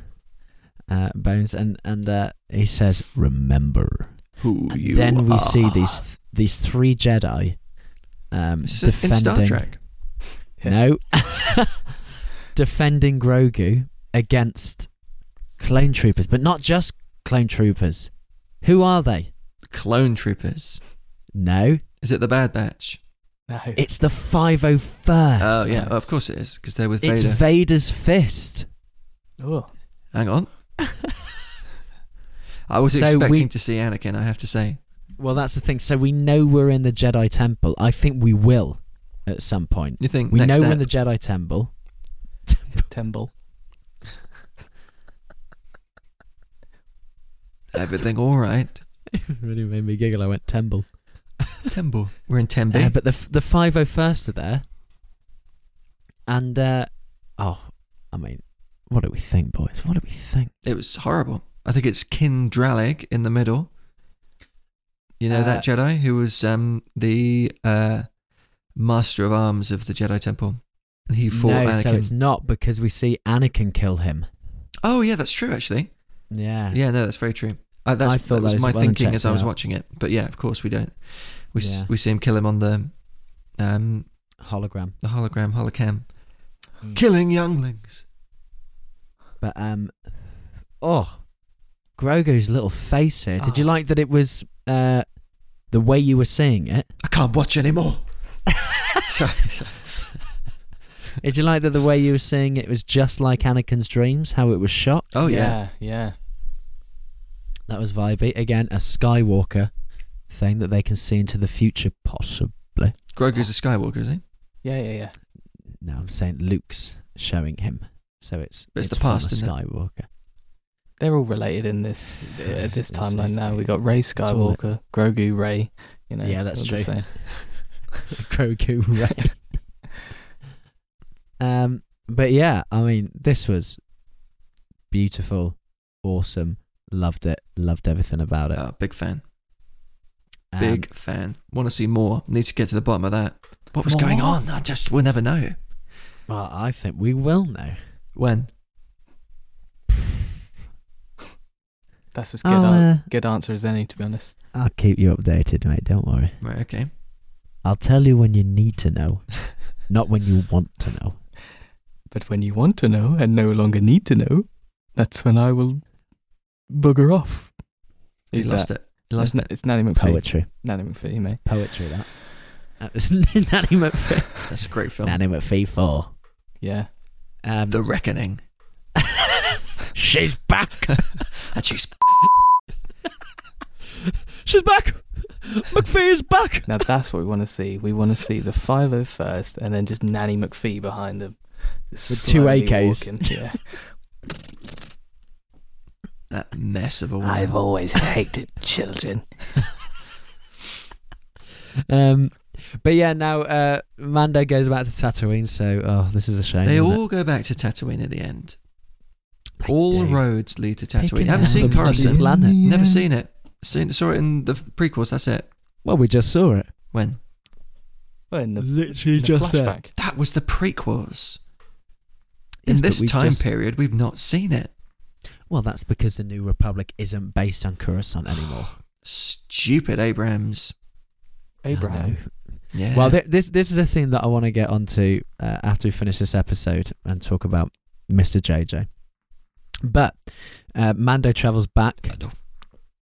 Speaker 3: Uh, Bones, and and uh, he says, "Remember."
Speaker 4: Who
Speaker 3: And
Speaker 4: you
Speaker 3: then we
Speaker 4: are.
Speaker 3: see these th- these three Jedi um,
Speaker 4: This is in
Speaker 3: defending.
Speaker 4: Star Trek.
Speaker 3: No, defending Grogu against clone troopers, but not just clone troopers. Who are they?
Speaker 4: Clone Troopers.
Speaker 3: No,
Speaker 4: Is it the Bad Batch?
Speaker 2: No.
Speaker 3: it's the Five O First.
Speaker 4: Oh yeah, of course it is because they're with
Speaker 3: it's
Speaker 4: Vader.
Speaker 3: Vader's fist.
Speaker 2: oh,
Speaker 4: Hang on. I was
Speaker 3: So we-
Speaker 4: expecting to see Anakin. I have to say,
Speaker 3: Well, that's the thing. So we know we're in the Jedi Temple. I think we will at some point.
Speaker 4: you think
Speaker 3: We
Speaker 4: next
Speaker 3: know
Speaker 4: step,
Speaker 3: we're in the Jedi Temple.
Speaker 2: Temple.
Speaker 4: everything all right?
Speaker 3: really made me giggle. I went Temple.
Speaker 4: Tembo. We're in Tembe.
Speaker 3: Uh, but the the five oh first are there, and uh, oh, I mean, what do we think, boys? What do we think?
Speaker 4: It was horrible. I think it's Kindralic in the middle. You know
Speaker 3: Uh,
Speaker 4: that Jedi who was um, the uh, master of arms of the Jedi Temple. And he fought
Speaker 3: no,
Speaker 4: Anakin.
Speaker 3: so it's not because we see Anakin kill him.
Speaker 4: oh yeah, that's true actually.
Speaker 3: Yeah,
Speaker 4: Yeah, no, that's very true. Uh, that's,
Speaker 3: I thought
Speaker 4: that was
Speaker 3: that as
Speaker 4: my
Speaker 3: well and
Speaker 4: thinking
Speaker 3: checked
Speaker 4: as I was
Speaker 3: it out.
Speaker 4: watching it. But yeah, of course we don't. We s-
Speaker 3: Yeah.
Speaker 4: we see him kill him on the um,
Speaker 3: hologram.
Speaker 4: the hologram holocam,
Speaker 3: Hmm.
Speaker 4: killing younglings.
Speaker 3: But um, oh, Grogu's little face here. Did you like that? It was uh, the way you were seeing it.
Speaker 4: I can't watch anymore. sorry, sorry.
Speaker 3: Did you like that the way you were seeing it was just like Anakin's dreams? How it was shot.
Speaker 4: Oh yeah.
Speaker 2: yeah.
Speaker 3: That was vibey. Again, a Skywalker thing that they can see into the future, possibly.
Speaker 4: Grogu's a Skywalker, is he?
Speaker 2: Yeah, yeah, yeah.
Speaker 3: No, I'm saying Luke's showing him. So it's
Speaker 4: But it's the
Speaker 3: from
Speaker 4: past,
Speaker 3: a
Speaker 4: isn't it?
Speaker 3: Skywalker.
Speaker 2: They're all related in this at
Speaker 3: It's-
Speaker 2: this
Speaker 3: it's-
Speaker 2: timeline now. We got Ray
Speaker 3: all it-
Speaker 2: Skywalker, Grogu, Ray. You know,
Speaker 3: Yeah, that's
Speaker 2: all the
Speaker 3: true.
Speaker 2: same.
Speaker 3: Grogu Ray. um, but yeah, I mean, this was beautiful, awesome. Loved it. Loved everything about it.
Speaker 4: Oh, big fan.
Speaker 3: Um,
Speaker 4: Big fan. Want to see more. Need to get to the bottom of that. What was going
Speaker 3: More?
Speaker 4: on? I just will never know.
Speaker 3: Well, I think we will know.
Speaker 4: When?
Speaker 2: That's as good,
Speaker 3: I'll,
Speaker 2: an-
Speaker 3: uh,
Speaker 2: good answer as any, to be honest.
Speaker 3: I'll keep you updated, mate. Don't worry.
Speaker 4: Right, okay.
Speaker 3: I'll tell you when you need to know, not when you want to know.
Speaker 2: But when you want to know and no longer need to know, that's when I will bugger off.
Speaker 4: He
Speaker 2: Who's
Speaker 4: lost it. He lost
Speaker 2: it's, Na-
Speaker 4: it.
Speaker 2: it's Nanny McPhee.
Speaker 3: Poetry.
Speaker 2: Nanny McPhee, mate.
Speaker 3: Poetry, that. That was Nanny McPhee.
Speaker 4: That's a great film.
Speaker 3: Nanny McPhee 4.
Speaker 2: Yeah.
Speaker 3: Um,
Speaker 4: The Reckoning.
Speaker 3: She's back.
Speaker 4: And she's
Speaker 3: She's back. McPhee is back.
Speaker 2: Now that's what we want to see. We want to see the 501st and then just Nanny McPhee behind them.
Speaker 3: two
Speaker 2: slowly
Speaker 3: AKs.
Speaker 2: walking. Yeah.
Speaker 4: that mess of a woman.
Speaker 2: I've always hated children.
Speaker 3: Um, but yeah, now uh, Mando goes back to Tatooine, so oh, this is a shame.
Speaker 4: They
Speaker 3: isn't it?
Speaker 4: all go back to Tatooine at the end.
Speaker 3: They
Speaker 4: all
Speaker 3: do.
Speaker 4: roads lead to
Speaker 3: They
Speaker 4: Tatooine.
Speaker 3: can
Speaker 4: Haven't
Speaker 3: have
Speaker 4: seen
Speaker 3: a bloody
Speaker 4: Coruscant.
Speaker 3: planet.
Speaker 4: Never seen it. Seen saw it in the prequels. That's it.
Speaker 3: Well, we just saw it.
Speaker 4: When
Speaker 2: Well, in the, in
Speaker 3: Literally
Speaker 2: the flashback.
Speaker 4: that was the prequels.
Speaker 3: Yes,
Speaker 4: in
Speaker 3: but
Speaker 4: this
Speaker 3: we've
Speaker 4: time
Speaker 3: just-
Speaker 4: period, we've not seen it.
Speaker 3: Well, that's because the New Republic isn't based on Coruscant anymore.
Speaker 4: Stupid Abrams.
Speaker 3: I know.
Speaker 2: Abraham.
Speaker 4: Yeah.
Speaker 3: Well, th- this this is a thing that I want to get onto uh, after we finish this episode and talk about Mr. JJ. But uh, Mando travels back
Speaker 4: I know.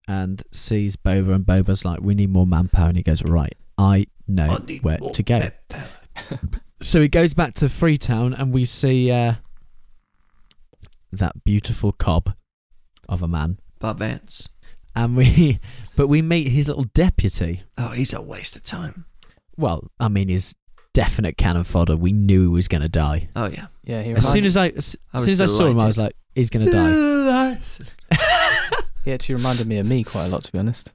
Speaker 3: and sees Boba, and Boba's like, "We need more manpower," and he goes, "Right, I know
Speaker 4: I need
Speaker 3: where
Speaker 4: more
Speaker 3: to go."
Speaker 4: pepper.
Speaker 3: So he goes back to Freetown, and we see uh, that beautiful cob of a man,
Speaker 4: Bob Vance.
Speaker 3: and we but we meet his little deputy.
Speaker 4: Oh, he's a waste of time.
Speaker 3: Well, I mean, his definite cannon fodder. We knew he was going to die.
Speaker 4: Oh yeah.
Speaker 2: Yeah, he
Speaker 3: As soon
Speaker 2: reminded-
Speaker 3: as I, as
Speaker 4: I
Speaker 3: soon as
Speaker 4: was
Speaker 3: I saw him, I was like, he's gonna die.
Speaker 2: he actually reminded me of me quite a lot, to be honest.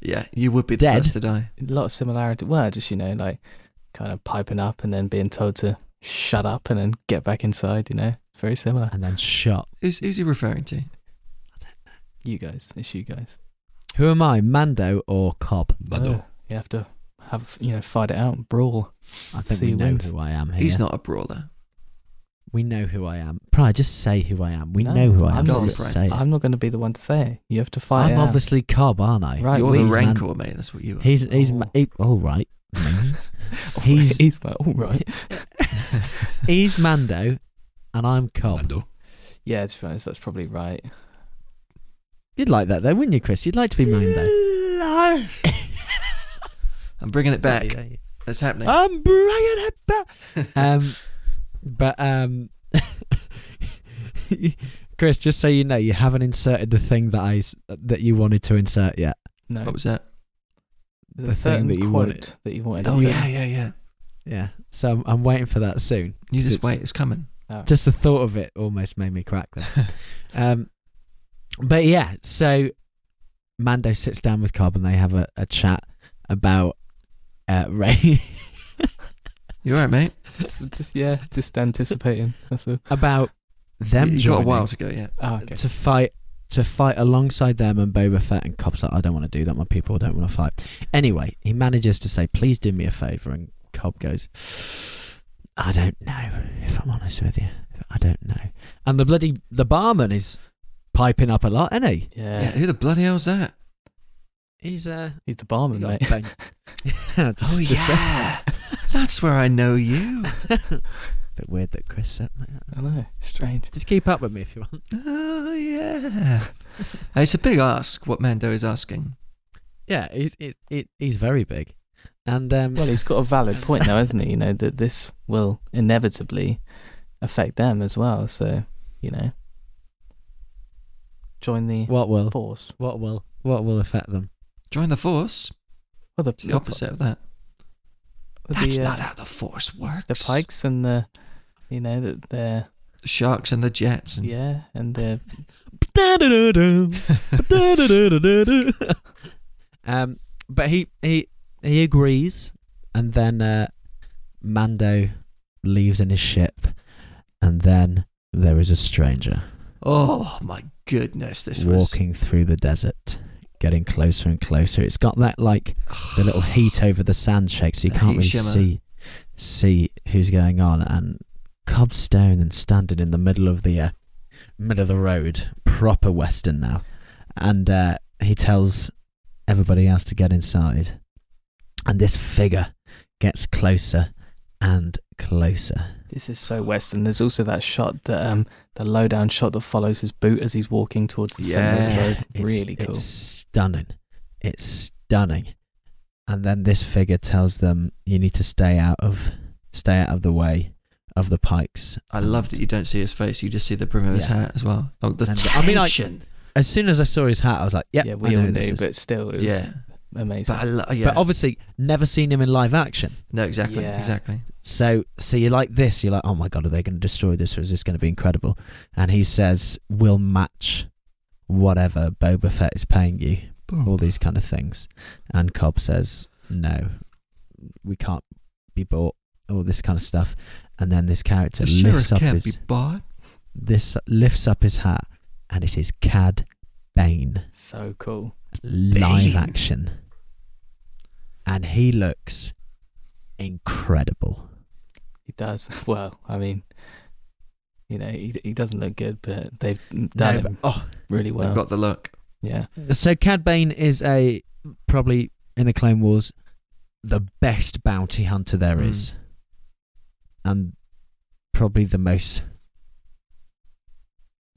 Speaker 4: Yeah, you would be the
Speaker 3: Dead.
Speaker 4: first to die.
Speaker 2: A lot of similarity. Well, just, you know, like kind of piping up and then being told to shut up and then get back inside, you know? Very similar.
Speaker 3: And then shot.
Speaker 4: Who's, who's he referring to?
Speaker 2: You guys. It's you guys.
Speaker 3: Who am I, Mando or Cobb?
Speaker 2: Oh, you have to have, you know, fight it out, brawl.
Speaker 3: I think
Speaker 2: See
Speaker 3: we
Speaker 2: who
Speaker 3: know
Speaker 2: wins.
Speaker 3: who I am here.
Speaker 4: He's not a brawler.
Speaker 3: We know who I am. Pry, just say who I am. We
Speaker 2: No,
Speaker 3: know who I am.
Speaker 2: I'm
Speaker 3: so
Speaker 2: not
Speaker 3: just
Speaker 4: afraid.
Speaker 3: say it. I'm,
Speaker 2: I'm not going to be the one to say it. You have to fight it out.
Speaker 3: obviously Cobb, aren't I?
Speaker 2: Right,
Speaker 4: You're
Speaker 2: we-
Speaker 4: the
Speaker 3: he's
Speaker 4: rancor, mate. That's what you are.
Speaker 3: He's he's ma-
Speaker 2: Oh.
Speaker 3: he, all right.
Speaker 2: He's,
Speaker 3: He's-
Speaker 2: he's like, all right.
Speaker 3: he's Mando, and I'm Cobb.
Speaker 2: Yeah, to be honest, that's probably right.
Speaker 3: You'd like that though, wouldn't you, Chris? You'd like to be Mando.
Speaker 4: I'm bringing it back. That's happening.
Speaker 3: I'm bringing it back. um, but um, Chris, just so you know, you haven't inserted the thing that I s- that you wanted to insert yet.
Speaker 2: No,
Speaker 4: What was that?
Speaker 2: there's
Speaker 3: the
Speaker 2: a certain
Speaker 3: thing that you
Speaker 2: quote
Speaker 3: wanted.
Speaker 2: that you wanted.
Speaker 4: Oh
Speaker 2: up there.
Speaker 4: yeah, yeah, yeah.
Speaker 3: Yeah, so I'm, I'm waiting for that soon.
Speaker 4: You just
Speaker 3: It's-
Speaker 4: wait. It's coming.
Speaker 2: Oh.
Speaker 3: Just the thought of it almost made me crack there. um, but yeah, so Mando sits down with Cobb and they have a, a chat about uh, Ray
Speaker 4: You all right, mate?
Speaker 2: just, just yeah, just anticipating. That's it.
Speaker 3: about them.
Speaker 4: you you got a
Speaker 3: joining.
Speaker 4: while to go yet.
Speaker 2: Oh, okay.
Speaker 3: to fight to fight alongside them and Boba Fett and Cobb's like, I don't want to do that, my people don't want to fight. Anyway, he manages to say, Please do me a favour and Cobb goes, I don't know, if I'm honest with you. I don't know. And the bloody the barman is piping up a lot, isn't he?
Speaker 2: Yeah.
Speaker 4: Yeah. Who the bloody hell's that?
Speaker 3: He's uh
Speaker 2: he's the barman, mate.
Speaker 3: just,
Speaker 4: oh
Speaker 3: just said
Speaker 4: yeah. That's where I know you.
Speaker 3: it. Bit weird that Chris said that.
Speaker 2: I know, strange.
Speaker 3: Just keep up with me if you want.
Speaker 4: Oh yeah. it's a big ask. What Mando is asking.
Speaker 3: Yeah, he's he's, he- he's very big. And um
Speaker 2: Well, he's got a valid point now, hasn't he? You know that this will inevitably affect them as well. So you know, join the
Speaker 3: what will
Speaker 2: force.
Speaker 3: what will what will affect them?
Speaker 4: Join the Force.
Speaker 2: Well, the,
Speaker 4: It's the opposite of that.
Speaker 2: The,
Speaker 4: That's
Speaker 2: uh,
Speaker 4: not how the Force works.
Speaker 2: the pikes and the, you know, that they're
Speaker 4: The sharks and the jets. And
Speaker 2: yeah, and they're
Speaker 3: um, but he he he agrees, and then uh, Mando leaves in his ship, and then there is a stranger
Speaker 4: Oh my goodness, this was
Speaker 3: walking through the desert, getting closer and closer. It's got that like the little heat over the sand shake, so you
Speaker 4: The
Speaker 3: can't
Speaker 4: heat
Speaker 3: really
Speaker 4: shimmer.
Speaker 3: see see who's going on. And Cobstone and standing in the middle of the uh, middle of the road, proper western now, and uh, he tells everybody else to get inside. And this figure gets closer and closer.
Speaker 2: This is so Western. There's also that shot that um the low down shot that follows his boot as he's walking towards the center of the
Speaker 4: Yeah,
Speaker 2: road.
Speaker 3: it's,
Speaker 2: really cool.
Speaker 3: It's stunning. It's stunning. And then this figure tells them, "You need to stay out of, stay out of the way. of the Pikes.
Speaker 4: I love that you don't see his face. You just see the brim of his
Speaker 3: Yeah.
Speaker 4: hat as well. Oh, the
Speaker 3: And
Speaker 4: tension.
Speaker 3: I mean, I- As soon as I saw his hat, I was like, "Yep,
Speaker 2: yeah,
Speaker 3: I
Speaker 2: we
Speaker 3: know
Speaker 2: all
Speaker 3: this
Speaker 2: knew,
Speaker 3: is-
Speaker 2: but still, it was
Speaker 4: yeah,
Speaker 2: amazing.
Speaker 4: but I lo- yeah,
Speaker 3: But obviously, never seen him in live action.
Speaker 4: no, exactly,
Speaker 2: Yeah.
Speaker 4: exactly.
Speaker 3: So, so you're like this. You're like, "Oh my god, are they going to destroy this, or is this going to be incredible?" And he says, "We'll match whatever Boba Fett is paying you." All these kind of things, and Cobb says, "No, we can't be bought." All this kind of stuff, and then this character
Speaker 4: The
Speaker 3: lifts
Speaker 4: sheriff
Speaker 3: up
Speaker 4: can't
Speaker 3: his
Speaker 4: be bought.
Speaker 3: this lifts up his hat, and it is Cad Bane
Speaker 2: so cool.
Speaker 3: live
Speaker 4: Bane.
Speaker 3: action, and he looks incredible.
Speaker 2: He does well. I mean, you know, he, he doesn't look good, but they've
Speaker 3: No,
Speaker 2: done him
Speaker 3: but- oh,
Speaker 2: really well.
Speaker 4: They've got the look.
Speaker 2: yeah,
Speaker 3: so Cad Bane is a probably in the Clone Wars the best bounty hunter there
Speaker 4: Mm.
Speaker 3: is, and probably the most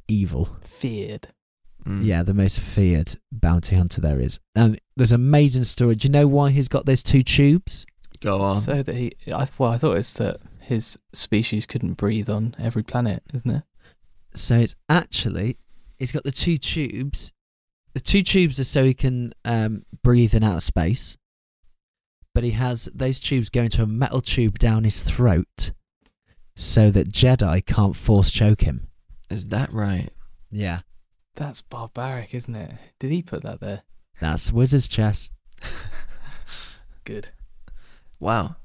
Speaker 3: evil.
Speaker 2: feared.
Speaker 4: Mm.
Speaker 3: Yeah, the most feared bounty hunter there is. And there's an amazing story. Do you know why he's got those two tubes?
Speaker 4: go on.
Speaker 2: So that he, I, well, I thought it's that his species couldn't breathe on every planet, isn't it?
Speaker 3: So it's actually he's got the two tubes. The two tubes are so he can um, breathe in outer space. But he has those tubes go into a metal tube down his throat so that Jedi can't force choke him.
Speaker 4: Is that right?
Speaker 3: Yeah.
Speaker 2: That's barbaric, isn't it? Did he put that there?
Speaker 3: That's wizard's chess.
Speaker 2: Good.
Speaker 4: Wow,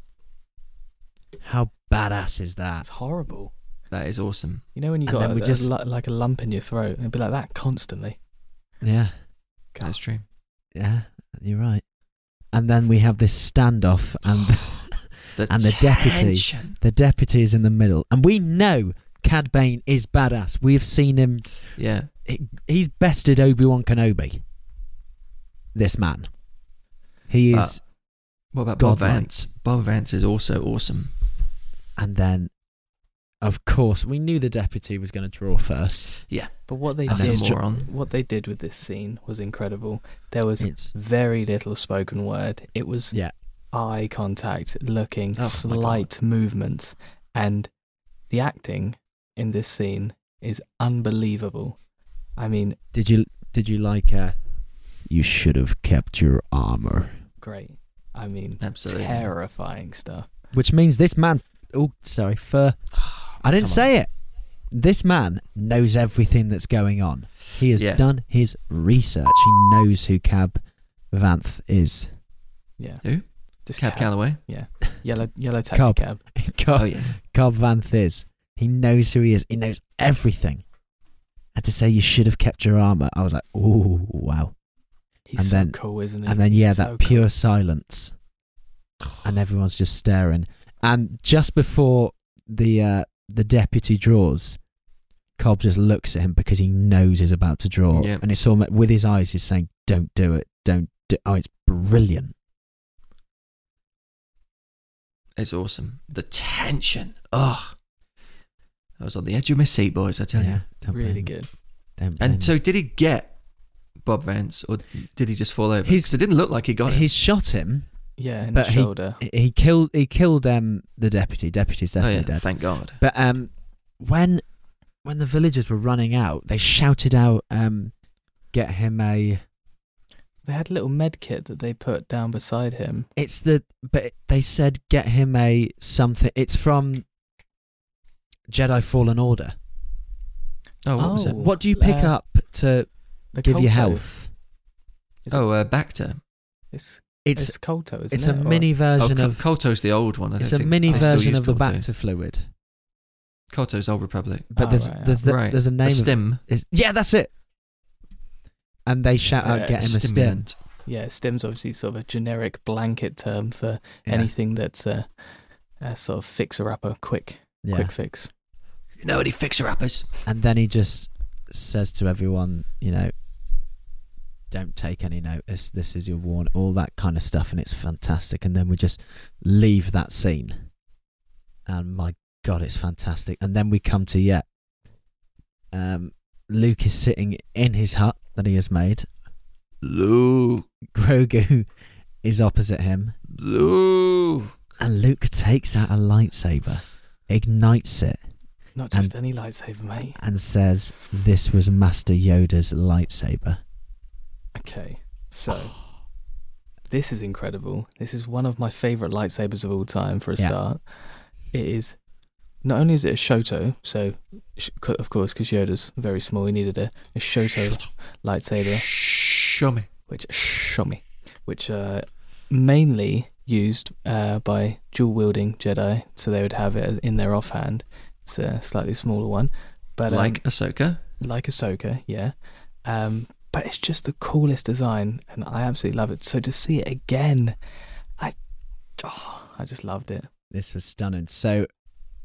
Speaker 3: How badass is that?
Speaker 2: That's horrible.
Speaker 4: that is awesome.
Speaker 2: You know when you
Speaker 3: And
Speaker 2: got
Speaker 3: then
Speaker 2: a,
Speaker 3: we
Speaker 2: a
Speaker 3: just-
Speaker 2: lu- like a lump in your throat and it'd be like that constantly.
Speaker 3: Yeah.
Speaker 4: That's true.
Speaker 3: Yeah. You're right. And then we have this standoff and And the deputy.
Speaker 4: tension.
Speaker 3: The deputy is in the middle, and we know Cad Bane is badass. We've seen him;
Speaker 4: Yeah,
Speaker 3: he- he's bested Obi Wan Kenobi. This man, he
Speaker 4: Uh,
Speaker 3: is,
Speaker 4: What about Bob
Speaker 3: Godlike.
Speaker 4: Vance? Bob Vance is also awesome.
Speaker 3: and then, of course, we knew the deputy was going to draw first.
Speaker 2: But what they
Speaker 3: And
Speaker 2: did,
Speaker 3: that's ju-
Speaker 4: moron.
Speaker 2: what they did with this scene was incredible. There was
Speaker 3: It's
Speaker 2: very little spoken word. It was
Speaker 3: Yeah.
Speaker 2: eye contact, looking,
Speaker 4: Oh my
Speaker 2: slight movements, and the acting in this scene is unbelievable. I mean,
Speaker 3: did you did you like? Uh, you should have kept your armor.
Speaker 2: great. I mean,
Speaker 4: Absolutely.
Speaker 2: terrifying stuff.
Speaker 3: Which means this man. Oh, sorry, fur. I didn't
Speaker 4: Come on.
Speaker 3: say it. This man knows everything that's going on. He has
Speaker 4: Yeah.
Speaker 3: done his research. He knows who Cab Vanth is.
Speaker 2: Yeah.
Speaker 4: Who?
Speaker 2: Just
Speaker 4: Cab Calloway.
Speaker 2: Yellow, yellow taxi
Speaker 3: Cobb.
Speaker 2: cab.
Speaker 3: Cobb,
Speaker 4: Oh yeah.
Speaker 3: Cobb Vanth is. He knows who he is. He knows everything. And to say you should have kept your armor, I was like, oh wow.
Speaker 2: He's
Speaker 3: And
Speaker 2: so
Speaker 3: then-
Speaker 2: cool, isn't he?
Speaker 3: And then yeah,
Speaker 2: He's
Speaker 3: that
Speaker 2: so cool.
Speaker 3: pure silence, and everyone's just staring. And just before the uh, the deputy draws, Cobb just looks at him because he knows he's about to draw,
Speaker 4: Yeah.
Speaker 3: and it's almost with his eyes he's saying, "Don't do it, don't do." Oh, it's brilliant.
Speaker 4: It's awesome. The tension. Ugh. I was on the edge of my seat, boys. I tell you.
Speaker 3: don't blame
Speaker 2: really
Speaker 3: him,
Speaker 2: good.
Speaker 3: don't blame him.
Speaker 4: And so, did he get Bob Vance, or did he just fall over?
Speaker 3: He's-
Speaker 4: 'Cause it didn't look like he got it.
Speaker 3: he's shot him.
Speaker 2: Yeah, in
Speaker 3: But
Speaker 2: the
Speaker 3: he-
Speaker 2: shoulder.
Speaker 3: He killed. He killed um, the deputy. Deputy's
Speaker 4: Oh
Speaker 3: definitely
Speaker 4: yeah,
Speaker 3: dead.
Speaker 4: thank God.
Speaker 3: But um, when when the villagers were running out, they shouted out, um, "Get him a!"
Speaker 2: They had a little med kit that they put down beside him.
Speaker 3: It's the but they said, "Get him a something." It's from Jedi Fallen Order.
Speaker 4: Oh, what was it?
Speaker 2: Oh.
Speaker 3: What do you pick
Speaker 2: Uh,
Speaker 3: up to
Speaker 2: The
Speaker 3: give you
Speaker 2: Colto.
Speaker 3: health?
Speaker 2: Is it-
Speaker 4: Oh, uh, Bacta.
Speaker 2: It's it's,
Speaker 3: It's
Speaker 2: it's Colto, isn't
Speaker 3: it's
Speaker 2: it?
Speaker 3: a
Speaker 2: Or-
Speaker 3: mini
Speaker 4: Oh,
Speaker 3: version
Speaker 4: Col-
Speaker 3: of
Speaker 4: Colto's the old one. I don't
Speaker 3: it's a
Speaker 4: think
Speaker 3: mini
Speaker 4: they still
Speaker 3: version
Speaker 4: use
Speaker 3: of the
Speaker 4: Colto.
Speaker 3: Bacta fluid.
Speaker 4: Colto's old Republic.
Speaker 3: But
Speaker 2: Oh,
Speaker 3: there's
Speaker 2: right,
Speaker 3: there's the,
Speaker 4: right.
Speaker 3: there's a name.
Speaker 4: a
Speaker 3: of-
Speaker 4: stim.
Speaker 3: it's- yeah, that's it. And they shout
Speaker 2: Yeah,
Speaker 3: out, "Get him a stim."
Speaker 4: stimulant.
Speaker 2: yeah, stem's obviously sort of a generic blanket term for
Speaker 3: Yeah.
Speaker 2: anything that's a, a sort of fixer upper, quick,
Speaker 3: Yeah.
Speaker 2: quick fix.
Speaker 4: You know any fixer uppers?
Speaker 3: And then he just says to everyone, you know, don't take any notice. This is your warn. All that kind of stuff, and it's fantastic. And then we just leave that scene, and my god, it's fantastic. And then we come to yeah, um, Luke is sitting in his hut that he has made.
Speaker 4: Lou,
Speaker 3: Grogu is opposite him,
Speaker 4: Lou.
Speaker 3: and Luke takes out a lightsaber ignites it
Speaker 2: Not just any lightsaber, mate.
Speaker 3: and says, This was Master Yoda's lightsaber.
Speaker 2: Okay, so this is incredible. This is one of my favorite lightsabers of all time for a
Speaker 3: Yeah.
Speaker 2: start. It is not only is it a Shoto, so sh- co- of course because Yoda's very small, he needed a, a Shoto lightsaber,
Speaker 4: Show me.
Speaker 2: which show me, which uh, mainly used uh, by dual wielding Jedi, so they would have it as- in their offhand. It's a slightly smaller one, but um,
Speaker 4: like Ahsoka.
Speaker 2: like Ahsoka, yeah. Um, but it's just the coolest design, and I absolutely love it. So to see it again, I, oh, I just loved it.
Speaker 3: This was stunning. So,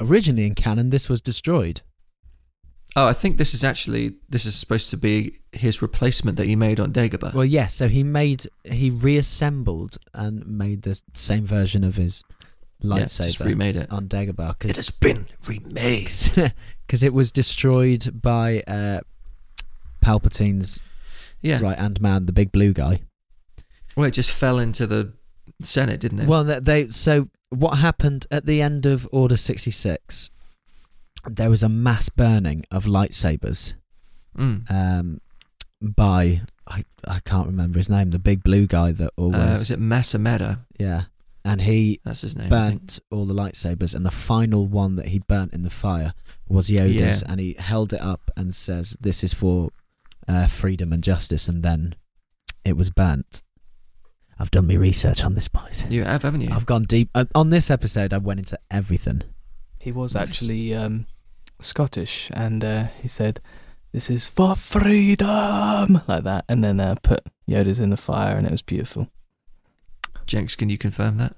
Speaker 3: originally in canon, this was destroyed.
Speaker 4: Oh, I think this is actually this is supposed to be his replacement that he made on Dagobah.
Speaker 3: Well, yes. so he made, he reassembled and made the same version of his
Speaker 4: Yeah, just
Speaker 3: lightsaber Oh,
Speaker 4: remade it.
Speaker 3: on Dagobah. 'cause-
Speaker 4: It has been remade.
Speaker 3: because it was destroyed by uh, Palpatine's
Speaker 4: Yeah.
Speaker 3: right hand man, the big blue guy.
Speaker 4: Well, it just fell into the Senate, didn't it?
Speaker 3: Well, they, they so what happened at the end of Order sixty six? There was a mass burning of lightsabers
Speaker 4: mm.
Speaker 3: um, by I, I can't remember his name, the big blue guy that always
Speaker 4: Uh, was it Masameda?
Speaker 3: yeah, and he
Speaker 4: That's his name. I think.
Speaker 3: burnt all the lightsabers, and the final one that he burnt in the fire was Yoda's,
Speaker 4: Yeah.
Speaker 3: and he held it up and says, "This is for uh, freedom and justice," and then it was burnt. I've done my research on this, boys.
Speaker 4: You have, haven't you?
Speaker 3: I've gone deep uh, on this episode. I went into everything.
Speaker 2: He was
Speaker 4: Nice.
Speaker 2: actually um, Scottish, and uh, he said, "This is for freedom," like that, and then uh, put Yoda's in the fire, and it was beautiful.
Speaker 4: Jenks, can you confirm that?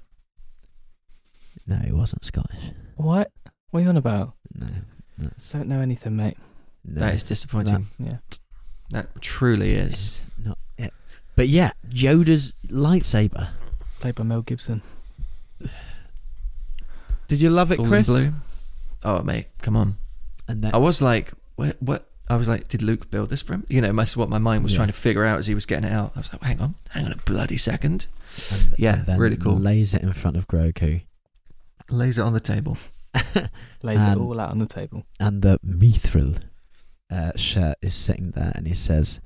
Speaker 3: No, he wasn't Scottish.
Speaker 2: What? What are you on about?
Speaker 3: No, that's
Speaker 2: Don't know anything, mate.
Speaker 3: no,
Speaker 4: That is disappointing.
Speaker 2: Yeah.
Speaker 4: That truly is.
Speaker 3: it's not it. But yeah, Yoda's lightsaber.
Speaker 2: Played by Mel Gibson.
Speaker 3: Did you love it,
Speaker 4: All in
Speaker 3: Chris?
Speaker 4: blue. Oh, mate, come on.
Speaker 3: And then
Speaker 4: I was like, what? what? I was like, did Luke build this for him? You know, that's what my mind was
Speaker 3: Yeah.
Speaker 4: trying to figure out as he was getting it out. I was like, hang on, hang on a bloody second.
Speaker 3: and th-
Speaker 4: yeah,
Speaker 3: and then
Speaker 4: really cool.
Speaker 3: Lays it in front of Grogu.
Speaker 4: Lays it on the table.
Speaker 2: Lays it
Speaker 3: Um,
Speaker 2: all out on the table.
Speaker 3: and the mithril uh, shirt is sitting there, and he says,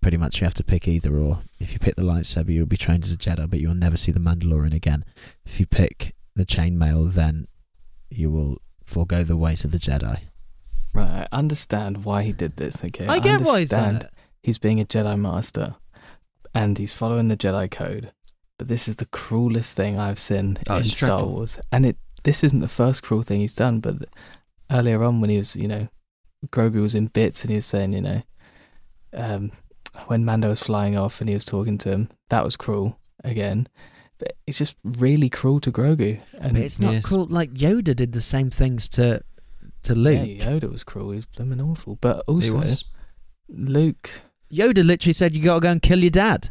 Speaker 3: pretty much you have to pick either or. If you pick the lightsaber, you'll be trained as a Jedi, but you'll never see the Mandalorian again. If you pick the chainmail, then you will forego the ways of the Jedi.
Speaker 2: Right, I understand why he did this. Okay, understand
Speaker 3: that.
Speaker 2: He's being a Jedi Master and he's following the Jedi Code. But this is the cruelest thing I've seen
Speaker 4: Oh,
Speaker 2: in
Speaker 4: it's
Speaker 2: Star
Speaker 4: dreadful.
Speaker 2: Wars. And it this isn't the first cruel thing he's done, but th- earlier on when he was, you know, Grogu was in bits and he was saying, you know, um, when Mando was flying off and he was talking to him, that was cruel again. But it's just really cruel to Grogu. And
Speaker 3: But it's not
Speaker 4: Yes.
Speaker 3: cool. Like Yoda did the same things to to Luke.
Speaker 2: yeah, Yoda was cruel. He was blooming awful. But
Speaker 4: He
Speaker 2: also,
Speaker 4: was.
Speaker 2: Luke.
Speaker 3: Yoda literally said, "You gotta go and kill your dad."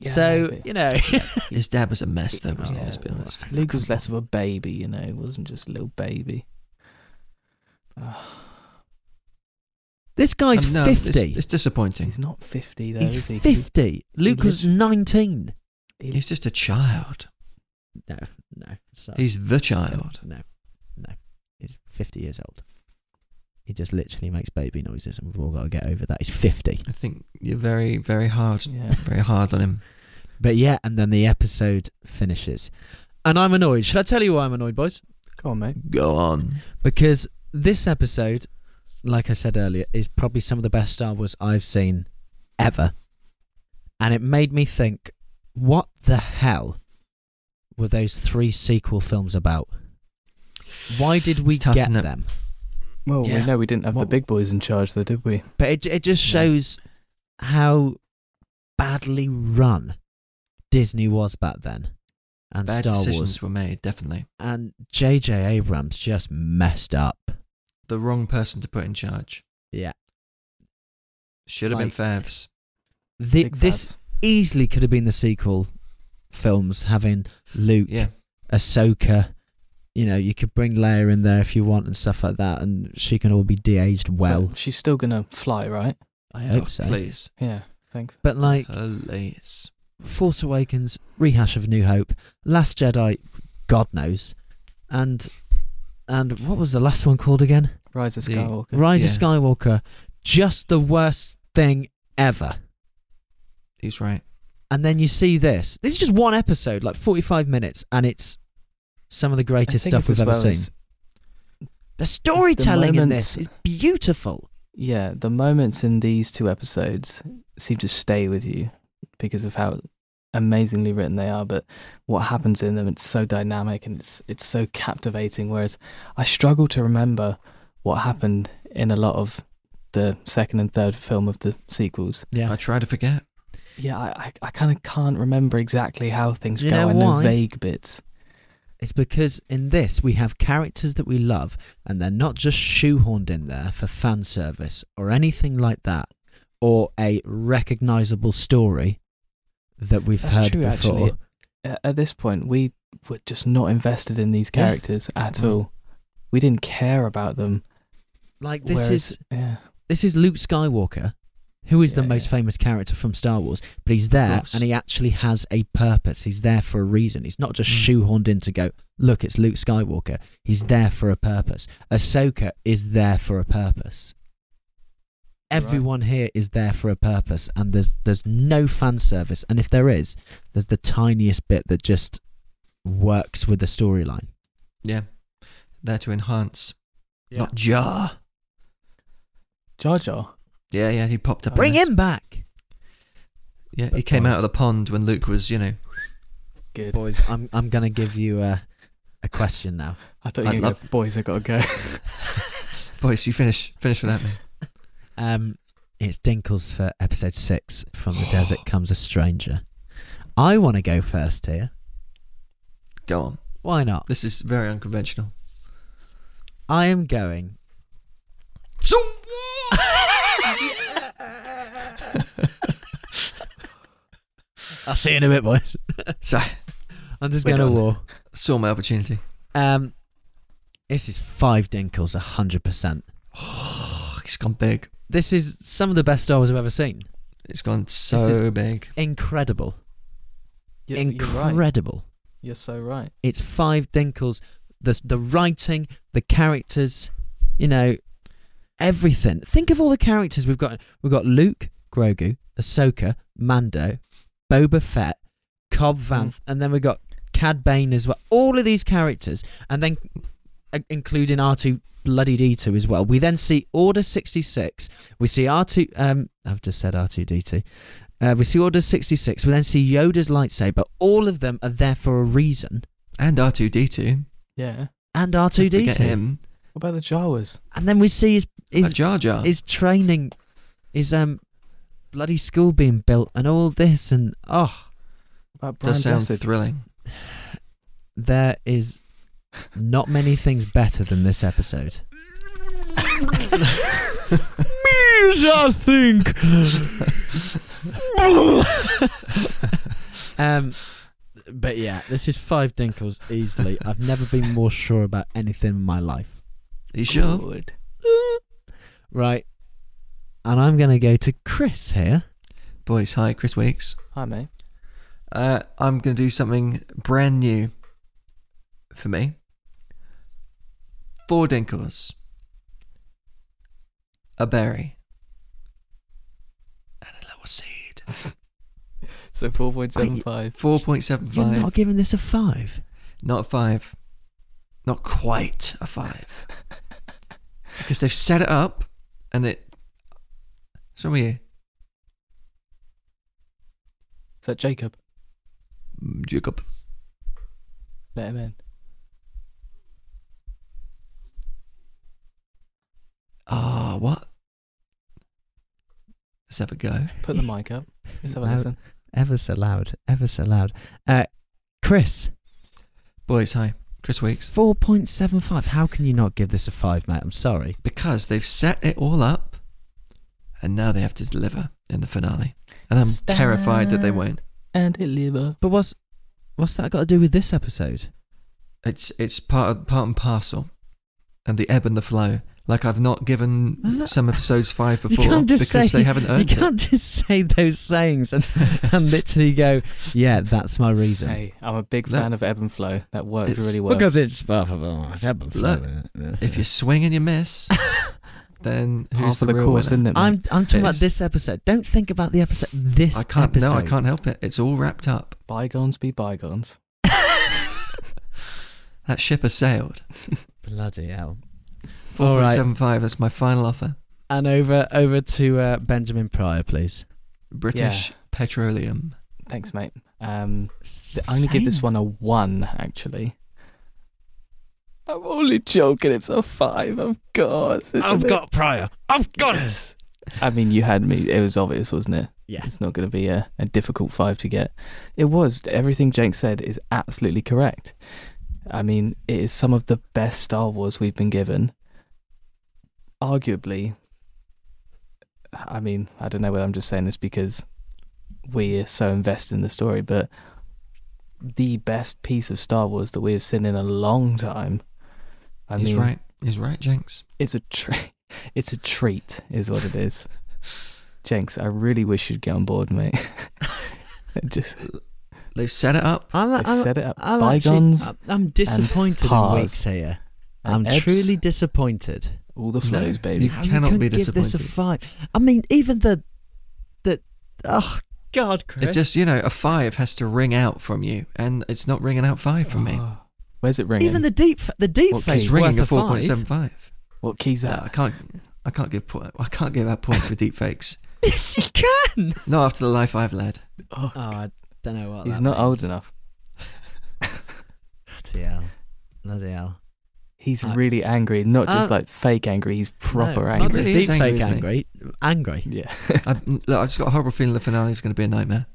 Speaker 2: Yeah,
Speaker 3: so
Speaker 2: maybe.
Speaker 3: you know,
Speaker 4: His dad was a mess, though,
Speaker 3: Oh.
Speaker 4: wasn't he?
Speaker 2: Yeah.
Speaker 4: Let's be honest.
Speaker 2: Luke was less of a baby, you know. He wasn't just a little baby. Ah,
Speaker 3: this guy's
Speaker 4: Um, no, it's-
Speaker 3: fifty.
Speaker 4: It's, disappointing.
Speaker 2: he's not fifty though,
Speaker 3: He's
Speaker 2: is uh, he? 'Cause he-
Speaker 3: fifty. Luke was
Speaker 2: literally-
Speaker 3: nineteen.
Speaker 2: he-
Speaker 4: He's just a child.
Speaker 3: No, no. Sorry.
Speaker 4: He's the child.
Speaker 3: No, no. He's 50 years old. He just literally makes baby noises, and we've all got to get over that. He's 50.
Speaker 4: I think you're very, very hard,
Speaker 2: yeah.
Speaker 4: very hard on him.
Speaker 3: But yeah, and then the episode finishes. And I'm annoyed. Should I tell you why I'm annoyed, boys?
Speaker 2: Go on, mate.
Speaker 4: Go on.
Speaker 3: Because this episode, like I said earlier, is probably some of the best Star Wars I've seen ever. And it made me think, what the hell were those three sequel films about? Why did we
Speaker 4: It's tough,
Speaker 3: get
Speaker 4: isn't it?
Speaker 3: them?
Speaker 2: Well,
Speaker 4: Yeah.
Speaker 2: we know we didn't have the
Speaker 4: What-
Speaker 2: big boys in charge, though, did we?
Speaker 3: But it it just
Speaker 2: Yeah.
Speaker 3: shows how badly run Disney was back then, and
Speaker 4: Bad
Speaker 3: Star
Speaker 4: decisions
Speaker 3: Wars,
Speaker 4: were made, definitely.
Speaker 3: and J.J. Abrams just messed up.
Speaker 4: The wrong person to put in charge.
Speaker 3: Yeah.
Speaker 4: Should have been Favs.
Speaker 3: The,
Speaker 2: Big
Speaker 3: this
Speaker 2: fads.
Speaker 3: easily could have been the sequel films, having Luke,
Speaker 4: Yeah.
Speaker 3: Ahsoka. You know, you could bring Leia in there if you want and stuff like that, and she can all be de-aged well.
Speaker 2: But she's still gonna fly, right?
Speaker 3: I hope
Speaker 4: Oh,
Speaker 3: so.
Speaker 4: Please. Uh-huh.
Speaker 2: Yeah, thanks.
Speaker 3: But like,
Speaker 4: Please.
Speaker 3: Force Awakens, rehash of New Hope, Last Jedi, God knows, and and what was the last one called again?
Speaker 2: Rise of
Speaker 4: The-
Speaker 2: Skywalker.
Speaker 3: Rise of
Speaker 4: Yeah.
Speaker 3: Skywalker. Just the worst thing ever.
Speaker 4: He's right.
Speaker 3: And then you see this. This is just one episode, like 45 minutes, and it's some of the
Speaker 2: I
Speaker 3: greatest
Speaker 2: think
Speaker 3: stuff
Speaker 2: it's
Speaker 3: we've
Speaker 2: as
Speaker 3: ever
Speaker 2: well
Speaker 3: seen.
Speaker 2: as-
Speaker 3: The storytelling in
Speaker 2: moments-
Speaker 3: this is beautiful.
Speaker 2: yeah, the moments in these two episodes seem to stay with you because of how amazingly written they are. But what happens in them, it's so dynamic and it's it's so captivating. Whereas I struggle to remember what happened in a lot of the second and third film of the sequels.
Speaker 3: Yeah.
Speaker 4: I try to forget.
Speaker 2: Yeah, I, I, I kind of can't remember exactly how things
Speaker 3: You
Speaker 2: go.
Speaker 3: know
Speaker 2: I know
Speaker 3: why?
Speaker 2: vague bits.
Speaker 3: It's because in this we have characters that we love, and they're not just shoehorned in there for fan service or anything like that, or a recognizable story that we've
Speaker 2: That's
Speaker 3: heard
Speaker 2: true,
Speaker 3: before.
Speaker 2: actually. A- At this point, we were just not invested in these
Speaker 3: Yeah. Mm.
Speaker 2: characters at all. We didn't care about them.
Speaker 3: Like this
Speaker 2: whereas-
Speaker 3: is
Speaker 2: yeah.
Speaker 3: this is Luke Skywalker, who is the
Speaker 2: Yeah,
Speaker 3: most
Speaker 2: yeah.
Speaker 3: famous character from Star Wars, but he's there
Speaker 4: course.
Speaker 3: and he actually has a purpose. He's there for a reason. He's not just shoehorned in to go, look, it's Luke Skywalker. He's there for a purpose. Ahsoka is there for a purpose. Everyone here is there for a purpose, and there's there's no fan service. And if there is, there's the tiniest bit that just works with the storyline.
Speaker 4: Yeah. There to enhance, not jar.
Speaker 2: Jar Jar.
Speaker 4: Yeah, yeah. He popped up. in
Speaker 3: Bring
Speaker 4: this.
Speaker 3: him back,
Speaker 4: Yeah, he
Speaker 2: But
Speaker 4: came out
Speaker 2: boys.
Speaker 4: of the pond when Luke was, you know.
Speaker 2: Good.
Speaker 3: boys. I'm I'm gonna give you a a question now.
Speaker 2: I thought
Speaker 4: I'd
Speaker 2: you love- boys. I gotta go.
Speaker 4: Boys, you finish. Finish with that, man.
Speaker 3: Um, it's Dinkles for episode six. From the desert comes a stranger. I want to go first here.
Speaker 4: Go on.
Speaker 3: Why not?
Speaker 4: This is very unconventional.
Speaker 3: I am going.
Speaker 4: So.
Speaker 3: I'll see you in a bit, boys.
Speaker 4: so
Speaker 3: I'm just
Speaker 4: We're
Speaker 3: going to
Speaker 4: done.
Speaker 3: war.
Speaker 4: saw my opportunity.
Speaker 3: Um, this is five Dinkles, hundred percent.
Speaker 4: Oh, it's gone big.
Speaker 3: This is some of the best Star Wars I've ever seen.
Speaker 4: It's gone so
Speaker 3: is-
Speaker 4: big.
Speaker 3: Incredible,
Speaker 2: You're, You're, right.
Speaker 3: incredible.
Speaker 2: you're so right.
Speaker 3: It's five Dinkles. The the writing, the characters, you know, everything. Think of all the characters we've got. We've got Luke, Grogu, Ahsoka, Mando, Boba Fett, Cobb Vanth, and then we've got Cad Bane as well. All of these characters, and then uh, including R two bloody D two as well. We then see Order sixty six. We see R two. Um, I've just said R two D two. Uh, we see Order 66. We then see Yoda's lightsaber. All of them are there for a reason
Speaker 4: And R two D two.
Speaker 2: Yeah.
Speaker 3: and R two D
Speaker 4: Forget
Speaker 3: two,
Speaker 4: him.
Speaker 2: What about the Jawas?
Speaker 3: and then we see his
Speaker 4: Is,
Speaker 3: his,
Speaker 4: Jar Jar.
Speaker 3: his training, his um bloody school being built, and all this, and oh,
Speaker 2: About Brian
Speaker 4: does sound
Speaker 2: Blessed?
Speaker 4: thrilling.
Speaker 3: there is not many things better than this episode. I think. um, but yeah, this is five dinkles easily. I've never been more sure about anything in my life.
Speaker 4: Are you sure?
Speaker 2: Good.
Speaker 3: Right. And I'm going to go to Chris here.
Speaker 4: Boys, hi, Chris Weeks.
Speaker 2: Hi mate.
Speaker 4: Uh, I'm going to do something brand new for me. Four dinkles, a berry, and a little seed.
Speaker 2: So four point seven five.
Speaker 4: 4.75.
Speaker 3: You're not giving this a five.
Speaker 4: Not a five. Not quite a five. because they've set it up and it. What's wrong with you?
Speaker 2: Is that Jacob?
Speaker 4: Mm, Jacob.
Speaker 2: Let him in.
Speaker 4: Ah, what? Let's have a go.
Speaker 2: Put the mic up. Let's have a
Speaker 3: No.
Speaker 2: listen.
Speaker 3: Ever so loud. Ever so loud. Uh, Chris,
Speaker 4: Boys, hi. Chris Weeks.
Speaker 3: 4.75. How can you not give this a five, mate? I'm sorry.
Speaker 4: Because they've set it all up and now they have to deliver in the finale. And I'm terrified that they won't.
Speaker 2: And deliver.
Speaker 3: But what's what's that got to do with this episode?
Speaker 4: It's it's part of, part and parcel, and the ebb and the flow. Like I've not given
Speaker 3: Was that-
Speaker 4: some episodes five before
Speaker 3: can't just
Speaker 4: because
Speaker 3: say-
Speaker 4: they haven't
Speaker 3: You
Speaker 4: earned it.
Speaker 3: can't just say those sayings and, and literally go, yeah, that's my reason.
Speaker 2: Hey, I'm a big
Speaker 4: Look.
Speaker 2: fan of ebb and flow. That worked
Speaker 4: It's-
Speaker 2: really well.
Speaker 3: Because it's blah, blah, blah, it's happened for
Speaker 4: Look,
Speaker 3: me.
Speaker 4: If you swing and you miss, then
Speaker 2: Par
Speaker 4: who's
Speaker 2: for
Speaker 4: the,
Speaker 2: the
Speaker 4: real
Speaker 2: course,
Speaker 4: winner?
Speaker 2: isn't it? mate?
Speaker 3: I'm I'm talking about
Speaker 4: It's-
Speaker 3: this episode. Don't think about the episode. This
Speaker 4: I can't.
Speaker 3: episode.
Speaker 4: No, I can't help it. It's all wrapped up.
Speaker 2: Bygones be bygones.
Speaker 4: That ship has sailed.
Speaker 3: Bloody hell! All
Speaker 4: All right,
Speaker 3: right,
Speaker 4: seven five. That's my final offer.
Speaker 3: and over over to uh, Benjamin Pryor, please.
Speaker 4: British petroleum.
Speaker 2: Thanks, mate. Um, I only give this
Speaker 3: Same.
Speaker 2: one a one, actually.
Speaker 8: I'm only joking. It's a five, of course. isn't
Speaker 3: I've
Speaker 8: it?
Speaker 3: got Pryor. I've got
Speaker 2: Yes. I mean, you had me. It was obvious, wasn't it?
Speaker 3: Yeah.
Speaker 2: It's not going to be a, a difficult five to get. It was. Everything Jake said is absolutely correct. I mean, it is some of the best Star Wars we've been given. Arguably, I mean, I don't know whether I'm just saying this because we are so invested in the story, but the best piece of Star Wars that we have seen in a long time. I
Speaker 4: He's
Speaker 2: mean,
Speaker 4: right. He's right, Jenks.
Speaker 2: it's a treat. It's a treat, is what it is. Jenks, I really wish you'd get on board, mate. Just
Speaker 4: They've set it up.
Speaker 3: I'm,
Speaker 2: I've
Speaker 3: I'm,
Speaker 2: set it up.
Speaker 3: I'm actually-
Speaker 2: bygones,
Speaker 3: I'm- I'm disappointed in
Speaker 2: pause.
Speaker 3: weeks here. I'm
Speaker 2: and ebbs,
Speaker 3: truly disappointed.
Speaker 2: all the
Speaker 4: No,
Speaker 2: flows, baby.
Speaker 4: You cannot
Speaker 3: couldn't
Speaker 4: be
Speaker 3: give this a
Speaker 4: disappointed.
Speaker 3: five. I mean, even the the oh god, Chris.
Speaker 4: It just, you know, a five has to ring out from you, and it's not ringing out five from me.
Speaker 2: Oh, Where's it ringing?
Speaker 3: even the deep f- the deep
Speaker 2: What
Speaker 3: face
Speaker 2: key?
Speaker 4: It's ringing
Speaker 3: worth
Speaker 4: a
Speaker 3: a
Speaker 4: four
Speaker 3: five.
Speaker 4: point seven five.
Speaker 2: what keys
Speaker 4: Yeah, I
Speaker 2: that?
Speaker 4: can't. I can't give. po- I can't give out points for deep fakes.
Speaker 3: Yes, you can.
Speaker 4: Not after the life I've led.
Speaker 2: Oh,
Speaker 3: Oh, I don't know what
Speaker 2: he's
Speaker 3: that
Speaker 2: not old
Speaker 3: means.
Speaker 2: enough.
Speaker 3: Bloody hell. Bloody hell.
Speaker 2: He's
Speaker 3: I-
Speaker 2: really angry, not just
Speaker 3: Uh,
Speaker 2: like fake angry. He's proper
Speaker 3: No,
Speaker 2: angry.
Speaker 3: Not
Speaker 4: He
Speaker 3: deep
Speaker 4: is angry,
Speaker 3: fake
Speaker 4: isn't he?
Speaker 3: angry. Angry.
Speaker 2: Yeah.
Speaker 4: I, look, I've just got a horrible feeling the finale is going to be a nightmare.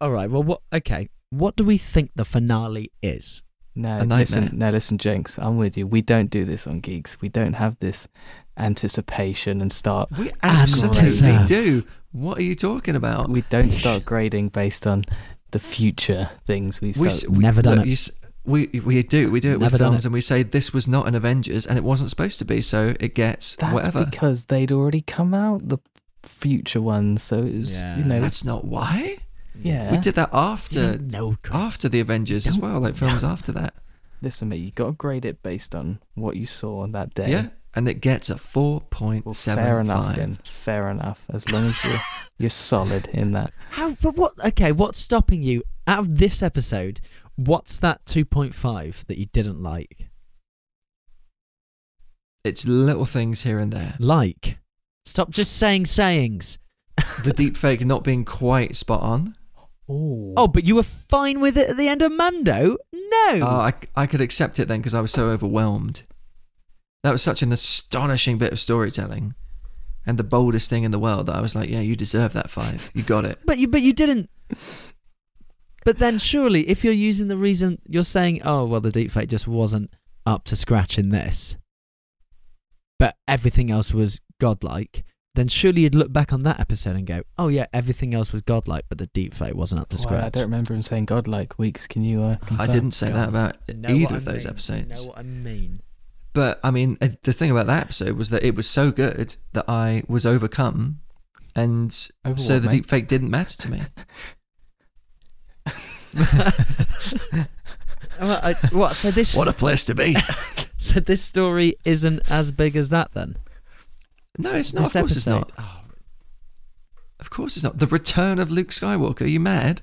Speaker 3: All right. Well, what? Okay. What do we think the finale is?
Speaker 2: No,
Speaker 4: A nightmare.
Speaker 2: listen, no, listen, Jenks. I'm with you. We don't do this on Geeks. We don't have this anticipation and start
Speaker 4: We
Speaker 3: Antidepressant.
Speaker 4: absolutely do. What are you talking about?
Speaker 2: We don't start grading based on the future things we
Speaker 4: We
Speaker 2: start.
Speaker 4: s-
Speaker 3: Never done
Speaker 4: look,
Speaker 3: it.
Speaker 4: you s- we we do we do it
Speaker 3: Never
Speaker 4: with
Speaker 3: done
Speaker 4: films,
Speaker 3: it.
Speaker 4: and we say this was not an Avengers, and it wasn't supposed to be, so it gets
Speaker 2: That's
Speaker 4: whatever.
Speaker 2: because they'd already come out the future ones, so it was you
Speaker 3: Yeah.
Speaker 2: know
Speaker 4: That's not why
Speaker 2: yeah.
Speaker 4: we did that
Speaker 3: You
Speaker 4: after
Speaker 3: don't know, Chris.
Speaker 4: after the Avengers as
Speaker 3: Don't-
Speaker 4: well, like films after that.
Speaker 2: Listen, mate, you got to grade it based on what you saw on that day.
Speaker 4: Yeah, and it gets a four point
Speaker 2: Well,
Speaker 4: seven
Speaker 2: fair enough
Speaker 4: five.
Speaker 2: then. Fair enough. As long as you're you're solid in that.
Speaker 3: How? But what? Okay. What's stopping you out of this episode? What's that two point five that you didn't like?
Speaker 4: It's little things here and there.
Speaker 3: Like? Stop just saying sayings.
Speaker 4: The deep fake not being quite spot on.
Speaker 3: Oh, but you were fine with it at the end of Mando. No.
Speaker 4: Uh, I I could accept it then because I was so overwhelmed. That was such an astonishing bit of storytelling, and the boldest thing in the world. That I was like, yeah, you deserve that five. You got it.
Speaker 3: But you, but you didn't. But then, surely, if you're using the reason you're saying, "Oh, well, the deepfake just wasn't up to scratch in this," but everything else was godlike, then surely you'd look back on that episode and go, "Oh yeah, everything else was godlike, but the deepfake wasn't up to
Speaker 2: Well, I
Speaker 3: scratch."
Speaker 2: don't remember him saying godlike weeks. Can you? Uh,
Speaker 4: I
Speaker 3: Confirmed.
Speaker 4: didn't say that about
Speaker 3: Know what
Speaker 4: either
Speaker 3: I
Speaker 4: of those
Speaker 3: mean.
Speaker 4: episodes.
Speaker 3: Know what I mean?
Speaker 4: But I mean, uh, the thing about that episode was that it was so good that I was overcome, and
Speaker 2: Over
Speaker 4: so
Speaker 2: what,
Speaker 4: the
Speaker 2: mate?
Speaker 4: deep fake didn't matter to me.
Speaker 3: Well, I, what? So this,
Speaker 4: a place to be!
Speaker 3: so this story isn't as big as that then.
Speaker 4: No, it's not.
Speaker 3: this
Speaker 4: of course, it's
Speaker 3: episode.
Speaker 4: not. Oh, Of course, it's not. The return of Luke Skywalker. Are you mad?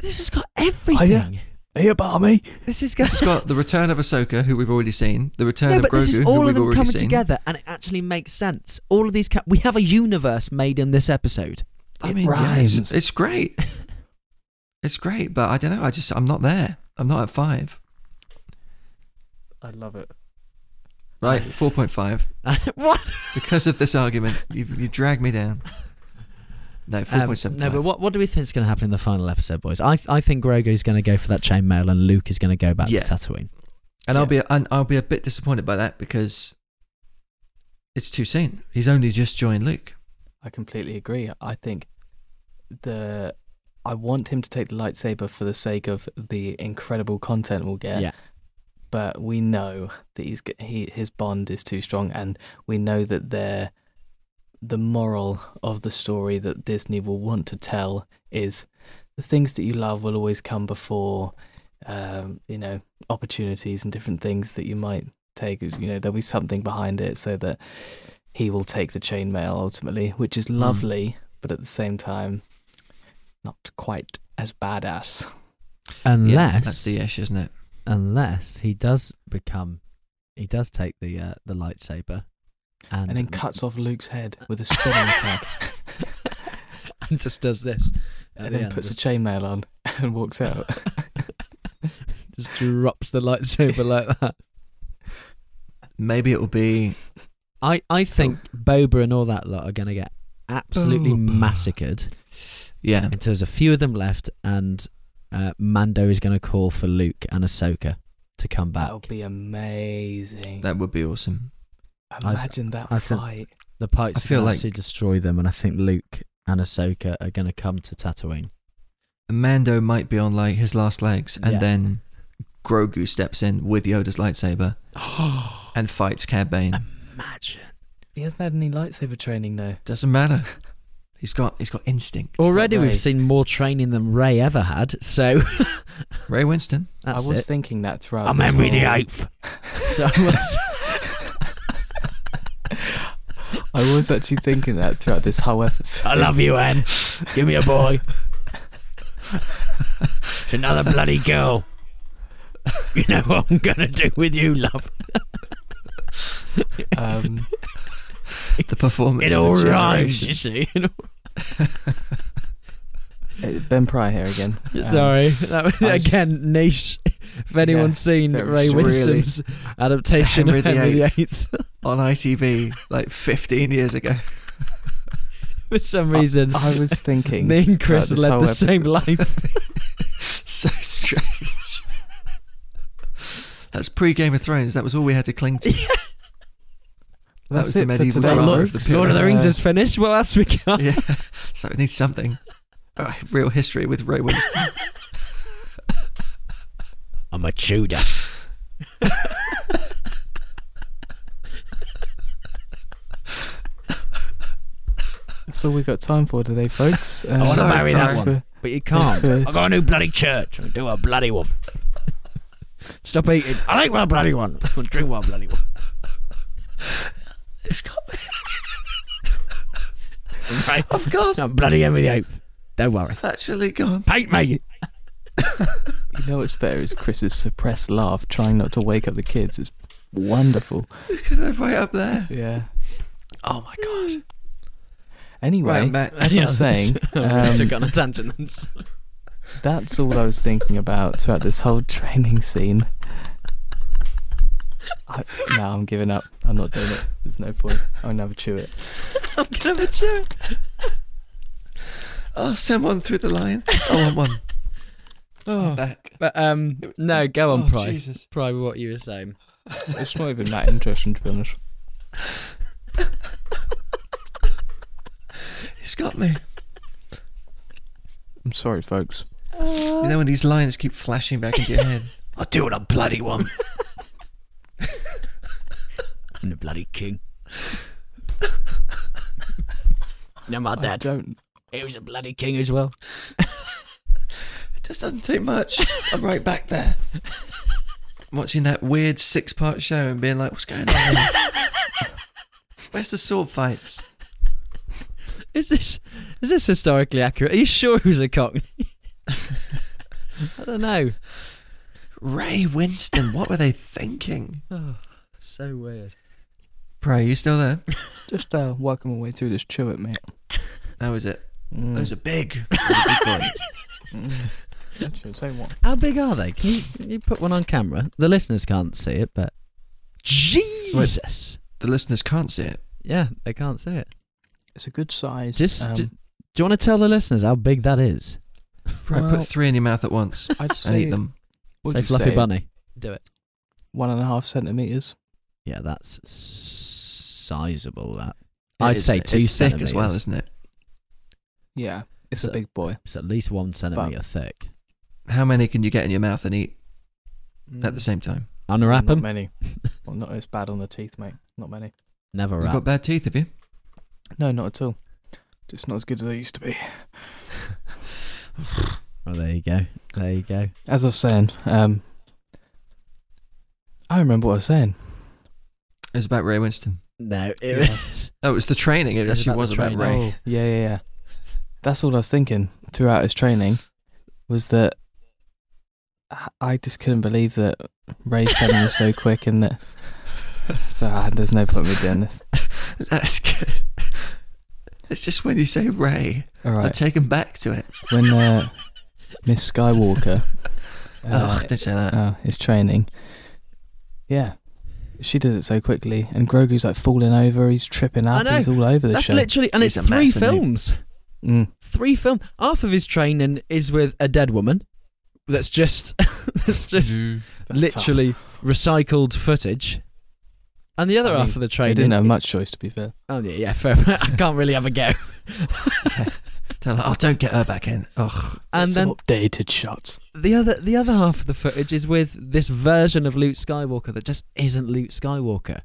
Speaker 3: This has got
Speaker 4: Oh,
Speaker 3: everything.
Speaker 8: Hey, Barmy.
Speaker 3: This has got
Speaker 4: It's got the return of Ahsoka, who we've already seen. The return
Speaker 3: No,
Speaker 4: of
Speaker 3: but
Speaker 4: Grogu,
Speaker 3: this is
Speaker 4: who
Speaker 3: all
Speaker 4: we've
Speaker 3: of them
Speaker 4: already
Speaker 3: coming
Speaker 4: seen.
Speaker 3: together, and it actually makes sense. All of these, ca- we have a universe made in this episode.
Speaker 4: I
Speaker 2: It
Speaker 4: mean, yeah, it's-
Speaker 2: rhymes.
Speaker 4: it's great. It's great, but I don't know. I just I'm not there. I'm not at five.
Speaker 2: I love it.
Speaker 4: Right, four point five.
Speaker 3: what?
Speaker 4: because of this argument, you you drag me down. No, four
Speaker 3: Um,
Speaker 4: point seven.
Speaker 3: no, but what, what do we think is going to happen in the final episode, boys? I I think Grogu's going to go for that chainmail, and Luke is going to go back
Speaker 4: Yeah.
Speaker 3: to Tatooine.
Speaker 4: and I'll be and I'll be a bit disappointed by that because it's too soon. He's only just joined Luke.
Speaker 2: I completely agree. I think the I want him to take the lightsaber for the sake of the incredible content we'll get. but we know that he's g- he his bond is too strong, and we know that they're the moral of the story that Disney will want to tell is the things that you love will always come before, um, you know, opportunities and different things that you might take. You know, there'll be something behind it so that he will take the chainmail ultimately, which is lovely, but at the same time, not quite as badass.
Speaker 3: Unless
Speaker 4: Yeah, that's the ish, isn't it?
Speaker 3: unless he does become he does take the uh, the lightsaber and,
Speaker 2: And then cuts off Luke's head with a spinning attack
Speaker 3: and just does this at
Speaker 2: and
Speaker 3: the
Speaker 2: then
Speaker 3: end,
Speaker 2: puts a
Speaker 3: just,
Speaker 2: chainmail on and walks out.
Speaker 3: just drops the lightsaber like that
Speaker 4: Maybe it will be.
Speaker 3: I, I think Boba and all that lot are going to get absolutely
Speaker 2: Boba.
Speaker 3: massacred
Speaker 4: Yeah.
Speaker 3: until there's a few of them left and uh, Mando is going to call for Luke and Ahsoka to come back
Speaker 2: That would be amazing.
Speaker 4: That would be awesome.
Speaker 2: Imagine that
Speaker 3: I think-
Speaker 2: fight.
Speaker 3: the Pikes
Speaker 4: I
Speaker 3: are
Speaker 4: feel
Speaker 3: going
Speaker 4: like-
Speaker 3: to destroy them and I think Luke and Ahsoka are going to come to Tatooine
Speaker 4: Mando might be on like his last legs, and
Speaker 3: Yeah.
Speaker 4: then Grogu steps in with Yoda's lightsaber and fights Cad Bane.
Speaker 3: imagine
Speaker 2: He hasn't had any lightsaber training though.
Speaker 4: Doesn't matter. He's got he's got instinct.
Speaker 3: already
Speaker 2: Ray.
Speaker 3: we've seen more training than Ray ever had so
Speaker 4: Ray Winston.
Speaker 3: that's
Speaker 2: I was
Speaker 3: it
Speaker 2: thinking that throughout.
Speaker 3: I'm
Speaker 2: this
Speaker 3: Henry the
Speaker 2: whole-
Speaker 3: Eighth. So I was-
Speaker 2: I was actually thinking that throughout this whole episode.
Speaker 3: I love you, Anne. Give me a boy. It's another bloody girl. You know what I'm gonna do with you, love.
Speaker 2: Um,
Speaker 4: The performance.
Speaker 3: It
Speaker 4: of
Speaker 3: all
Speaker 4: the
Speaker 3: rhymes,
Speaker 4: generation.
Speaker 3: you see.
Speaker 2: uh, ben Pryor here again. Um,
Speaker 3: Sorry, that was,
Speaker 2: I was-
Speaker 3: again niche. If anyone's seen
Speaker 2: that was
Speaker 3: Ray
Speaker 2: just
Speaker 3: Winston's adaptation
Speaker 4: Henry
Speaker 3: of
Speaker 4: the
Speaker 3: Henry the Eighth,
Speaker 4: on ITV like 15 years ago.
Speaker 3: for some reason,
Speaker 2: I was thinking.
Speaker 3: me and Chris
Speaker 2: this
Speaker 3: led the
Speaker 2: whole
Speaker 3: same life.
Speaker 4: so strange. That's pre Game of Thrones. That was all we had to cling to. That
Speaker 2: That's
Speaker 4: was the
Speaker 2: it for
Speaker 4: medieval
Speaker 2: today.
Speaker 4: drama
Speaker 2: Look,
Speaker 4: of the period.
Speaker 3: Lord of the Rings
Speaker 2: Uh,
Speaker 3: is finished. What else we got?
Speaker 4: Yeah, so it needs something. All right, real history with Ray Winston.
Speaker 3: I'm a Tudor.
Speaker 2: That's all we got time for today, folks. Uh,
Speaker 3: wanna
Speaker 4: Sorry, marry that
Speaker 2: thanks
Speaker 3: one.
Speaker 2: for-
Speaker 3: But you
Speaker 2: thanks for-
Speaker 3: I got a new bloody church. I'll do a bloody one. Stop eating. I like one bloody one. I'll drink one bloody one.
Speaker 4: It's got
Speaker 3: Right.
Speaker 4: I've got
Speaker 3: I'm bloody Henry the Eighth. Don't worry.
Speaker 4: actually gone.
Speaker 3: Paint
Speaker 2: You
Speaker 3: me.
Speaker 2: know what's better is Chris's suppressed laugh, trying not to wake up the kids. It's wonderful.
Speaker 4: Look at that right up there.
Speaker 2: Yeah.
Speaker 4: Oh my god.
Speaker 2: Anyway,
Speaker 4: Hmm. Right, Matt.
Speaker 2: as I was saying, um,
Speaker 3: took on a tangent. then.
Speaker 2: that's all I was thinking about throughout this whole training scene. I, no, I'm giving up. I'm not doing it. There's no point. I'll never chew it.
Speaker 4: I'm gonna have a chair. Oh, someone through the line. Oh, I'm one.
Speaker 3: Oh.
Speaker 4: Back.
Speaker 3: But um, no, go on,
Speaker 4: Oh,
Speaker 3: Pry.
Speaker 4: Jesus.
Speaker 3: Pry, what you were saying.
Speaker 2: It's not even that interesting, to be honest.
Speaker 4: He's got me.
Speaker 2: I'm sorry, folks.
Speaker 4: You know when these lines keep flashing back into your head?
Speaker 3: I'll do what I bloody want. I'm the bloody king. now my
Speaker 2: I
Speaker 3: dad,
Speaker 2: don't.
Speaker 3: he was a bloody king as well.
Speaker 4: It just doesn't take much. I'm right back there. I'm watching that weird six part show and being like, what's going on? here? Where's the sword fights?
Speaker 3: Is this is this historically accurate? Are you sure he was a cockney? I don't know.
Speaker 4: Ray Winston, what were they thinking?
Speaker 3: Oh, so weird.
Speaker 4: Pray, you still there?
Speaker 2: Just uh, working my way through this. Chew it, mate.
Speaker 4: That was it.
Speaker 2: Mm.
Speaker 4: That was a big, that was a big one.
Speaker 2: Actually, tell you what.
Speaker 3: How big are they? Can you, can you put one on camera? The listeners can't see it, but Jesus,
Speaker 4: The listeners can't see it.
Speaker 3: yeah, they can't see it.
Speaker 2: It's a good size.
Speaker 3: Just-
Speaker 2: um,
Speaker 3: just- Do you want to tell the listeners how big that is?
Speaker 4: Right,
Speaker 2: Well-
Speaker 4: put three in your mouth at once
Speaker 2: I'd
Speaker 4: and
Speaker 2: say
Speaker 4: eat them.
Speaker 2: what'd
Speaker 3: say
Speaker 2: you
Speaker 3: fluffy
Speaker 2: say?
Speaker 3: bunny. Do it.
Speaker 2: one and a half centimeters.
Speaker 3: Yeah, that's sizable. That
Speaker 4: It
Speaker 3: I'd
Speaker 4: is-
Speaker 3: say two
Speaker 4: it's thick as well,
Speaker 3: centimetres.
Speaker 4: isn't it?
Speaker 2: Yeah, it's
Speaker 3: So-
Speaker 2: a big boy.
Speaker 3: it's at least one centimeter thick.
Speaker 4: Mm.
Speaker 2: Mm.
Speaker 4: How many can you get in your mouth and eat at the same time?
Speaker 3: Unwrap
Speaker 2: Not
Speaker 3: them.
Speaker 2: many. well, not as bad on the teeth, mate. Not many.
Speaker 3: Never
Speaker 4: You've
Speaker 3: wrap.
Speaker 4: got bad teeth, have you?
Speaker 2: No, not at all. Just not as good as they used to be.
Speaker 3: Well, Oh, there you go. There you go.
Speaker 2: As I was saying, um, I remember what I was saying.
Speaker 4: It was about Ray Winston.
Speaker 3: No, it
Speaker 2: Yeah.
Speaker 3: was-
Speaker 4: Oh, it was the training.
Speaker 3: It
Speaker 4: It,
Speaker 3: was
Speaker 4: actually
Speaker 3: about
Speaker 4: was
Speaker 3: the
Speaker 4: about
Speaker 3: training.
Speaker 4: Ray.
Speaker 2: Oh, yeah, yeah, yeah. That's all I was thinking throughout his training was that I- I just couldn't believe that Ray's training was so quick and that. So ah, there's no point in me doing this.
Speaker 4: That's good. It's just when you say Ray,
Speaker 2: All
Speaker 4: I
Speaker 2: right.
Speaker 4: take him back to it.
Speaker 2: when uh, Miss Skywalker uh,
Speaker 4: Ugh, Oh, don't say that.
Speaker 2: uh, is training, yeah, she does it so quickly, and Grogu's like falling over, he's tripping up,
Speaker 3: know.
Speaker 2: he's all over the
Speaker 3: That's
Speaker 2: show.
Speaker 3: literally, and
Speaker 4: He's
Speaker 3: it's
Speaker 4: a
Speaker 3: three
Speaker 4: mess, isn't he?
Speaker 3: films.
Speaker 2: Mm.
Speaker 3: Three film. Half of his training is with a dead woman. That's just, that's just
Speaker 2: That's
Speaker 3: literally recycled footage. And the other
Speaker 2: I mean,
Speaker 3: half of the
Speaker 2: tough. They
Speaker 3: training.
Speaker 2: didn't have much choice, to be fair.
Speaker 3: Oh yeah, yeah, fair. I can't really have a go.
Speaker 4: Tell her, oh, don't get her back in. Ugh.
Speaker 3: And then
Speaker 2: updated shots.
Speaker 3: the other the other half of the footage is with this version of Luke Skywalker that just isn't Luke Skywalker.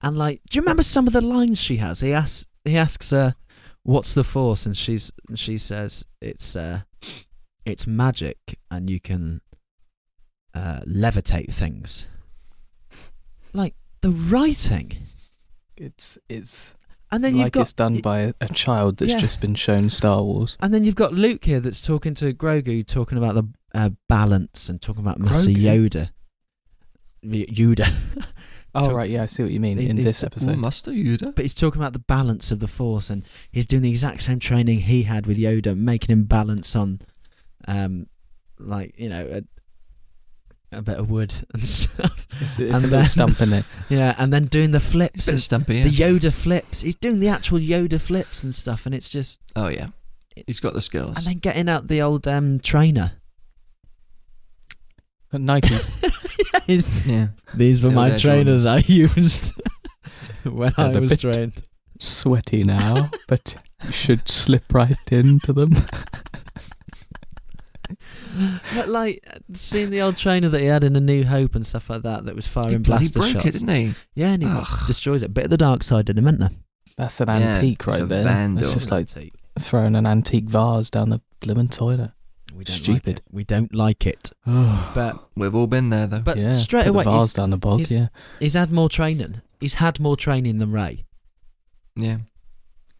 Speaker 3: And like, do you remember some of the lines she has? He asks he asks her, "What's the Force?" and she's and she says, "It's uh, it's magic, and you can uh, levitate things." Like the writing,
Speaker 2: It's it's
Speaker 3: and then you've
Speaker 2: like
Speaker 3: got
Speaker 2: it's done
Speaker 3: y-
Speaker 2: by a, a child that's
Speaker 3: Yeah.
Speaker 2: just been shown Star Wars.
Speaker 3: And then you've got Luke here that's talking to Grogu, talking about the uh, balance and talking about Master
Speaker 2: Grogu?
Speaker 3: Yoda. Y- Yoda,
Speaker 2: Oh
Speaker 3: To-
Speaker 2: right, yeah, I see what you mean
Speaker 3: He-
Speaker 2: in
Speaker 3: he's
Speaker 2: this
Speaker 3: the-
Speaker 2: episode.
Speaker 4: Master Yoda.
Speaker 3: but he's talking about the balance of the Force, and he's doing the exact same training he had with Yoda, making him balance on, um, like you know, a, a bit of wood and stuff.
Speaker 2: It's, it's
Speaker 3: And
Speaker 2: a little
Speaker 3: then-
Speaker 2: stump in it.
Speaker 3: yeah, and then doing the
Speaker 4: It's
Speaker 3: flips,
Speaker 4: a bit
Speaker 3: and
Speaker 4: stumpy.
Speaker 3: the
Speaker 4: yeah.
Speaker 3: Yoda flips. He's doing the actual Yoda flips and stuff, and it's just,
Speaker 4: Oh, yeah. He's got the skills.
Speaker 3: and then getting out the old um trainer.
Speaker 2: But Nikes.
Speaker 4: yeah.
Speaker 3: These were
Speaker 4: Yeah,
Speaker 3: my
Speaker 4: they're
Speaker 3: trainers
Speaker 4: Jordans.
Speaker 3: I used when
Speaker 2: And
Speaker 3: I
Speaker 2: a
Speaker 3: was
Speaker 2: bit.
Speaker 3: trained.
Speaker 2: sweaty now, but you should slip right into them.
Speaker 3: But like seeing the old trainer that he had in A New Hope and stuff like that, that was
Speaker 4: He
Speaker 3: firing
Speaker 4: bloody
Speaker 3: blaster
Speaker 4: broke
Speaker 3: shots.
Speaker 4: it, didn't he?
Speaker 3: Yeah, and he
Speaker 4: Ugh.
Speaker 3: destroys it. Bit of the dark side in him, isn't there?
Speaker 2: That's an
Speaker 4: Yeah,
Speaker 2: antique
Speaker 4: it's
Speaker 2: right
Speaker 4: a
Speaker 2: there.
Speaker 4: vandal.
Speaker 2: That's just like throwing an antique vase down the blooming toilet.
Speaker 3: we
Speaker 2: don't like stupid.
Speaker 3: we don't like it. But
Speaker 4: We've all been there, though.
Speaker 3: but
Speaker 2: yeah,
Speaker 3: straight
Speaker 2: put
Speaker 3: away,
Speaker 2: the vase
Speaker 3: he's,
Speaker 2: down the bog.
Speaker 3: he's-
Speaker 2: Yeah,
Speaker 3: he's had more training. He's had more training than Ray.
Speaker 4: yeah.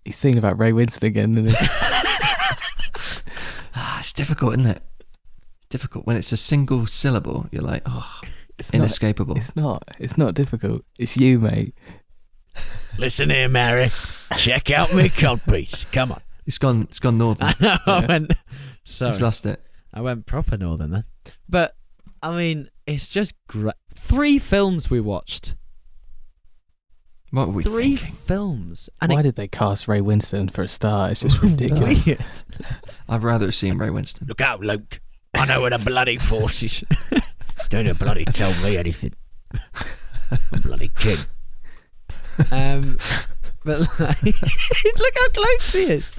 Speaker 2: he's thinking about Ray Winston again, and
Speaker 4: Ah, it's difficult, isn't it? It's difficult when it's a single syllable. You're like, oh,
Speaker 2: it's not.
Speaker 4: inescapable.
Speaker 2: It's not. It's not difficult. It's you, mate.
Speaker 3: Listen here, Mary. Check out my codpiece. Come on.
Speaker 4: It's gone. It's gone northern.
Speaker 3: I know. I
Speaker 4: Yeah.
Speaker 3: went. Ah, Sorry.
Speaker 4: He's lost it.
Speaker 3: I went proper northern then. But I mean, it's just great. Three films we watched.
Speaker 4: What were we
Speaker 3: Three
Speaker 4: thinking?
Speaker 3: films, and
Speaker 2: Why
Speaker 3: it,
Speaker 2: did they cast Ray Winston for a star? Oh, It's just ridiculous.
Speaker 3: weird.
Speaker 4: I'd rather have seen Ray Winston.
Speaker 3: Look out, Luke! I know where the bloody force is. Don't you bloody tell me anything, bloody king. Um, but like, look how close he is.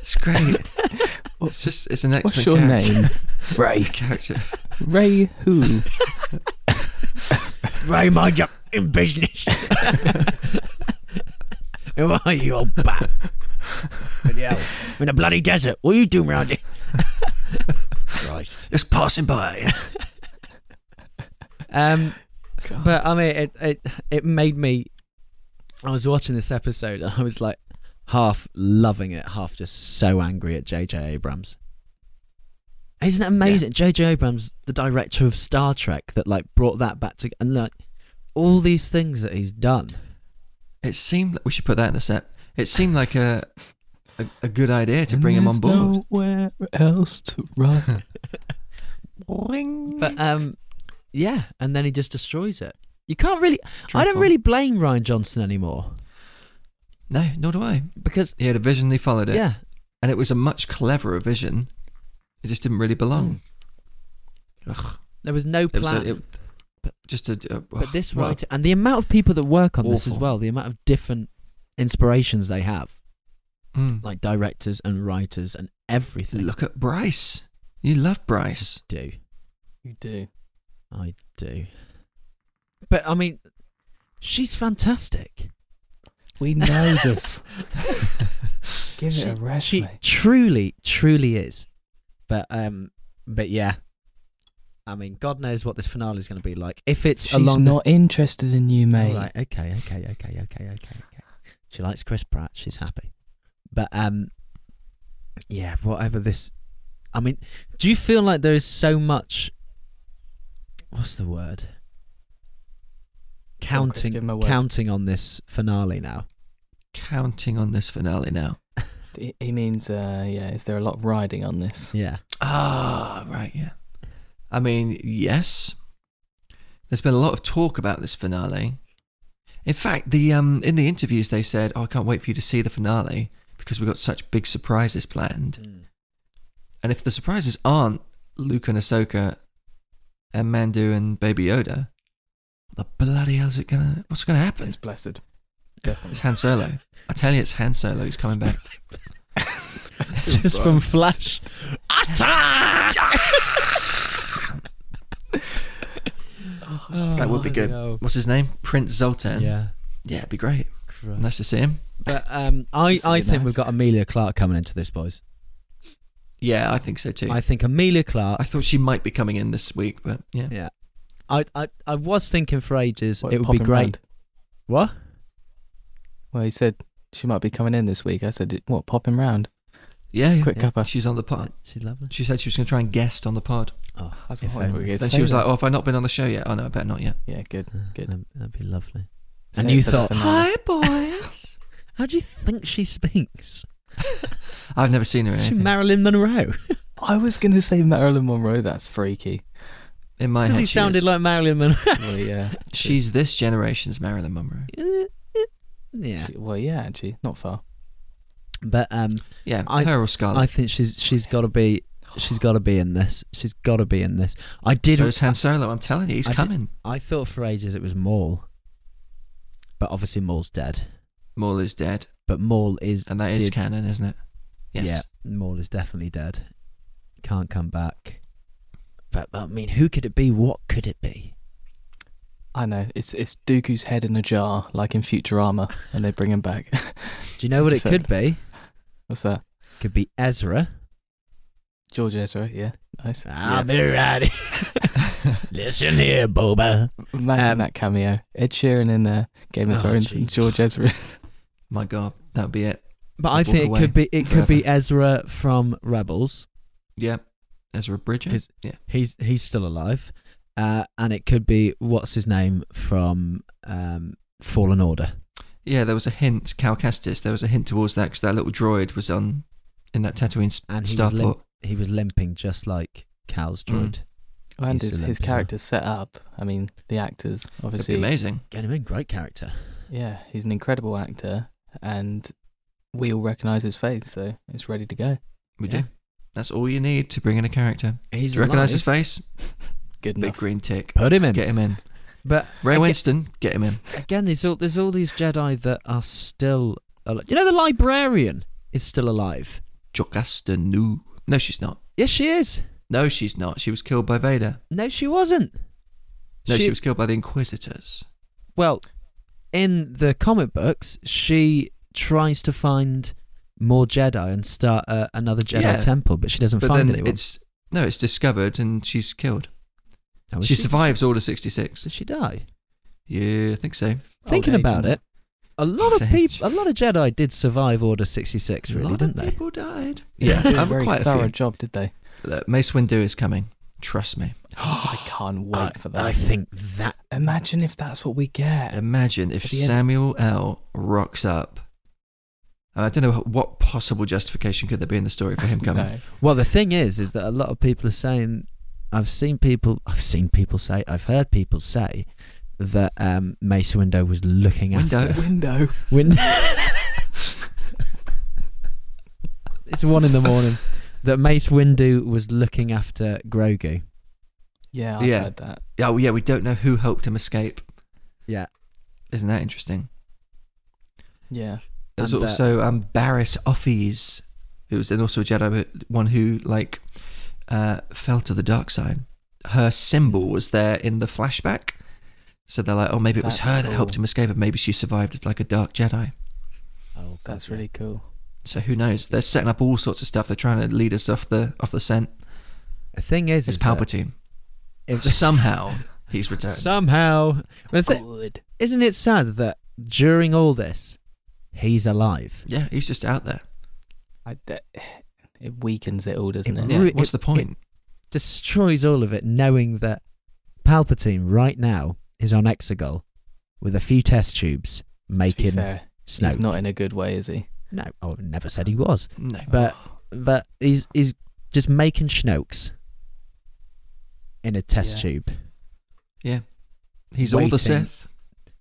Speaker 4: It's great. it's just. It's an
Speaker 2: What's
Speaker 4: excellent
Speaker 2: your
Speaker 4: character.
Speaker 2: name? Ray.
Speaker 4: character.
Speaker 2: Ray who?
Speaker 3: Ray, mind up in business. Who are you, old bat? Bloody hell. I'm in a bloody desert. What are you doing round here? Christ.
Speaker 4: Just passing by.
Speaker 3: Um,
Speaker 2: God.
Speaker 3: But I mean, it, it it made me. I was watching this episode and I was like, half loving it, half just so angry at J.J. Abrams. Isn't it amazing? J.J. Abrams, the director of Star Trek, that like brought that back to and like all these things that he's done.
Speaker 4: It seemed we should put that in the set. It seemed like a a, a good idea to bring him on board.
Speaker 2: There's nowhere else to run.
Speaker 3: But um, yeah, and then he just destroys it. You can't really. I don't
Speaker 4: Dreadful.
Speaker 3: really blame Ryan Johnson anymore
Speaker 4: No, nor do I.
Speaker 3: because
Speaker 4: He had a vision. He followed it,
Speaker 3: yeah,
Speaker 4: and it was a much cleverer vision. It just didn't really belong. Ugh.
Speaker 3: there was no
Speaker 4: It was
Speaker 3: Hmm. plan.
Speaker 4: a, it, just a. a
Speaker 3: But this
Speaker 4: what a-
Speaker 3: writer and the amount of people that work on this as
Speaker 4: Awful.
Speaker 3: well, the amount of different inspirations they have,
Speaker 4: Mm.
Speaker 3: like directors and writers and everything.
Speaker 4: Look at Bryce. You love Bryce.
Speaker 3: do
Speaker 2: you do.
Speaker 3: I do? But I mean, she's fantastic.
Speaker 2: We know this. Give
Speaker 3: She-
Speaker 2: it a rest,
Speaker 3: She
Speaker 2: mate.
Speaker 3: truly, truly is. But um, but yeah. I mean, God knows what this finale is going to be like. If it's
Speaker 2: She's
Speaker 3: along the-
Speaker 2: not interested in you, mate.
Speaker 3: All right, okay, okay, okay, okay, okay, okay. She likes Chris Pratt. She's happy. But um, yeah, whatever this. I mean, do you feel like there is so much? What's the word?
Speaker 2: on, Chris,
Speaker 3: Counting,
Speaker 2: give him a word.
Speaker 3: counting on this finale now.
Speaker 4: Counting on this finale now.
Speaker 2: He- He means, uh, yeah, is there a lot of riding on this?
Speaker 3: Yeah,
Speaker 4: Ah, right, yeah. I mean, yes. There's been a lot of talk about this finale. In fact, the um in the interviews they said, "Oh, I can't wait for you to see the finale because we've got such big surprises planned." And if the surprises aren't Luke and Ahsoka and Mandu and Baby Yoda, what the bloody hell is it gonna? What's gonna happen?
Speaker 2: It's blessed.
Speaker 4: It's
Speaker 2: Definitely.
Speaker 4: Han Solo. I tell you, it's Han Solo. He's coming back.
Speaker 3: just from Flash.
Speaker 4: That would be good. What's his name? Prince Zoltan.
Speaker 3: Oh, Yeah,
Speaker 4: Yeah, it'd be great. Nice to see him.
Speaker 3: but um, I,
Speaker 2: It's a
Speaker 3: I
Speaker 2: good
Speaker 3: think we've
Speaker 2: nice.
Speaker 3: got Amelia Clark coming into this, boys.
Speaker 4: Yeah, I think so too.
Speaker 3: I
Speaker 4: I,
Speaker 3: think Amelia Clark.
Speaker 4: thought she might be coming in this week, but yeah.
Speaker 3: Yeah. I, I, I was thinking for ages it would be great. What?
Speaker 2: Well, he said she might be coming in this week. I said, what, pop him round?
Speaker 4: Yeah, yeah.
Speaker 2: Quick cuppa.
Speaker 4: She's on the pod.
Speaker 3: She's lovely.
Speaker 4: She said she was going to try and guest on the pod.
Speaker 3: Oh,
Speaker 2: That's
Speaker 3: if
Speaker 2: what I
Speaker 3: only.
Speaker 2: would get.
Speaker 4: then she
Speaker 2: Save
Speaker 4: was
Speaker 2: it.
Speaker 4: like, "Oh, have I not been on the show yet? Oh no, I better not yet."
Speaker 2: yeah, good.
Speaker 3: Yeah,
Speaker 2: Good.
Speaker 3: that'd- That'd be lovely.
Speaker 2: Save
Speaker 3: and you
Speaker 2: for the
Speaker 3: thought,
Speaker 2: finale.
Speaker 4: boys.
Speaker 3: how do you think she speaks?
Speaker 4: I've never seen her in
Speaker 3: Is she
Speaker 4: anything.
Speaker 3: Marilyn Monroe?
Speaker 2: I was going to say Marilyn Monroe. That's freaky.
Speaker 4: in my
Speaker 3: Because
Speaker 4: head,
Speaker 3: he
Speaker 4: she
Speaker 3: sounded
Speaker 4: is.
Speaker 3: like Marilyn Monroe.
Speaker 2: Well, yeah. she-
Speaker 4: she's this generation's Marilyn Monroe.
Speaker 3: yeah,
Speaker 2: she- well, yeah, actually, not far.
Speaker 3: but um,
Speaker 4: Yeah,
Speaker 3: I-
Speaker 4: her or
Speaker 2: Oh.
Speaker 4: Scarlett.
Speaker 3: I think she's she's got to be she's got to be in this. She's got to be in this. I
Speaker 4: so
Speaker 3: didn't.
Speaker 4: is Han Solo. I'm telling you, he's
Speaker 3: I did-
Speaker 4: coming.
Speaker 3: I thought for ages it was Maul, but obviously Maul's dead.
Speaker 4: Maul is dead,
Speaker 3: But Maul is
Speaker 4: and that is
Speaker 3: Did-
Speaker 4: canon, isn't it? Yes.
Speaker 3: Yeah, Maul is definitely dead. Can't come back. But, but I mean, who could it be? What could it be?
Speaker 2: I know. It's it's Dooku's head in a jar, like in Futurama, and they bring him back.
Speaker 3: Do you know what it
Speaker 2: Just
Speaker 3: could be?
Speaker 2: What's that?
Speaker 3: Could be Ezra.
Speaker 2: George Ezra, yeah. Nice.
Speaker 4: Ah,
Speaker 3: I'll be ready. Listen here, Boba.
Speaker 2: Imagine
Speaker 3: Um,
Speaker 2: that cameo. Ed Sheeran in uh, Game of
Speaker 3: Oh,
Speaker 2: Thrones and
Speaker 3: jeez.
Speaker 2: George Ezra.
Speaker 4: My God, that would be it.
Speaker 3: But I
Speaker 4: Walk
Speaker 3: think it
Speaker 4: away
Speaker 3: could be it could be Ezra from Rebels.
Speaker 4: Yeah. Ezra Bridger.
Speaker 3: Is-
Speaker 4: yeah.
Speaker 3: He's he's still alive, uh, and it could be what's his name from um, Fallen Order.
Speaker 4: Yeah, there was a hint, Cal Kestis, there was a hint towards that because that little droid was on in that Tatooine s-
Speaker 3: And he was
Speaker 4: starport.
Speaker 3: limp- He was limping just like Cal's droid.
Speaker 4: Hmm.
Speaker 2: and
Speaker 3: He's
Speaker 2: his,
Speaker 3: still
Speaker 2: his
Speaker 3: in there.
Speaker 2: character's set up. I mean, the actors,
Speaker 4: That'd be
Speaker 2: obviously.
Speaker 4: amazing.
Speaker 3: Get him in, great character.
Speaker 2: Yeah, he's an incredible actor, and we all recognise his face, so it's ready to go.
Speaker 4: We
Speaker 3: Yeah.
Speaker 4: do. That's all you need to bring in a character.
Speaker 3: He's
Speaker 4: Do you recognise his
Speaker 3: alive.
Speaker 4: face?
Speaker 2: Good
Speaker 4: Big
Speaker 2: enough.
Speaker 4: green tick.
Speaker 3: Put him in.
Speaker 4: Get him in.
Speaker 3: But
Speaker 4: Ray
Speaker 3: aga-
Speaker 4: Winston, get him in.
Speaker 3: again, there's all there's all these Jedi that are still. Al- you know, the librarian is still alive.
Speaker 4: Jocasta Nu. No, she's not.
Speaker 3: Yes, she is.
Speaker 4: No, she's not. She was killed by Vader.
Speaker 3: No, she wasn't.
Speaker 4: No, she was killed by the Inquisitors.
Speaker 3: Well, in the comic books, she tries to find more Jedi and start uh, another Jedi
Speaker 4: Yeah.
Speaker 3: temple, but she doesn't
Speaker 4: But
Speaker 3: find
Speaker 4: then
Speaker 3: anyone.
Speaker 4: it's no, it's discovered and she's killed.
Speaker 3: Oh, is
Speaker 4: She
Speaker 3: she-
Speaker 4: survives Order sixty six.
Speaker 3: Did she die?
Speaker 4: Yeah, I think so.
Speaker 3: Thinking
Speaker 2: age,
Speaker 3: about
Speaker 2: isn't
Speaker 3: it, a lot of
Speaker 4: Old age.
Speaker 3: people, a lot of Jedi did survive Order sixty six.
Speaker 4: a
Speaker 3: Really,
Speaker 4: lot
Speaker 3: didn't
Speaker 4: of
Speaker 3: they?
Speaker 4: people died.
Speaker 2: Yeah,
Speaker 4: Yeah,
Speaker 2: they did a
Speaker 4: I'm
Speaker 2: very
Speaker 4: quite
Speaker 2: thorough
Speaker 4: a few.
Speaker 2: job, did they?
Speaker 4: Look, Mace Windu is coming. Trust me.
Speaker 2: I can't wait
Speaker 3: I,
Speaker 2: for that.
Speaker 3: I think that
Speaker 2: Imagine if that's what we get.
Speaker 4: Imagine if
Speaker 2: At the end-
Speaker 4: Samuel L. rocks up. And I don't know what possible justification could there be in the story for him coming.
Speaker 2: No.
Speaker 3: Well, the thing is, is that a lot of people are saying. I've seen people. I've seen people say. I've heard people say that um, Mace Window was looking after.
Speaker 4: Windu.
Speaker 2: Window.
Speaker 3: Window. it's one in the morning. That Mace Windu was looking after Grogu.
Speaker 2: Yeah, I've
Speaker 4: Yeah.
Speaker 2: heard that.
Speaker 4: Oh yeah, we don't know who helped him escape.
Speaker 3: Yeah.
Speaker 4: Isn't that interesting?
Speaker 2: Yeah.
Speaker 4: There's
Speaker 3: And, uh,
Speaker 4: also um, Barris Offies, who was then also a Jedi, but one who like uh, fell to the dark side. Her symbol was there in the flashback, So they're like, oh, maybe it was
Speaker 2: That's
Speaker 4: her that helped
Speaker 2: cool.
Speaker 4: him escape, and maybe she survived as like a dark Jedi.
Speaker 3: Oh,
Speaker 2: That's really cool.
Speaker 4: So who knows? They're setting up all sorts of stuff. They're trying to lead us off the off the scent.
Speaker 3: The thing is,
Speaker 4: It's
Speaker 3: is
Speaker 4: Palpatine.
Speaker 3: If-
Speaker 4: somehow he's
Speaker 3: that
Speaker 4: returned.
Speaker 3: somehow, the thi-
Speaker 2: Good.
Speaker 3: isn't it sad that during all this, he's alive?
Speaker 4: yeah, he's just out there.
Speaker 2: I de- it weakens it all, doesn't it?
Speaker 4: Yeah,
Speaker 3: Re-
Speaker 4: what's
Speaker 3: it-
Speaker 4: the point?
Speaker 3: Destroys all of it, knowing that Palpatine right now is on Exegol with a few test tubes
Speaker 2: To be
Speaker 3: making
Speaker 2: fair,
Speaker 3: Snoke.
Speaker 2: he's not in a good way, is he?
Speaker 3: No, I never said he was,
Speaker 4: no.
Speaker 3: but but he's he's just making Snokes in a test
Speaker 2: Yeah.
Speaker 3: tube,
Speaker 4: He's all
Speaker 3: waiting.
Speaker 4: the Sith.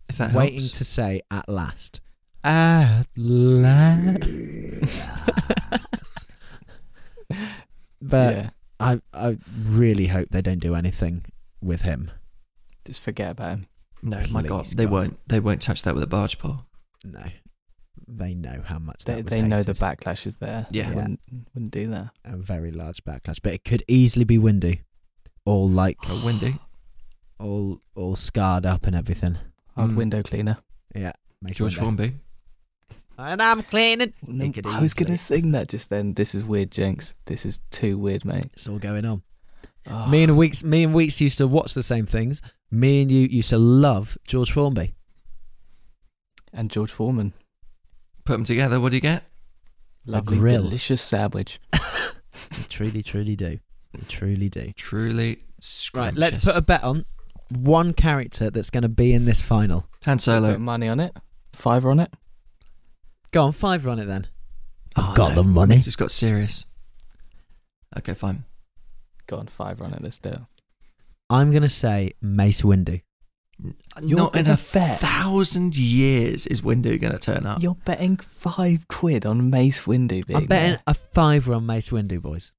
Speaker 4: If that
Speaker 3: waiting
Speaker 4: helps.
Speaker 3: to say at last, at last. but
Speaker 2: yeah.
Speaker 3: I I really hope they don't do anything with him.
Speaker 2: Just forget about him.
Speaker 4: No, my God,
Speaker 3: Please,
Speaker 4: they
Speaker 3: God.
Speaker 4: won't. They won't touch that with a barge pole.
Speaker 3: No, they know how much
Speaker 2: They,
Speaker 3: that was
Speaker 2: they know the
Speaker 3: hated.
Speaker 2: backlash is there.
Speaker 4: Yeah.
Speaker 2: They Wouldn't, wouldn't do that.
Speaker 3: a very large backlash, but it could easily be windy, all like
Speaker 4: Go windy.
Speaker 3: all all scarred up and everything.
Speaker 2: Hard
Speaker 4: Mm.
Speaker 3: Hmm.
Speaker 2: window cleaner.
Speaker 3: Make
Speaker 4: George
Speaker 3: window.
Speaker 4: Formby.
Speaker 3: And I'm cleaning.
Speaker 2: No,
Speaker 3: could
Speaker 2: I was going
Speaker 3: easily-
Speaker 2: to sing that just then. This is weird, Jenks. This is too weird, mate.
Speaker 3: It's all going on. Ah.
Speaker 2: Oh,
Speaker 3: Me and Weeks, me and Weeks used to watch the same things. Me and you used to love George Formby.
Speaker 2: and George Foreman.
Speaker 4: Put them together. What do you get?
Speaker 2: Lovely,
Speaker 3: grill.
Speaker 2: delicious sandwich.
Speaker 3: We truly, truly do. We truly do.
Speaker 4: Truly.
Speaker 3: Right,
Speaker 4: Scrumptious.
Speaker 3: let's put a bet on one character that's going to be in this final.
Speaker 4: Han
Speaker 2: Put
Speaker 4: Solo.
Speaker 2: money on it. Fiver on it.
Speaker 3: Go on, five run it then. I've
Speaker 4: Oh,
Speaker 3: got
Speaker 4: no.
Speaker 3: the money.
Speaker 4: It's just got serious. Okay, fine.
Speaker 2: Go on, fiver on it. Let's do it.
Speaker 3: I'm going to say Mace Windu.
Speaker 2: You're
Speaker 4: Not in
Speaker 2: gonna
Speaker 4: a
Speaker 2: bet.
Speaker 4: thousand years is Windu going to turn up.
Speaker 2: You're betting five quid on Mace Windu being
Speaker 3: I'm betting
Speaker 2: there.
Speaker 3: a fiver on Mace Windu, boys.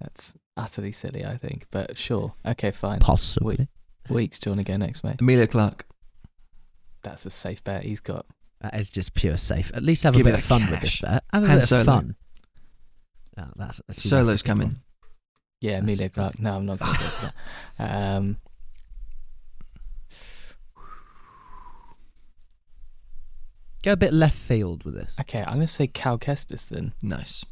Speaker 2: That's utterly silly, I think. But sure. Okay, fine.
Speaker 3: Possibly.
Speaker 2: Weeks, do you want to go next, mate?
Speaker 4: Amelia Clark.
Speaker 2: That's a safe bet he's got.
Speaker 3: That is just pure safe. At least have
Speaker 4: Give
Speaker 3: a
Speaker 4: it
Speaker 3: bit
Speaker 4: the
Speaker 3: of fun with this
Speaker 4: cash.
Speaker 3: bet. Have a
Speaker 4: Han
Speaker 3: bit
Speaker 4: Solo.
Speaker 3: of fun. Oh, that's, see, that's a
Speaker 4: Solo's
Speaker 3: good
Speaker 4: coming.
Speaker 3: one.
Speaker 2: Yeah,
Speaker 3: That's
Speaker 2: Amelia
Speaker 3: it.
Speaker 2: Clark. No, I'm not going to go for that. Um,
Speaker 3: Go a bit left field with this.
Speaker 2: okay, I'm going to say Cal Kestis then.
Speaker 4: Nice.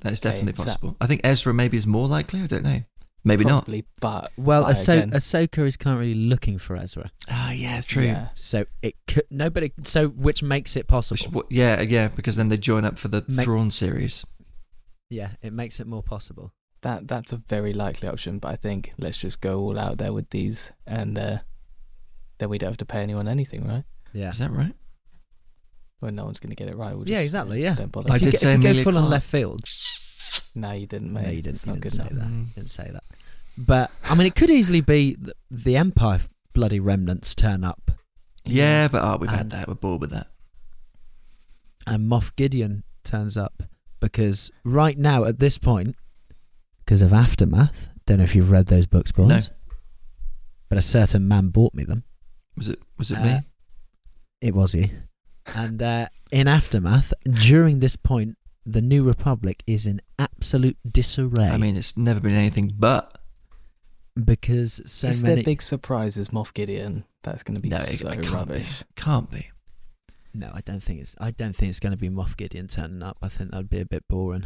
Speaker 4: That is
Speaker 2: Okay,
Speaker 4: definitely
Speaker 2: so-
Speaker 4: possible. I think Ezra maybe is more likely. I don't know. Maybe not.
Speaker 2: Probably, but
Speaker 3: Well,
Speaker 2: Bye
Speaker 3: Ahso-
Speaker 2: again.
Speaker 3: Ahsoka is currently looking for Ezra,
Speaker 4: Ah, yeah, true.
Speaker 2: yeah.
Speaker 3: so it could nobody. So which makes it
Speaker 4: Which-
Speaker 3: possible.
Speaker 4: what- yeah, yeah, because then they join up for the
Speaker 3: Make-
Speaker 4: Thrawn series.
Speaker 3: yeah, it makes it more possible.
Speaker 2: that that's a very likely option. But I think let's just go all out there with these, and uh, then we don't have to pay anyone anything, right?
Speaker 3: Yeah,
Speaker 4: Is that right?
Speaker 2: Well, no one's going to get it right. We'll just,
Speaker 3: yeah, exactly. Yeah.
Speaker 2: Don't bother.
Speaker 4: I
Speaker 3: If you,
Speaker 4: did
Speaker 3: get,
Speaker 4: say
Speaker 3: if you go
Speaker 4: Amelia
Speaker 3: full on
Speaker 4: Clark.
Speaker 3: left field,
Speaker 2: No, you didn't,
Speaker 3: No,
Speaker 2: mate.
Speaker 3: you didn't-
Speaker 2: It's
Speaker 3: you
Speaker 2: not
Speaker 3: didn't
Speaker 2: good
Speaker 3: say
Speaker 2: enough.
Speaker 3: that.
Speaker 4: Mm.
Speaker 3: didn't say that. But I mean, it could easily be the, the Empire bloody remnants turn up
Speaker 4: Yeah, but oh, we've had
Speaker 3: And-
Speaker 4: that. We're bored with that.
Speaker 3: and Moff Gideon turns up because right now at this point, because of aftermath, don't know if you've read those books, boys.
Speaker 4: No.
Speaker 3: But a certain man bought me them.
Speaker 4: Was it? Was it
Speaker 3: Uh,
Speaker 4: me?
Speaker 3: It was you. And uh, in aftermath, during this point, the New Republic is in absolute disarray.
Speaker 4: I mean, it's never been anything but.
Speaker 3: because so
Speaker 2: if
Speaker 3: many.
Speaker 2: their big surprise is Moff Gideon, that's going to be
Speaker 4: No, it-
Speaker 2: so
Speaker 4: it can't
Speaker 2: rubbish.
Speaker 4: be. Can't be.
Speaker 3: No, I don't think it's. I don't think it's going to be Moff Gideon turning up. I think that'd be a bit boring.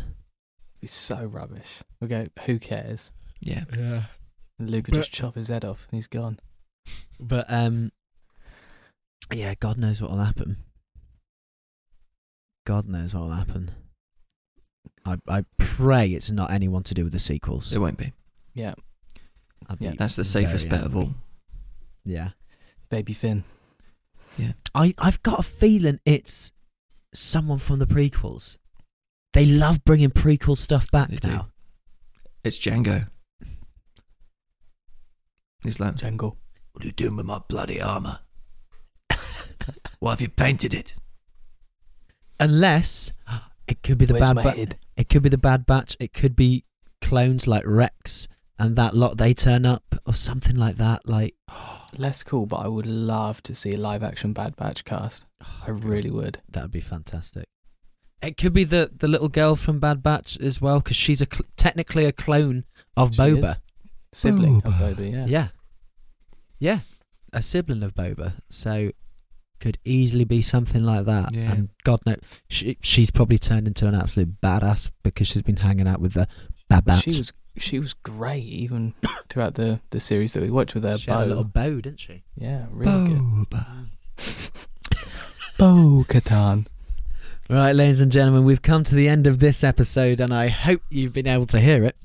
Speaker 2: Be so rubbish. We go. Who cares?
Speaker 4: Yeah.
Speaker 11: Yeah.
Speaker 2: And Luke will
Speaker 11: But-
Speaker 2: just chop his head off, and he's gone.
Speaker 3: But um, yeah, God knows what will happen. God knows what will happen. I I pray it's not anyone to do with the sequels.
Speaker 4: It won't be.
Speaker 2: Yeah,
Speaker 3: I'd be
Speaker 2: yeah,
Speaker 4: That's the
Speaker 3: very
Speaker 4: safest bet of
Speaker 3: angry.
Speaker 4: all.
Speaker 3: Yeah,
Speaker 2: baby Finn.
Speaker 3: I I've got a feeling it's someone from the prequels. They love bringing prequel stuff back
Speaker 4: They do.
Speaker 3: now.
Speaker 4: It's Django. He's like,
Speaker 2: Jungle.
Speaker 4: What are you doing with my bloody armor? Why have you painted it?
Speaker 3: Unless it could be the
Speaker 2: Where's
Speaker 3: bad
Speaker 2: my
Speaker 3: Ba-
Speaker 2: head?
Speaker 3: It could be the Bad Batch. It could be clones like Rex and that lot. They turn up or something like that. Like
Speaker 2: Less cool, but I would love to see a live action Bad Batch cast. I really would.
Speaker 3: that would be fantastic. It could be the the little girl from Bad Batch as well, because she's a cl- technically a clone of
Speaker 2: She
Speaker 3: Boba.
Speaker 2: is. Sibling of Boba, yeah.
Speaker 3: Yeah, yeah. a sibling of Boba, so could easily be something like that.
Speaker 4: Yeah.
Speaker 3: And God knows, she, she's probably turned into an absolute badass because she's been hanging out with the babat.
Speaker 2: She was she was great even throughout the, the series that we watched with her.
Speaker 3: She had a
Speaker 2: bow.
Speaker 3: little bow, didn't she?
Speaker 2: Yeah, really good.
Speaker 4: Boba.
Speaker 2: Bo Katan.
Speaker 3: Right, ladies and gentlemen, we've come to the end of this episode, and I hope you've been able to hear it.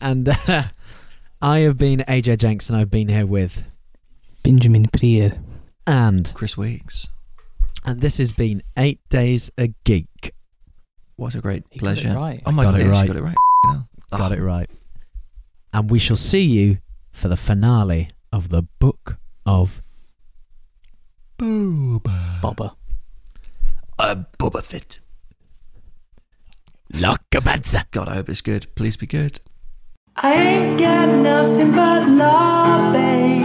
Speaker 3: And uh, I have been AJ Jenks, and I've been here with
Speaker 2: Benjamin Prier.
Speaker 3: and
Speaker 4: Chris Weeks.
Speaker 3: and this has been eight days a geek.
Speaker 4: What a great
Speaker 2: He got it
Speaker 4: pleasure.
Speaker 2: right.
Speaker 4: Oh my
Speaker 3: Got
Speaker 4: god,
Speaker 3: it
Speaker 4: you
Speaker 3: right.
Speaker 4: got it right.
Speaker 3: Got it right. And we shall see you for the finale of the Book of
Speaker 2: Bobber.
Speaker 4: A Boba Fit.
Speaker 3: Lockabantha.
Speaker 4: God, I hope it's good. Please be good.
Speaker 1: I ain't got nothing but love, babe.